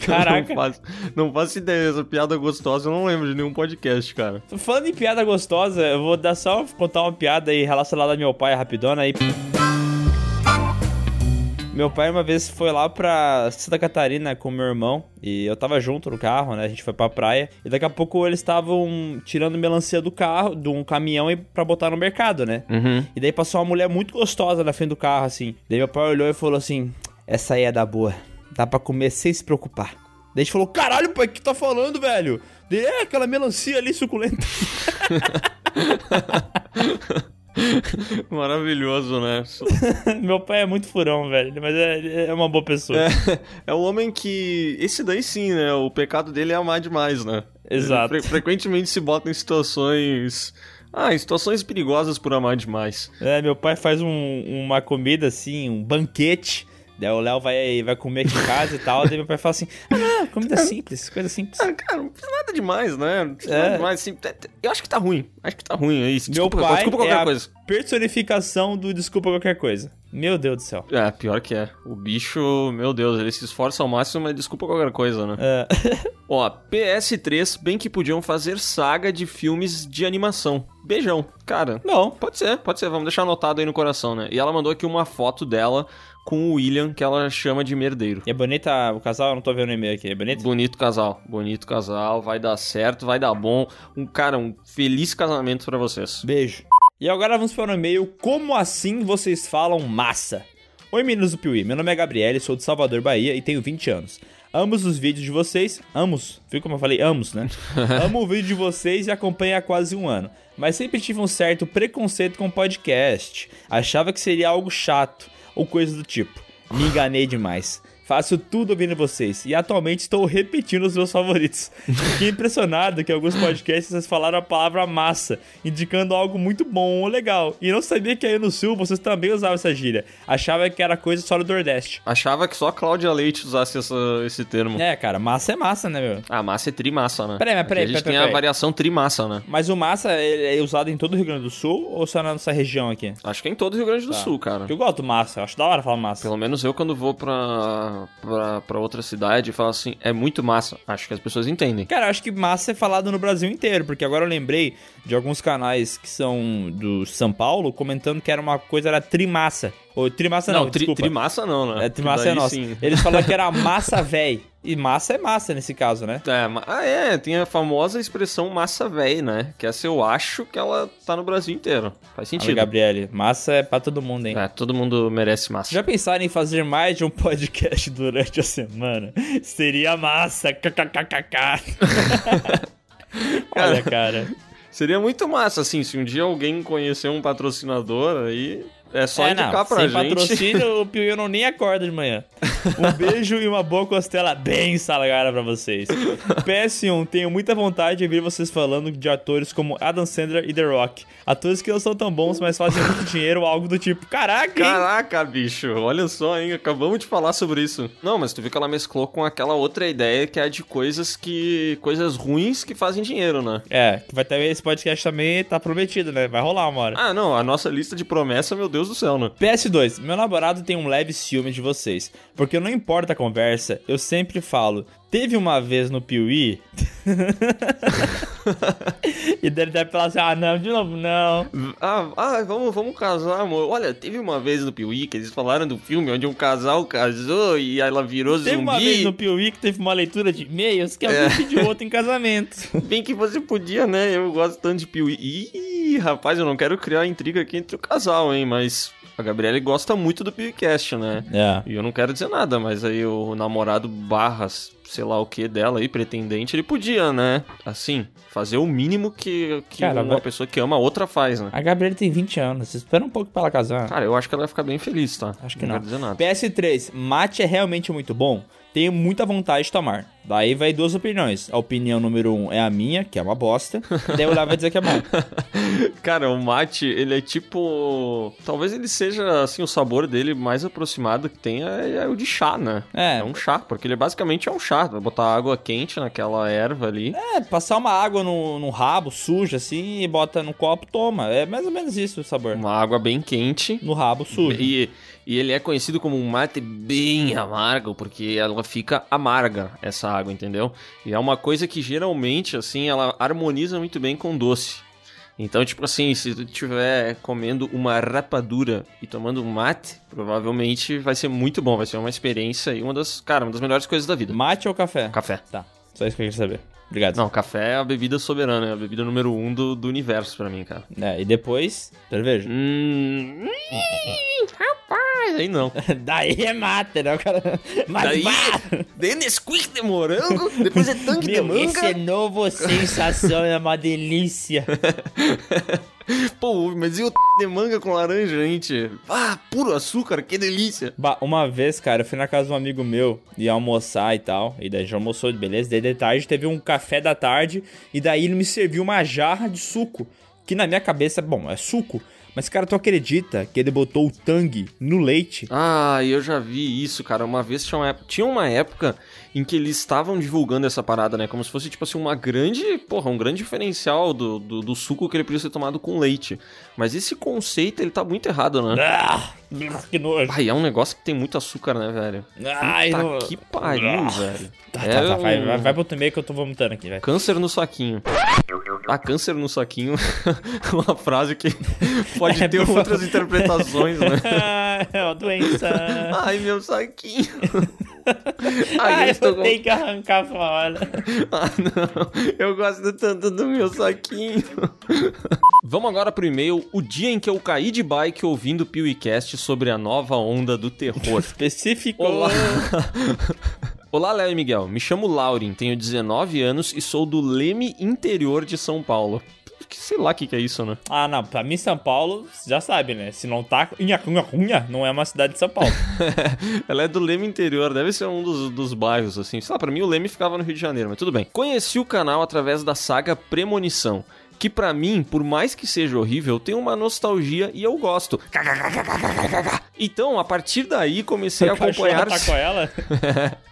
Speaker 2: Caraca.
Speaker 1: Eu Não faço, não faço ideia. Essa piada gostosa eu não lembro de nenhum podcast, cara.
Speaker 2: Falando em piada gostosa, eu vou dar só contar uma piada aí relacionada ao meu pai rapidona aí. Meu pai uma vez foi lá pra Santa Catarina com meu irmão e eu tava junto no carro, né? A gente foi pra praia e daqui a pouco eles estavam tirando melancia do carro, de um caminhão e pra botar no mercado, né? E daí passou uma mulher muito gostosa na frente do carro, assim. Daí meu pai olhou e falou assim: Essa aí é da boa. Dá pra comer sem se preocupar. Daí a gente falou: Caralho, pai, o que tu tá falando, velho? Daí é aquela melancia ali suculenta.
Speaker 1: Maravilhoso, né?
Speaker 2: meu pai é muito furão, velho, mas é, é uma boa pessoa.
Speaker 1: É o homem que. Esse daí sim, né? O pecado dele é amar demais, né?
Speaker 2: Exato.
Speaker 1: Ele fre- frequentemente se bota em situações. Ah, em situações perigosas por amar demais.
Speaker 2: É, meu pai faz um- uma comida assim, um banquete. Daí o Léo vai, vai comer aqui em casa e tal. Daí meu pai fala assim: Ah, não, comida simples, coisa simples.
Speaker 1: Ah, cara, não fiz nada demais, né? Não fiz
Speaker 2: É.
Speaker 1: nada demais. Assim, te- te- eu acho que tá ruim. Acho que tá ruim, é isso.
Speaker 2: Meu
Speaker 1: Desculpa,
Speaker 2: pai
Speaker 1: desculpa
Speaker 2: é
Speaker 1: qualquer
Speaker 2: a
Speaker 1: coisa.
Speaker 2: Personificação do desculpa qualquer coisa. Meu Deus do céu.
Speaker 1: É, pior que é. O bicho, meu Deus, ele se esforça ao máximo, mas desculpa qualquer coisa, né?
Speaker 2: É.
Speaker 1: Ó, PS3, bem que podiam fazer saga de filmes de animação. Beijão. Cara,
Speaker 2: Não.
Speaker 1: Pode ser, pode ser. Vamos deixar anotado aí no coração, né? E ela mandou aqui uma foto dela com o William, que ela chama de merdeiro.
Speaker 2: E é bonita o casal? Eu não tô vendo o e-mail aqui. É bonito?
Speaker 1: Bonito casal, bonito casal, vai dar certo, vai dar bom. Um cara, um feliz casamento pra vocês.
Speaker 2: Beijo. E agora vamos para o e-mail Como assim vocês falam massa? Oi meninos do Piuí, meu nome é Gabriele, sou de Salvador, Bahia e tenho 20 anos. Amo os vídeos de vocês, amos, viu como eu falei, amos, né? Amo o vídeo de vocês e acompanho há quase um ano, mas sempre tive um certo preconceito com podcast. Achava que seria algo chato ou coisa do tipo. Me enganei demais. Faço tudo ouvindo vocês e atualmente estou repetindo os meus favoritos. Fiquei impressionado que em alguns podcasts vocês falaram a palavra massa, indicando algo muito bom ou legal. E não sabia que aí no sul vocês também usavam essa gíria. Achava que era coisa só do Nordeste.
Speaker 1: Achava que só a Cláudia Leite usasse essa- esse termo.
Speaker 2: É, cara, massa é massa, né, meu?
Speaker 1: Ah, massa é trimassa, né?
Speaker 2: Peraí, mas
Speaker 1: Aqui
Speaker 2: peraí,
Speaker 1: A gente
Speaker 2: peraí,
Speaker 1: tem a
Speaker 2: peraí.
Speaker 1: variação trimassa, né?
Speaker 2: Mas o massa é é usado em todo o Rio Grande do Sul ou só na nossa região aqui?
Speaker 1: Acho que é em todo o Rio Grande do
Speaker 2: Tá.
Speaker 1: Sul, cara.
Speaker 2: Eu gosto do massa, eu acho da hora falar massa.
Speaker 1: Pelo menos eu, quando vou pra, pra, pra outra cidade, falo assim, é muito massa. Acho que as pessoas entendem.
Speaker 2: Cara, eu acho que massa é falado no Brasil inteiro, porque agora eu lembrei de alguns canais que são do São Paulo comentando que era uma coisa, era trimassa. Ou trimassa não,
Speaker 1: tri-
Speaker 2: desculpa.
Speaker 1: trimassa não, né?
Speaker 2: É, trimassa
Speaker 1: Daí
Speaker 2: é nossa.
Speaker 1: sim.
Speaker 2: Eles falaram que era massa véi. E massa é massa nesse caso, né?
Speaker 1: É, ma- ah, é, tem a famosa expressão massa véi, né? Que essa eu acho que ela tá no Brasil inteiro. Faz
Speaker 2: Olha,
Speaker 1: sentido.
Speaker 2: Gabriele, massa é pra todo mundo, hein?
Speaker 1: É, todo mundo merece massa.
Speaker 2: Já pensaram em fazer mais de um podcast durante a semana? Seria massa, kkkk. Olha, cara.
Speaker 1: Seria muito massa, assim, se um dia alguém conhecer um patrocinador aí, é só
Speaker 2: é,
Speaker 1: indicar
Speaker 2: não,
Speaker 1: pra
Speaker 2: sem
Speaker 1: gente.
Speaker 2: patrocínio, o Piuí não nem acorda de manhã. Um beijo e uma boa costela bem salgada pra vocês. PS1, tenho muita vontade de ouvir vocês falando de atores como Adam Sandler e The Rock. Atores que não são tão bons, mas fazem muito dinheiro ou algo do tipo. Caraca, hein?
Speaker 1: Caraca, bicho, olha só, hein? Acabamos de falar sobre isso. Não, mas tu viu que ela mesclou com aquela outra ideia que é a de coisas que. coisas ruins que fazem dinheiro, né?
Speaker 2: É, que vai ter esse podcast também, tá prometido, né? Vai rolar uma hora.
Speaker 1: Ah, não, a nossa lista de promessa, meu Deus do céu, né?
Speaker 2: PS2, meu namorado tem um leve ciúme de vocês, porque não importa a conversa, eu sempre falo, teve uma vez no Piuí... e daí ele deve falar assim, ah não, de novo não.
Speaker 1: Ah, ah, vamos, vamos casar, amor. Olha, teve uma vez no Piuí que eles falaram do filme onde um casal casou e ela virou
Speaker 2: Teve uma vez
Speaker 1: zumbi. É.
Speaker 2: no Piuí que teve uma leitura de e-mails que é alguém pediu outro em casamento.
Speaker 1: Bem que você podia, né? Eu gosto tanto de Piuí. Ih, rapaz, eu não quero criar intriga aqui entre o casal, hein? Mas a Gabriele gosta muito do Piuícast, né?
Speaker 2: É.
Speaker 1: E eu não quero dizer nada, mas aí o namorado barra, sei lá o que dela aí, pretendente, ele podia, né? Assim, fazer o mínimo que, que
Speaker 2: Cara,
Speaker 1: uma
Speaker 2: vai-
Speaker 1: pessoa que ama a outra faz, né?
Speaker 2: A Gabriela tem 20 anos, espera um pouco pra ela casar.
Speaker 1: Cara, eu acho que ela vai ficar bem feliz, tá?
Speaker 2: Acho que
Speaker 1: Não
Speaker 2: não.
Speaker 1: quero dizer nada.
Speaker 2: PS3, mate é realmente muito bom? Tenho muita vontade de tomar. Daí vai duas opiniões. A opinião número um é a minha, que é uma bosta. Daí o Léo vai dizer que é bom.
Speaker 1: Cara, o mate, ele é tipo. Talvez ele seja, assim, o sabor dele mais aproximado que tem é, é o de chá, né?
Speaker 2: É.
Speaker 1: É um chá, porque ele basicamente é um chá. Vai botar água quente naquela erva ali.
Speaker 2: É, passar uma água no, no rabo, suja assim, e bota no copo, toma. É mais ou menos isso o sabor.
Speaker 1: Uma água bem quente.
Speaker 2: No rabo, sujo.
Speaker 1: E, E ele é conhecido como um mate bem amargo, porque ela fica amarga, essa água, entendeu? E é uma coisa que geralmente, assim, ela harmoniza muito bem com doce. Então, tipo assim, se tu estiver comendo uma rapadura e tomando um mate, provavelmente vai ser muito bom, vai ser uma experiência e uma das, cara, uma das melhores coisas da vida.
Speaker 2: Mate ou café?
Speaker 1: Café.
Speaker 2: Tá. Só isso que eu queria saber. Obrigado.
Speaker 1: Não, café é a bebida soberana, é a bebida número um do, do universo pra mim, cara.
Speaker 2: É, e depois, cerveja.
Speaker 1: Hum, rapaz, aí não.
Speaker 2: Daí é mate, né? O cara. Mas
Speaker 1: Daí,
Speaker 2: vá!
Speaker 1: daí é Nesquik de morango, depois é tangue de
Speaker 2: Meu, esse é
Speaker 1: manga.
Speaker 2: novo sensação, é uma delícia.
Speaker 1: Pô, mas e o de manga com laranja, gente? Ah, puro açúcar, que delícia.
Speaker 2: Bah, uma vez, cara, eu fui na casa de um amigo meu, ia almoçar e tal, e daí já almoçou, beleza, daí de tarde teve um café da tarde, e daí ele me serviu uma jarra de suco, que na minha cabeça, bom, é suco, mas cara, tu acredita que ele botou o tangue no leite?
Speaker 1: Ah, eu já vi isso, cara. Uma vez tinha uma, época, tinha uma época em que eles estavam divulgando essa parada, né? Como se fosse, tipo assim, uma grande, porra, um grande diferencial do, do, do suco que ele podia ser tomado com leite. Mas esse conceito, ele tá muito errado, né?
Speaker 2: Ah, que nojo.
Speaker 1: Ai, é um negócio que tem muito açúcar, né, velho?
Speaker 2: Ai,
Speaker 1: Puta
Speaker 2: não-
Speaker 1: que pariu,
Speaker 2: Ah,
Speaker 1: velho.
Speaker 2: Tá,
Speaker 1: É
Speaker 2: tá, tá,
Speaker 1: um-
Speaker 2: vai, vai, vai pro outro meio que eu tô vomitando aqui, velho.
Speaker 1: Câncer no saquinho. Ah, câncer no saquinho é uma frase que pode
Speaker 2: É,
Speaker 1: ter
Speaker 2: por
Speaker 1: outras
Speaker 2: favor.
Speaker 1: interpretações, né?
Speaker 2: é uma doença.
Speaker 1: Ai, meu saquinho. Ai,
Speaker 2: Ai,
Speaker 1: eu estou
Speaker 2: eu
Speaker 1: com...
Speaker 2: tenho que arrancar fora.
Speaker 1: Ah, não. Eu gosto tanto do meu saquinho. Vamos agora pro e-mail. O dia em que eu caí de bike ouvindo o PeeWeeCast sobre a nova onda do terror.
Speaker 2: Específico.
Speaker 1: Olá. Olá, Léo e Miguel. Me chamo Laurin, tenho 19 anos e sou do Leme Interior de São Paulo. Que- Sei lá o que, que é isso, né?
Speaker 2: Ah, não, pra mim São Paulo, você já sabe, né? Se não tá Inhacunha Cunha, não é uma cidade de São Paulo.
Speaker 1: Ela é do Leme Interior, deve ser um dos, dos bairros, assim. Sei lá, pra mim o Leme ficava no Rio de Janeiro, mas tudo bem. Conheci o canal através da saga Premonição, que pra mim, por mais que seja horrível, tem uma nostalgia e eu gosto. Então, a partir daí, comecei a
Speaker 2: cachorro
Speaker 1: acompanhar...
Speaker 2: tá com ela?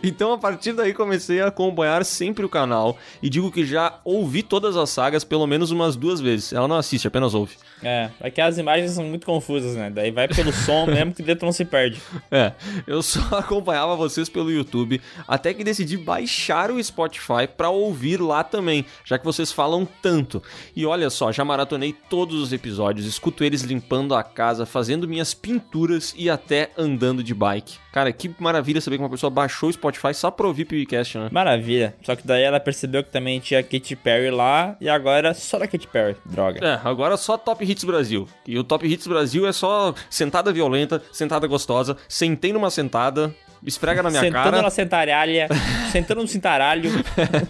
Speaker 1: Então, a partir daí, comecei a acompanhar sempre o canal. E digo que já ouvi todas as sagas pelo menos umas duas vezes. Ela não assiste, apenas ouve.
Speaker 2: É, é que as imagens são muito confusas, né? Daí vai pelo som mesmo que dentro não se perde.
Speaker 1: É, eu só acompanhava vocês pelo YouTube, até que decidi baixar o Spotify pra ouvir lá também, já que vocês falam tanto. E olha só, já maratonei todos os episódios, escuto eles limpando a casa, fazendo minhas pinturas e até andando de bike. Cara, que maravilha saber que uma pessoa baixou o Spotify só pra ouvir podcast, né?
Speaker 2: Maravilha. Só que daí ela percebeu que também tinha Katy Perry lá e agora só da Katy Perry. Droga.
Speaker 1: É, agora só Top Hits Brasil. E o Top Hits Brasil é só sentada violenta, sentada gostosa, sentei numa sentada, esfrega na minha
Speaker 2: sentando
Speaker 1: cara.
Speaker 2: na centaralha, sentando no cintaralho.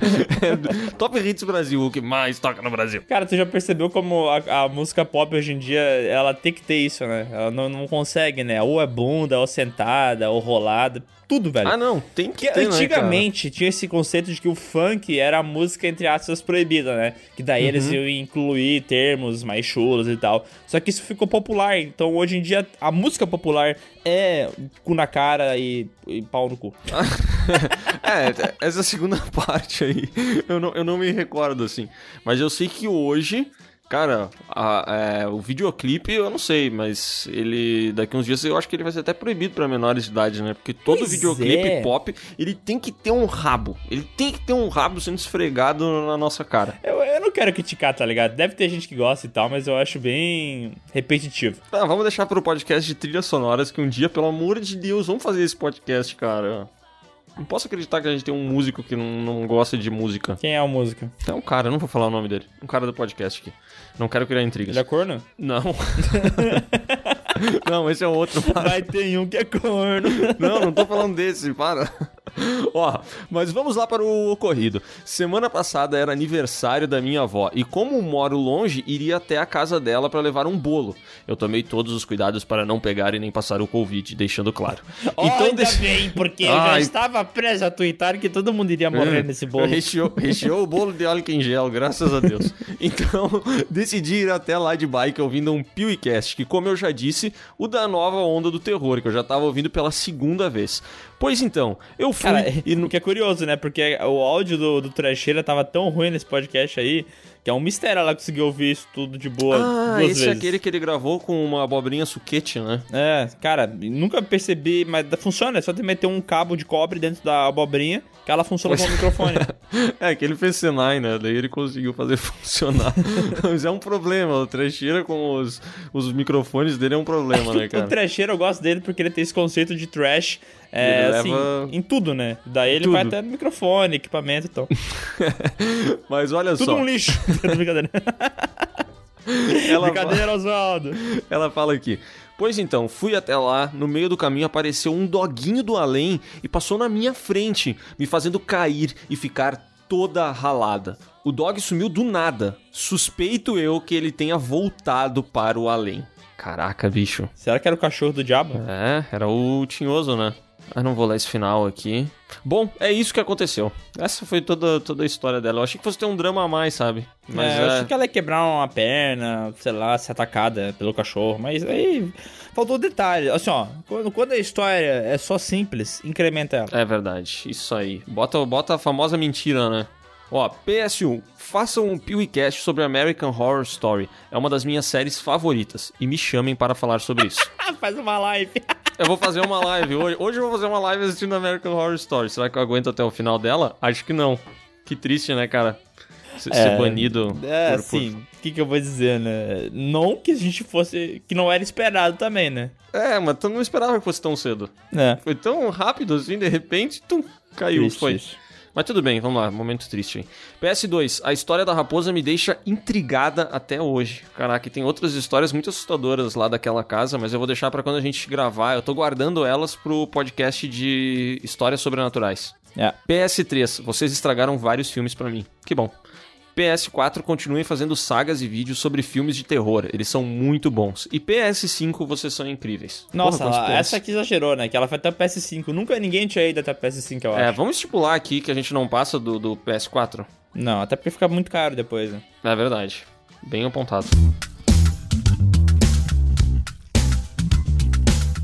Speaker 1: Top Hits Brasil, o que mais toca no Brasil.
Speaker 2: Cara, tu já percebeu como a, a música pop hoje em dia, ela tem que ter isso, né? Ela não, não consegue, né? Ou é bunda, ou sentada, ou rolada. Tudo, velho.
Speaker 1: Ah, não, tem que
Speaker 2: Porque
Speaker 1: ter, né,
Speaker 2: antigamente tinha esse conceito de que o funk era a música entre aspas proibida, né? Que daí eles iam incluir termos mais chulos e tal. Só que isso ficou popular, então hoje em dia a música popular é cu na cara e, e pau no cu.
Speaker 1: cara? É, essa segunda parte aí, eu não, eu não me recordo, assim. Mas eu sei que hoje, cara, a- é, o videoclipe, eu não sei, mas ele, daqui uns dias, eu acho que ele vai ser até proibido pra menores de idade, né? Porque todo
Speaker 2: Pois
Speaker 1: videoclipe
Speaker 2: é.
Speaker 1: pop, ele tem que ter um rabo. Ele tem que ter um rabo sendo esfregado na nossa cara.
Speaker 2: Eu, eu não quero criticar, tá ligado? Deve ter gente que gosta e tal, mas eu acho bem repetitivo.
Speaker 1: Ah, vamos deixar pro podcast de trilhas sonoras, que um dia, pelo amor de Deus, vamos fazer esse podcast, cara. Não posso acreditar que a gente tem um músico que não, não gosta de música.
Speaker 2: Quem é a música?
Speaker 1: É um cara, eu não vou falar o nome dele. Um cara do podcast aqui. Não quero criar intrigas.
Speaker 2: Ele é corno?
Speaker 1: Não. não, esse é outro. Para.
Speaker 2: Vai ter um que é corno.
Speaker 1: Não, não tô falando desse, para. Ó, mas vamos lá para o ocorrido. Semana passada era aniversário da minha avó e como moro longe, iria até a casa dela para levar um bolo. Eu tomei todos os cuidados para não pegar e nem passar o Covid, deixando claro.
Speaker 2: Então, ainda
Speaker 1: dec-
Speaker 2: bem, porque eu já
Speaker 1: Ai.
Speaker 2: estava preso a twittar que todo mundo iria morrer nesse bolo.
Speaker 1: Recheou, recheou o bolo de óleo em gel, graças a Deus. Então, decidi ir até lá de bike ouvindo um PewCast, que, como eu já disse, o da nova onda do terror, que eu já tava ouvindo pela segunda vez. Pois então, eu fui fui.
Speaker 2: Cara,
Speaker 1: e no...
Speaker 2: o que é curioso, né? Porque o áudio do, do trecheira tava tão ruim nesse podcast aí, que é um mistério ela conseguir ouvir isso tudo de boa
Speaker 1: Ah,
Speaker 2: duas
Speaker 1: esse é
Speaker 2: vezes.
Speaker 1: aquele que ele gravou com uma abobrinha suquete, né?
Speaker 2: É, cara, nunca percebi, mas funciona, é só ter meter um cabo de cobre dentro da abobrinha, que ela funciona como microfone.
Speaker 1: É, que ele fez Senai, né? Daí ele conseguiu fazer funcionar. Mas é um problema, o trecheira com os, os microfones dele é um problema, né,
Speaker 2: o
Speaker 1: cara?
Speaker 2: trecheiro eu gosto dele porque ele tem esse conceito de trash é,
Speaker 1: Ele
Speaker 2: assim,
Speaker 1: leva-
Speaker 2: em tudo, né? Daí ele
Speaker 1: Tudo.
Speaker 2: vai até no microfone, equipamento e tal.
Speaker 1: Mas olha
Speaker 2: Tudo
Speaker 1: só,
Speaker 2: um lixo. Brincadeira.
Speaker 1: ela,
Speaker 2: Brincadeira, Oswaldo.
Speaker 1: ela fala aqui. Pois então, fui até lá, no meio do caminho apareceu um doguinho do além e passou na minha frente, me fazendo cair e ficar toda ralada. O dog sumiu do nada. Suspeito eu que ele tenha voltado para o além. Caraca, bicho.
Speaker 2: Será que era o cachorro do diabo?
Speaker 1: É, era o Tinhoso, né? Ah, não vou ler esse final aqui. Bom, é isso que aconteceu. Essa foi toda, toda a história dela. Eu achei que fosse ter um drama a mais, sabe? Mas
Speaker 2: é, eu
Speaker 1: é,
Speaker 2: achei que ela ia quebrar uma perna, sei lá, ser atacada pelo cachorro, mas aí faltou detalhe. Assim, ó, quando, quando a história é só simples, incrementa ela.
Speaker 1: é verdade. Isso aí. Bota, bota a famosa mentira, né? Ó, PS1, façam um PewCast sobre American Horror Story. É uma das minhas séries favoritas. E me chamem para falar sobre isso.
Speaker 2: Ah, faz uma live.
Speaker 1: Eu vou fazer uma live hoje. Hoje eu vou fazer uma live assistindo American Horror Story. Será que eu aguento até o final dela? Acho que não. Que triste, né, cara? Ser ser banido. por-
Speaker 2: É,
Speaker 1: por-
Speaker 2: assim, o que, que eu vou dizer, né? Não que a gente fosse. que não era esperado também, né?
Speaker 1: É, mas tu não esperava que fosse tão cedo.
Speaker 2: É.
Speaker 1: Foi tão rápido assim, de repente, tum, caiu,
Speaker 2: Triste
Speaker 1: foi.
Speaker 2: isso.
Speaker 1: Mas tudo bem, vamos lá, momento triste. hein? PS2, a história da raposa me deixa intrigada até hoje. Caraca, e tem outras histórias muito assustadoras lá daquela casa, mas eu vou deixar pra quando a gente gravar. Eu tô guardando elas pro podcast de histórias sobrenaturais.
Speaker 2: É.
Speaker 1: PS3, vocês estragaram vários filmes pra mim. Que bom. PS4, continuem fazendo sagas e vídeos sobre filmes de terror. Eles são muito bons. E PS5, vocês são incríveis.
Speaker 2: Nossa,
Speaker 1: Porra, quantos
Speaker 2: ela-
Speaker 1: PS?
Speaker 2: essa aqui exagerou, né? Que ela foi até o PS5. Nunca ninguém tinha ido até o PS5, eu
Speaker 1: É,
Speaker 2: acho.
Speaker 1: vamos estipular aqui que a gente não passa do, do PS4.
Speaker 2: Não, até porque fica muito caro depois, né?
Speaker 1: É verdade. Bem apontado.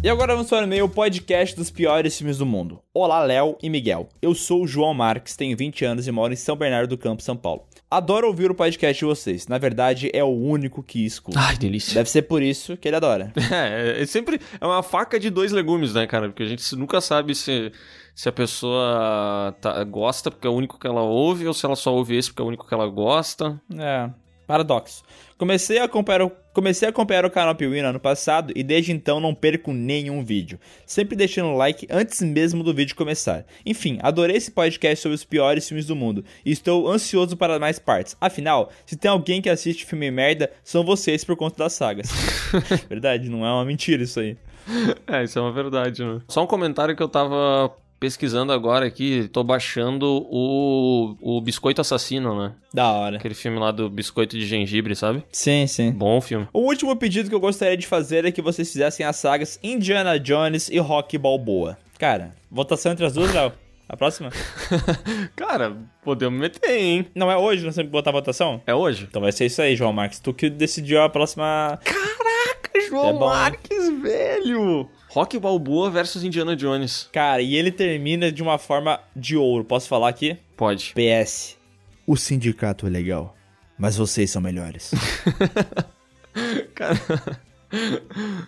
Speaker 2: E agora vamos para o meu podcast dos piores filmes do mundo. Olá, Léo e Miguel. Eu sou o João Marques, tenho 20 anos e moro em São Bernardo do Campo, São Paulo. Adoro ouvir o podcast de vocês. Na verdade, é o único que escuto.
Speaker 1: Ai, delícia.
Speaker 2: Deve ser por isso que ele adora.
Speaker 1: É, é sempre é uma faca de dois legumes, né, cara? Porque a gente nunca sabe se, se a pessoa tá- gosta porque é o único que ela ouve ou se ela só ouve esse porque é o único que ela gosta.
Speaker 2: É, paradoxo. Comecei a acompanhar o, comecei a acompanhar o canal Piuí no ano passado e desde então não perco nenhum vídeo. Sempre deixando o like antes mesmo do vídeo começar. Enfim, adorei esse podcast sobre os piores filmes do mundo e estou ansioso para mais partes. Afinal, se tem alguém que assiste filme merda, são vocês por conta das sagas. Verdade, não é uma mentira isso aí.
Speaker 1: É, isso é uma verdade, né? Só um comentário que eu tava pesquisando agora aqui, tô baixando o, o Biscoito Assassino, né?
Speaker 2: Da hora.
Speaker 1: Aquele filme lá do Biscoito de Gengibre, sabe?
Speaker 2: Sim, sim.
Speaker 1: Bom filme.
Speaker 2: O último pedido que eu gostaria de fazer é que vocês fizessem as sagas Indiana Jones e Rock Balboa. Cara, votação entre as duas, Léo. A próxima?
Speaker 1: Cara, podemos meter, hein?
Speaker 2: Não é hoje, nós temos que botar a votação?
Speaker 1: É hoje?
Speaker 2: Então vai ser isso aí, João Marques. Tu que decidiu a próxima.
Speaker 1: João
Speaker 2: É bom, hein?
Speaker 1: Marques, velho! Rock Balboa versus Indiana Jones.
Speaker 2: Cara, e ele termina de uma forma de ouro. Posso falar aqui?
Speaker 1: Pode.
Speaker 2: PS. O sindicato é legal, mas vocês são melhores.
Speaker 1: Cara,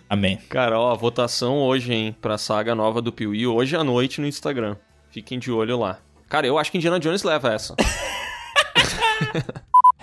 Speaker 2: Amém.
Speaker 1: cara, ó, votação hoje, hein, pra saga nova do Piuí, hoje à noite no Instagram. Fiquem de olho lá. Cara, eu acho que Indiana Jones leva essa.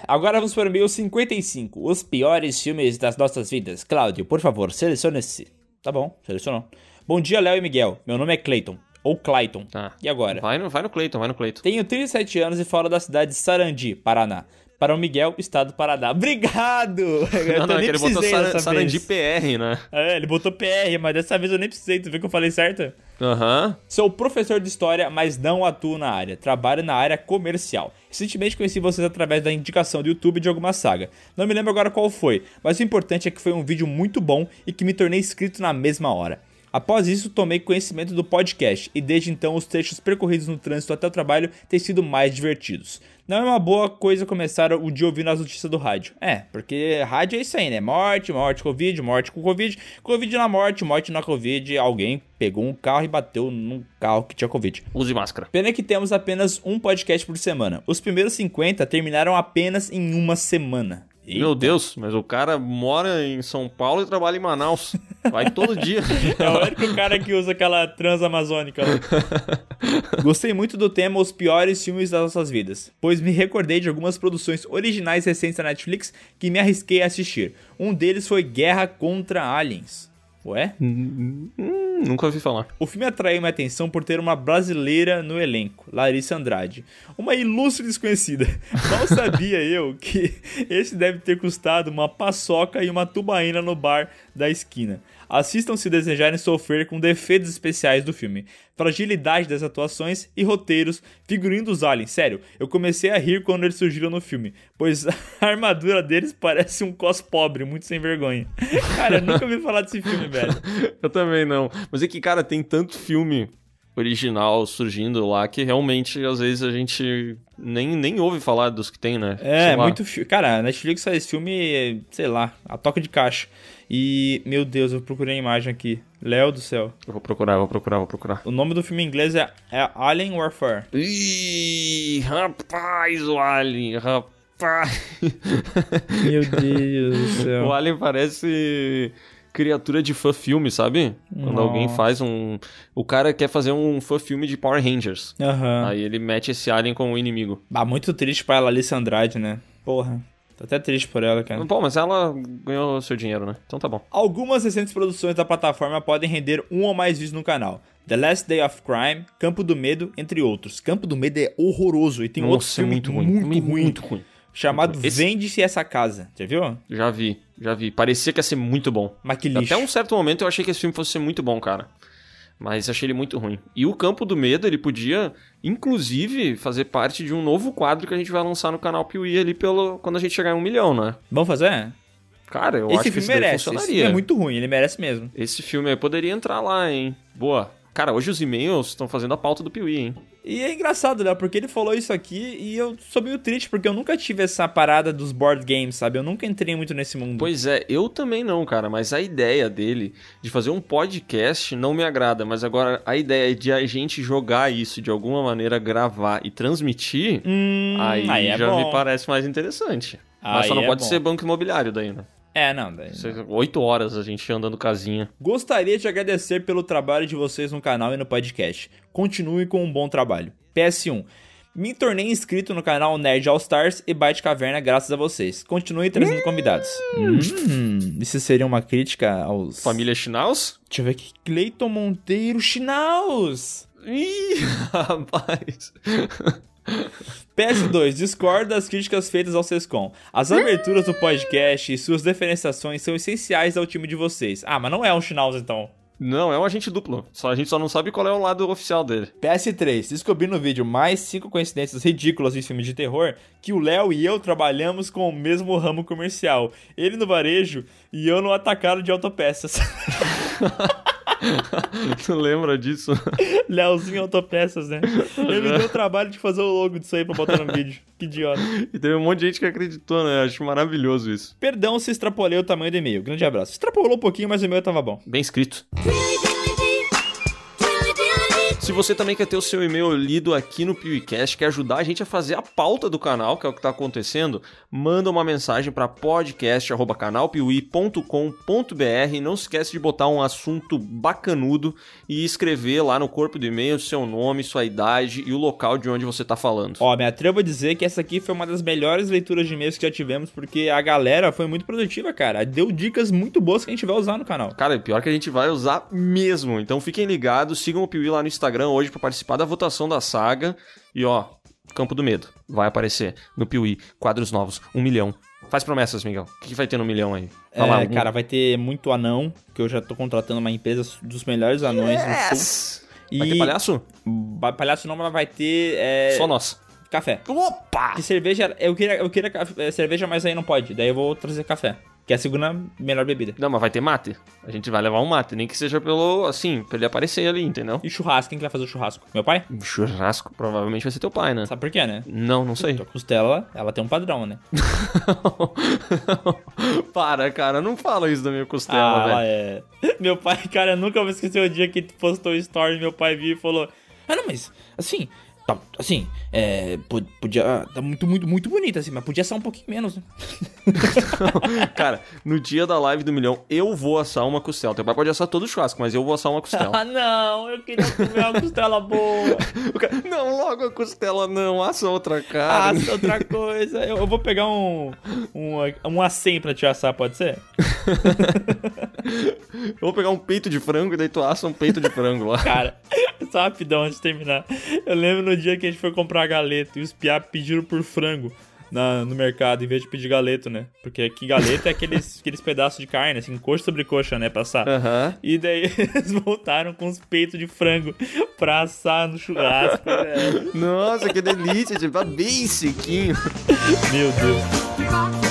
Speaker 2: Agora vamos para o meu 55. Os piores filmes das nossas vidas. Cláudio, por favor, selecione-se. Tá bom, selecionou. Bom dia, Léo e Miguel. Meu nome é Clayton. Ou Clayton.
Speaker 1: Tá.
Speaker 2: E agora?
Speaker 1: Vai no, vai no Cleiton, vai no Cleiton.
Speaker 2: Tenho 37 anos e fora da cidade de Sarandi, Paraná. Para o Miguel, estado do Paraná. Obrigado! Eu
Speaker 1: Não, não, é
Speaker 2: nem
Speaker 1: que ele botou
Speaker 2: precisei
Speaker 1: Sar-
Speaker 2: dessa
Speaker 1: Sarandi
Speaker 2: vez.
Speaker 1: PR, né?
Speaker 2: É, ele botou PR, mas dessa vez eu nem precisei. Tu viu que eu falei certo?
Speaker 1: Aham.
Speaker 2: Sou professor de história, mas não atuo na área. Trabalho na área comercial. Recentemente conheci vocês através da indicação do YouTube de alguma saga. Não me lembro agora qual foi, mas o importante é que foi um vídeo muito bom e que me tornei inscrito na mesma hora. Após isso, tomei conhecimento do podcast e desde então os trechos percorridos no trânsito até o trabalho têm sido mais divertidos. Não é uma boa coisa começar o dia ouvindo as notícias do rádio. É, porque rádio é isso aí, né? Morte, morte, Covid, morte com Covid, Covid na morte, morte na Covid. Alguém pegou um carro e bateu num carro que tinha Covid.
Speaker 1: Use máscara.
Speaker 2: Pena que temos apenas um podcast por semana. Os primeiros 50 terminaram apenas em uma semana.
Speaker 1: Meu Deus, mas o cara mora em São Paulo e trabalha em Manaus. Vai todo dia.
Speaker 2: É o único cara que usa aquela transamazônica. lá. Gostei muito do tema Os Piores Filmes das Nossas Vidas, pois me recordei de algumas produções originais recentes da Netflix que me arrisquei a assistir. Um deles foi Guerra contra Aliens. Ué?
Speaker 1: Hum, nunca ouvi falar.
Speaker 2: O filme atraiu minha atenção por ter uma brasileira no elenco, Larissa Andrade. Uma ilustre desconhecida. Mal sabia eu que esse deve ter custado uma paçoca e uma tubaína no bar da esquina. Assistam se desejarem sofrer com defeitos especiais do filme, fragilidade das atuações e roteiros, figurinos dos aliens. Sério, eu comecei a rir quando eles surgiram no filme, pois a armadura deles parece um cos pobre, muito sem vergonha. Cara, eu nunca ouvi falar desse filme, velho.
Speaker 1: Eu também não. Mas é que, cara, tem tanto filme original surgindo lá que realmente às vezes a gente nem, nem ouve falar dos que tem, né?
Speaker 2: É,
Speaker 1: Sei lá.
Speaker 2: muito filme. Cara, a Netflix faz filme, sei lá, a toca de caixa. E, meu Deus, eu procurei a imagem aqui. Léo do céu.
Speaker 1: Eu vou procurar, vou procurar, vou procurar.
Speaker 2: O nome do filme em inglês é, é Alien Warfare.
Speaker 1: Ih, rapaz, o Alien, rapaz.
Speaker 2: Meu Deus do céu.
Speaker 1: O Alien parece criatura de fã filme, sabe? Quando alguém faz um. O cara quer fazer um fã filme de Power Rangers.
Speaker 2: Aham.
Speaker 1: Aí ele mete esse alien como inimigo.
Speaker 2: Ah, muito triste pra ela, Alice Andrade, né? Porra. Tô até triste por ela, cara.
Speaker 1: Bom, mas ela ganhou seu dinheiro, né? Então tá bom.
Speaker 2: Algumas recentes produções da plataforma podem render um ou mais vídeos no canal. The Last Day of Crime, Campo do Medo, entre outros. Campo do Medo é horroroso e tem outro
Speaker 1: Nossa, é
Speaker 2: filme
Speaker 1: muito ruim.
Speaker 2: muito,
Speaker 1: Muito,
Speaker 2: ruim,
Speaker 1: muito ruim.
Speaker 2: chamado
Speaker 1: Esse-
Speaker 2: Vende-se Essa Casa. Já viu?
Speaker 1: Já vi, já vi. Parecia que ia ser muito bom.
Speaker 2: Mas que lixo.
Speaker 1: Até um certo momento eu achei que esse filme fosse ser muito bom, cara. Mas achei ele muito ruim. E o Campo do Medo, ele podia, inclusive, fazer parte de um novo quadro que a gente vai lançar no canal Piuí ali pelo... quando a gente chegar em um milhão, né?
Speaker 2: Vamos fazer?
Speaker 1: Cara, eu acho que
Speaker 2: Esse filme
Speaker 1: isso daí
Speaker 2: merece. Esse
Speaker 1: funcionaria.
Speaker 2: filme é muito ruim, ele merece mesmo.
Speaker 1: Esse filme aí poderia entrar lá, hein? Boa. Cara, hoje os e-mails estão fazendo a pauta do Piuí, hein?
Speaker 2: E é engraçado, Léo, porque ele falou isso aqui e eu sou meio triste, porque eu nunca tive essa parada dos board games, sabe? Eu nunca entrei muito nesse mundo.
Speaker 1: Pois é, eu também não, cara, mas a ideia dele de fazer um podcast não me agrada, mas agora a ideia de a gente jogar isso de alguma maneira, gravar e transmitir,
Speaker 2: Hum,
Speaker 1: aí,
Speaker 2: é
Speaker 1: já
Speaker 2: bom.
Speaker 1: me parece mais interessante. mas só
Speaker 2: Aí
Speaker 1: não
Speaker 2: é
Speaker 1: pode
Speaker 2: bom.
Speaker 1: ser banco imobiliário daí, né?
Speaker 2: É, não, daí.
Speaker 1: Isso é Oito horas a gente andando casinha.
Speaker 2: Gostaria de agradecer pelo trabalho de vocês no canal e no podcast. Continue com um bom trabalho. PS1. Me tornei inscrito no canal Nerd All Stars e Byte Caverna graças a vocês. Continue trazendo convidados. Hum, isso seria uma crítica aos...
Speaker 1: Família Schnauz?
Speaker 2: Deixa eu ver aqui. Cleiton Monteiro Chinaus.
Speaker 1: Ih, rapaz.
Speaker 2: PS2, discordo das críticas feitas ao Sescom. As aberturas do podcast e suas diferenciações são essenciais ao time de vocês. Ah, mas não é um Schnauz então.
Speaker 1: Não, é um agente duplo. Só, a gente só não sabe qual é o lado oficial dele.
Speaker 2: PS3, descobri no vídeo mais cinco coincidências ridículas em filme de terror que o Léo e eu trabalhamos com o mesmo ramo comercial. Ele no varejo e eu no atacado de autopeças.
Speaker 1: Tu lembra disso?
Speaker 2: Léozinho autopeças, né? Ele me deu o trabalho de fazer o logo disso aí pra botar no vídeo. Que idiota.
Speaker 1: E teve um monte de gente que acreditou, né? Acho maravilhoso isso.
Speaker 2: Perdão se extrapolei o tamanho do e-mail. Grande abraço. Extrapolou um pouquinho, mas o e-mail tava bom.
Speaker 1: Bem escrito. Se você também quer ter o seu e-mail lido aqui no PewCast, quer ajudar a gente a fazer a pauta do canal, que é o que está acontecendo, manda uma mensagem para podcast.canalpiuí.com.br. Não se esquece de botar um assunto bacanudo e escrever lá no corpo do e-mail seu nome, sua idade e o local de onde você está falando.
Speaker 2: Ó, me atrevo a dizer que essa aqui foi uma das melhores leituras de e-mails que já tivemos, porque a galera foi muito produtiva, cara. Deu dicas muito boas que a gente vai usar no canal.
Speaker 1: Cara, pior que a gente vai usar mesmo. Então fiquem ligados, sigam o Piuí lá no Instagram hoje pra participar da votação da saga. E ó, Campo do Medo vai aparecer no Piuí. Quadros novos, um milhão. Faz promessas, Miguel. O que vai um. ter no milhão aí?
Speaker 2: É,
Speaker 1: Fala, algum-
Speaker 2: cara, vai ter muito anão, que eu já tô contratando uma empresa dos melhores anões do sul. E
Speaker 1: Vai ter palhaço?
Speaker 2: ba- palhaço não, mas vai ter é,
Speaker 1: Só nós.
Speaker 2: café.
Speaker 1: Opa!
Speaker 2: Que cerveja, eu queria, eu queria ca- é, cerveja, mas aí não pode. Daí eu vou trazer café. que é a segunda melhor bebida.
Speaker 1: Não, mas vai ter mate. A gente vai levar um mate, nem que seja pelo, assim, pra ele aparecer ali, entendeu?
Speaker 2: E churrasco, quem que vai fazer o churrasco? Meu pai?
Speaker 1: Churrasco provavelmente vai ser teu pai, né?
Speaker 2: Sabe por quê, né?
Speaker 1: Não, não sei.
Speaker 2: A costela, ela tem um padrão, né?
Speaker 1: Para, cara, não fala isso da minha costela,
Speaker 2: Ah,
Speaker 1: velho.
Speaker 2: ela é. Meu pai, cara, eu nunca vou esquecer o dia que tu postou o story, meu pai viu e falou: Ah, não, mas assim, tá, assim, é, po- podia. Tá muito, muito, muito bonita, assim, mas podia ser um pouquinho menos, né?
Speaker 1: Cara, no dia da live do milhão, eu vou assar uma costela. Teu pai pode assar todo o churrasco, mas eu vou assar uma costela.
Speaker 2: Ah, não, eu queria comer uma costela boa.
Speaker 1: O cara, não, logo a costela não, assa outra cara.
Speaker 2: Ah, outra coisa. Eu, eu vou pegar um. Um, um acém pra te assar, pode ser?
Speaker 1: Eu vou pegar um peito de frango e daí tu assa um peito de frango lá.
Speaker 2: Cara, só rapidão antes de terminar. Eu lembro no dia que a gente foi comprar galeto e os piá pediram por frango na- no mercado, em vez de pedir galeto, né? Porque aqui galeto é aqueles, aqueles pedaços de carne, assim, coxa sobre coxa, né? Passar.
Speaker 1: Aham.
Speaker 2: E daí eles voltaram com os peitos de frango pra assar no churrasco, né? velho.
Speaker 1: Nossa, que delícia, tipo, tá bem sequinho.
Speaker 2: Meu Deus.
Speaker 12: Rock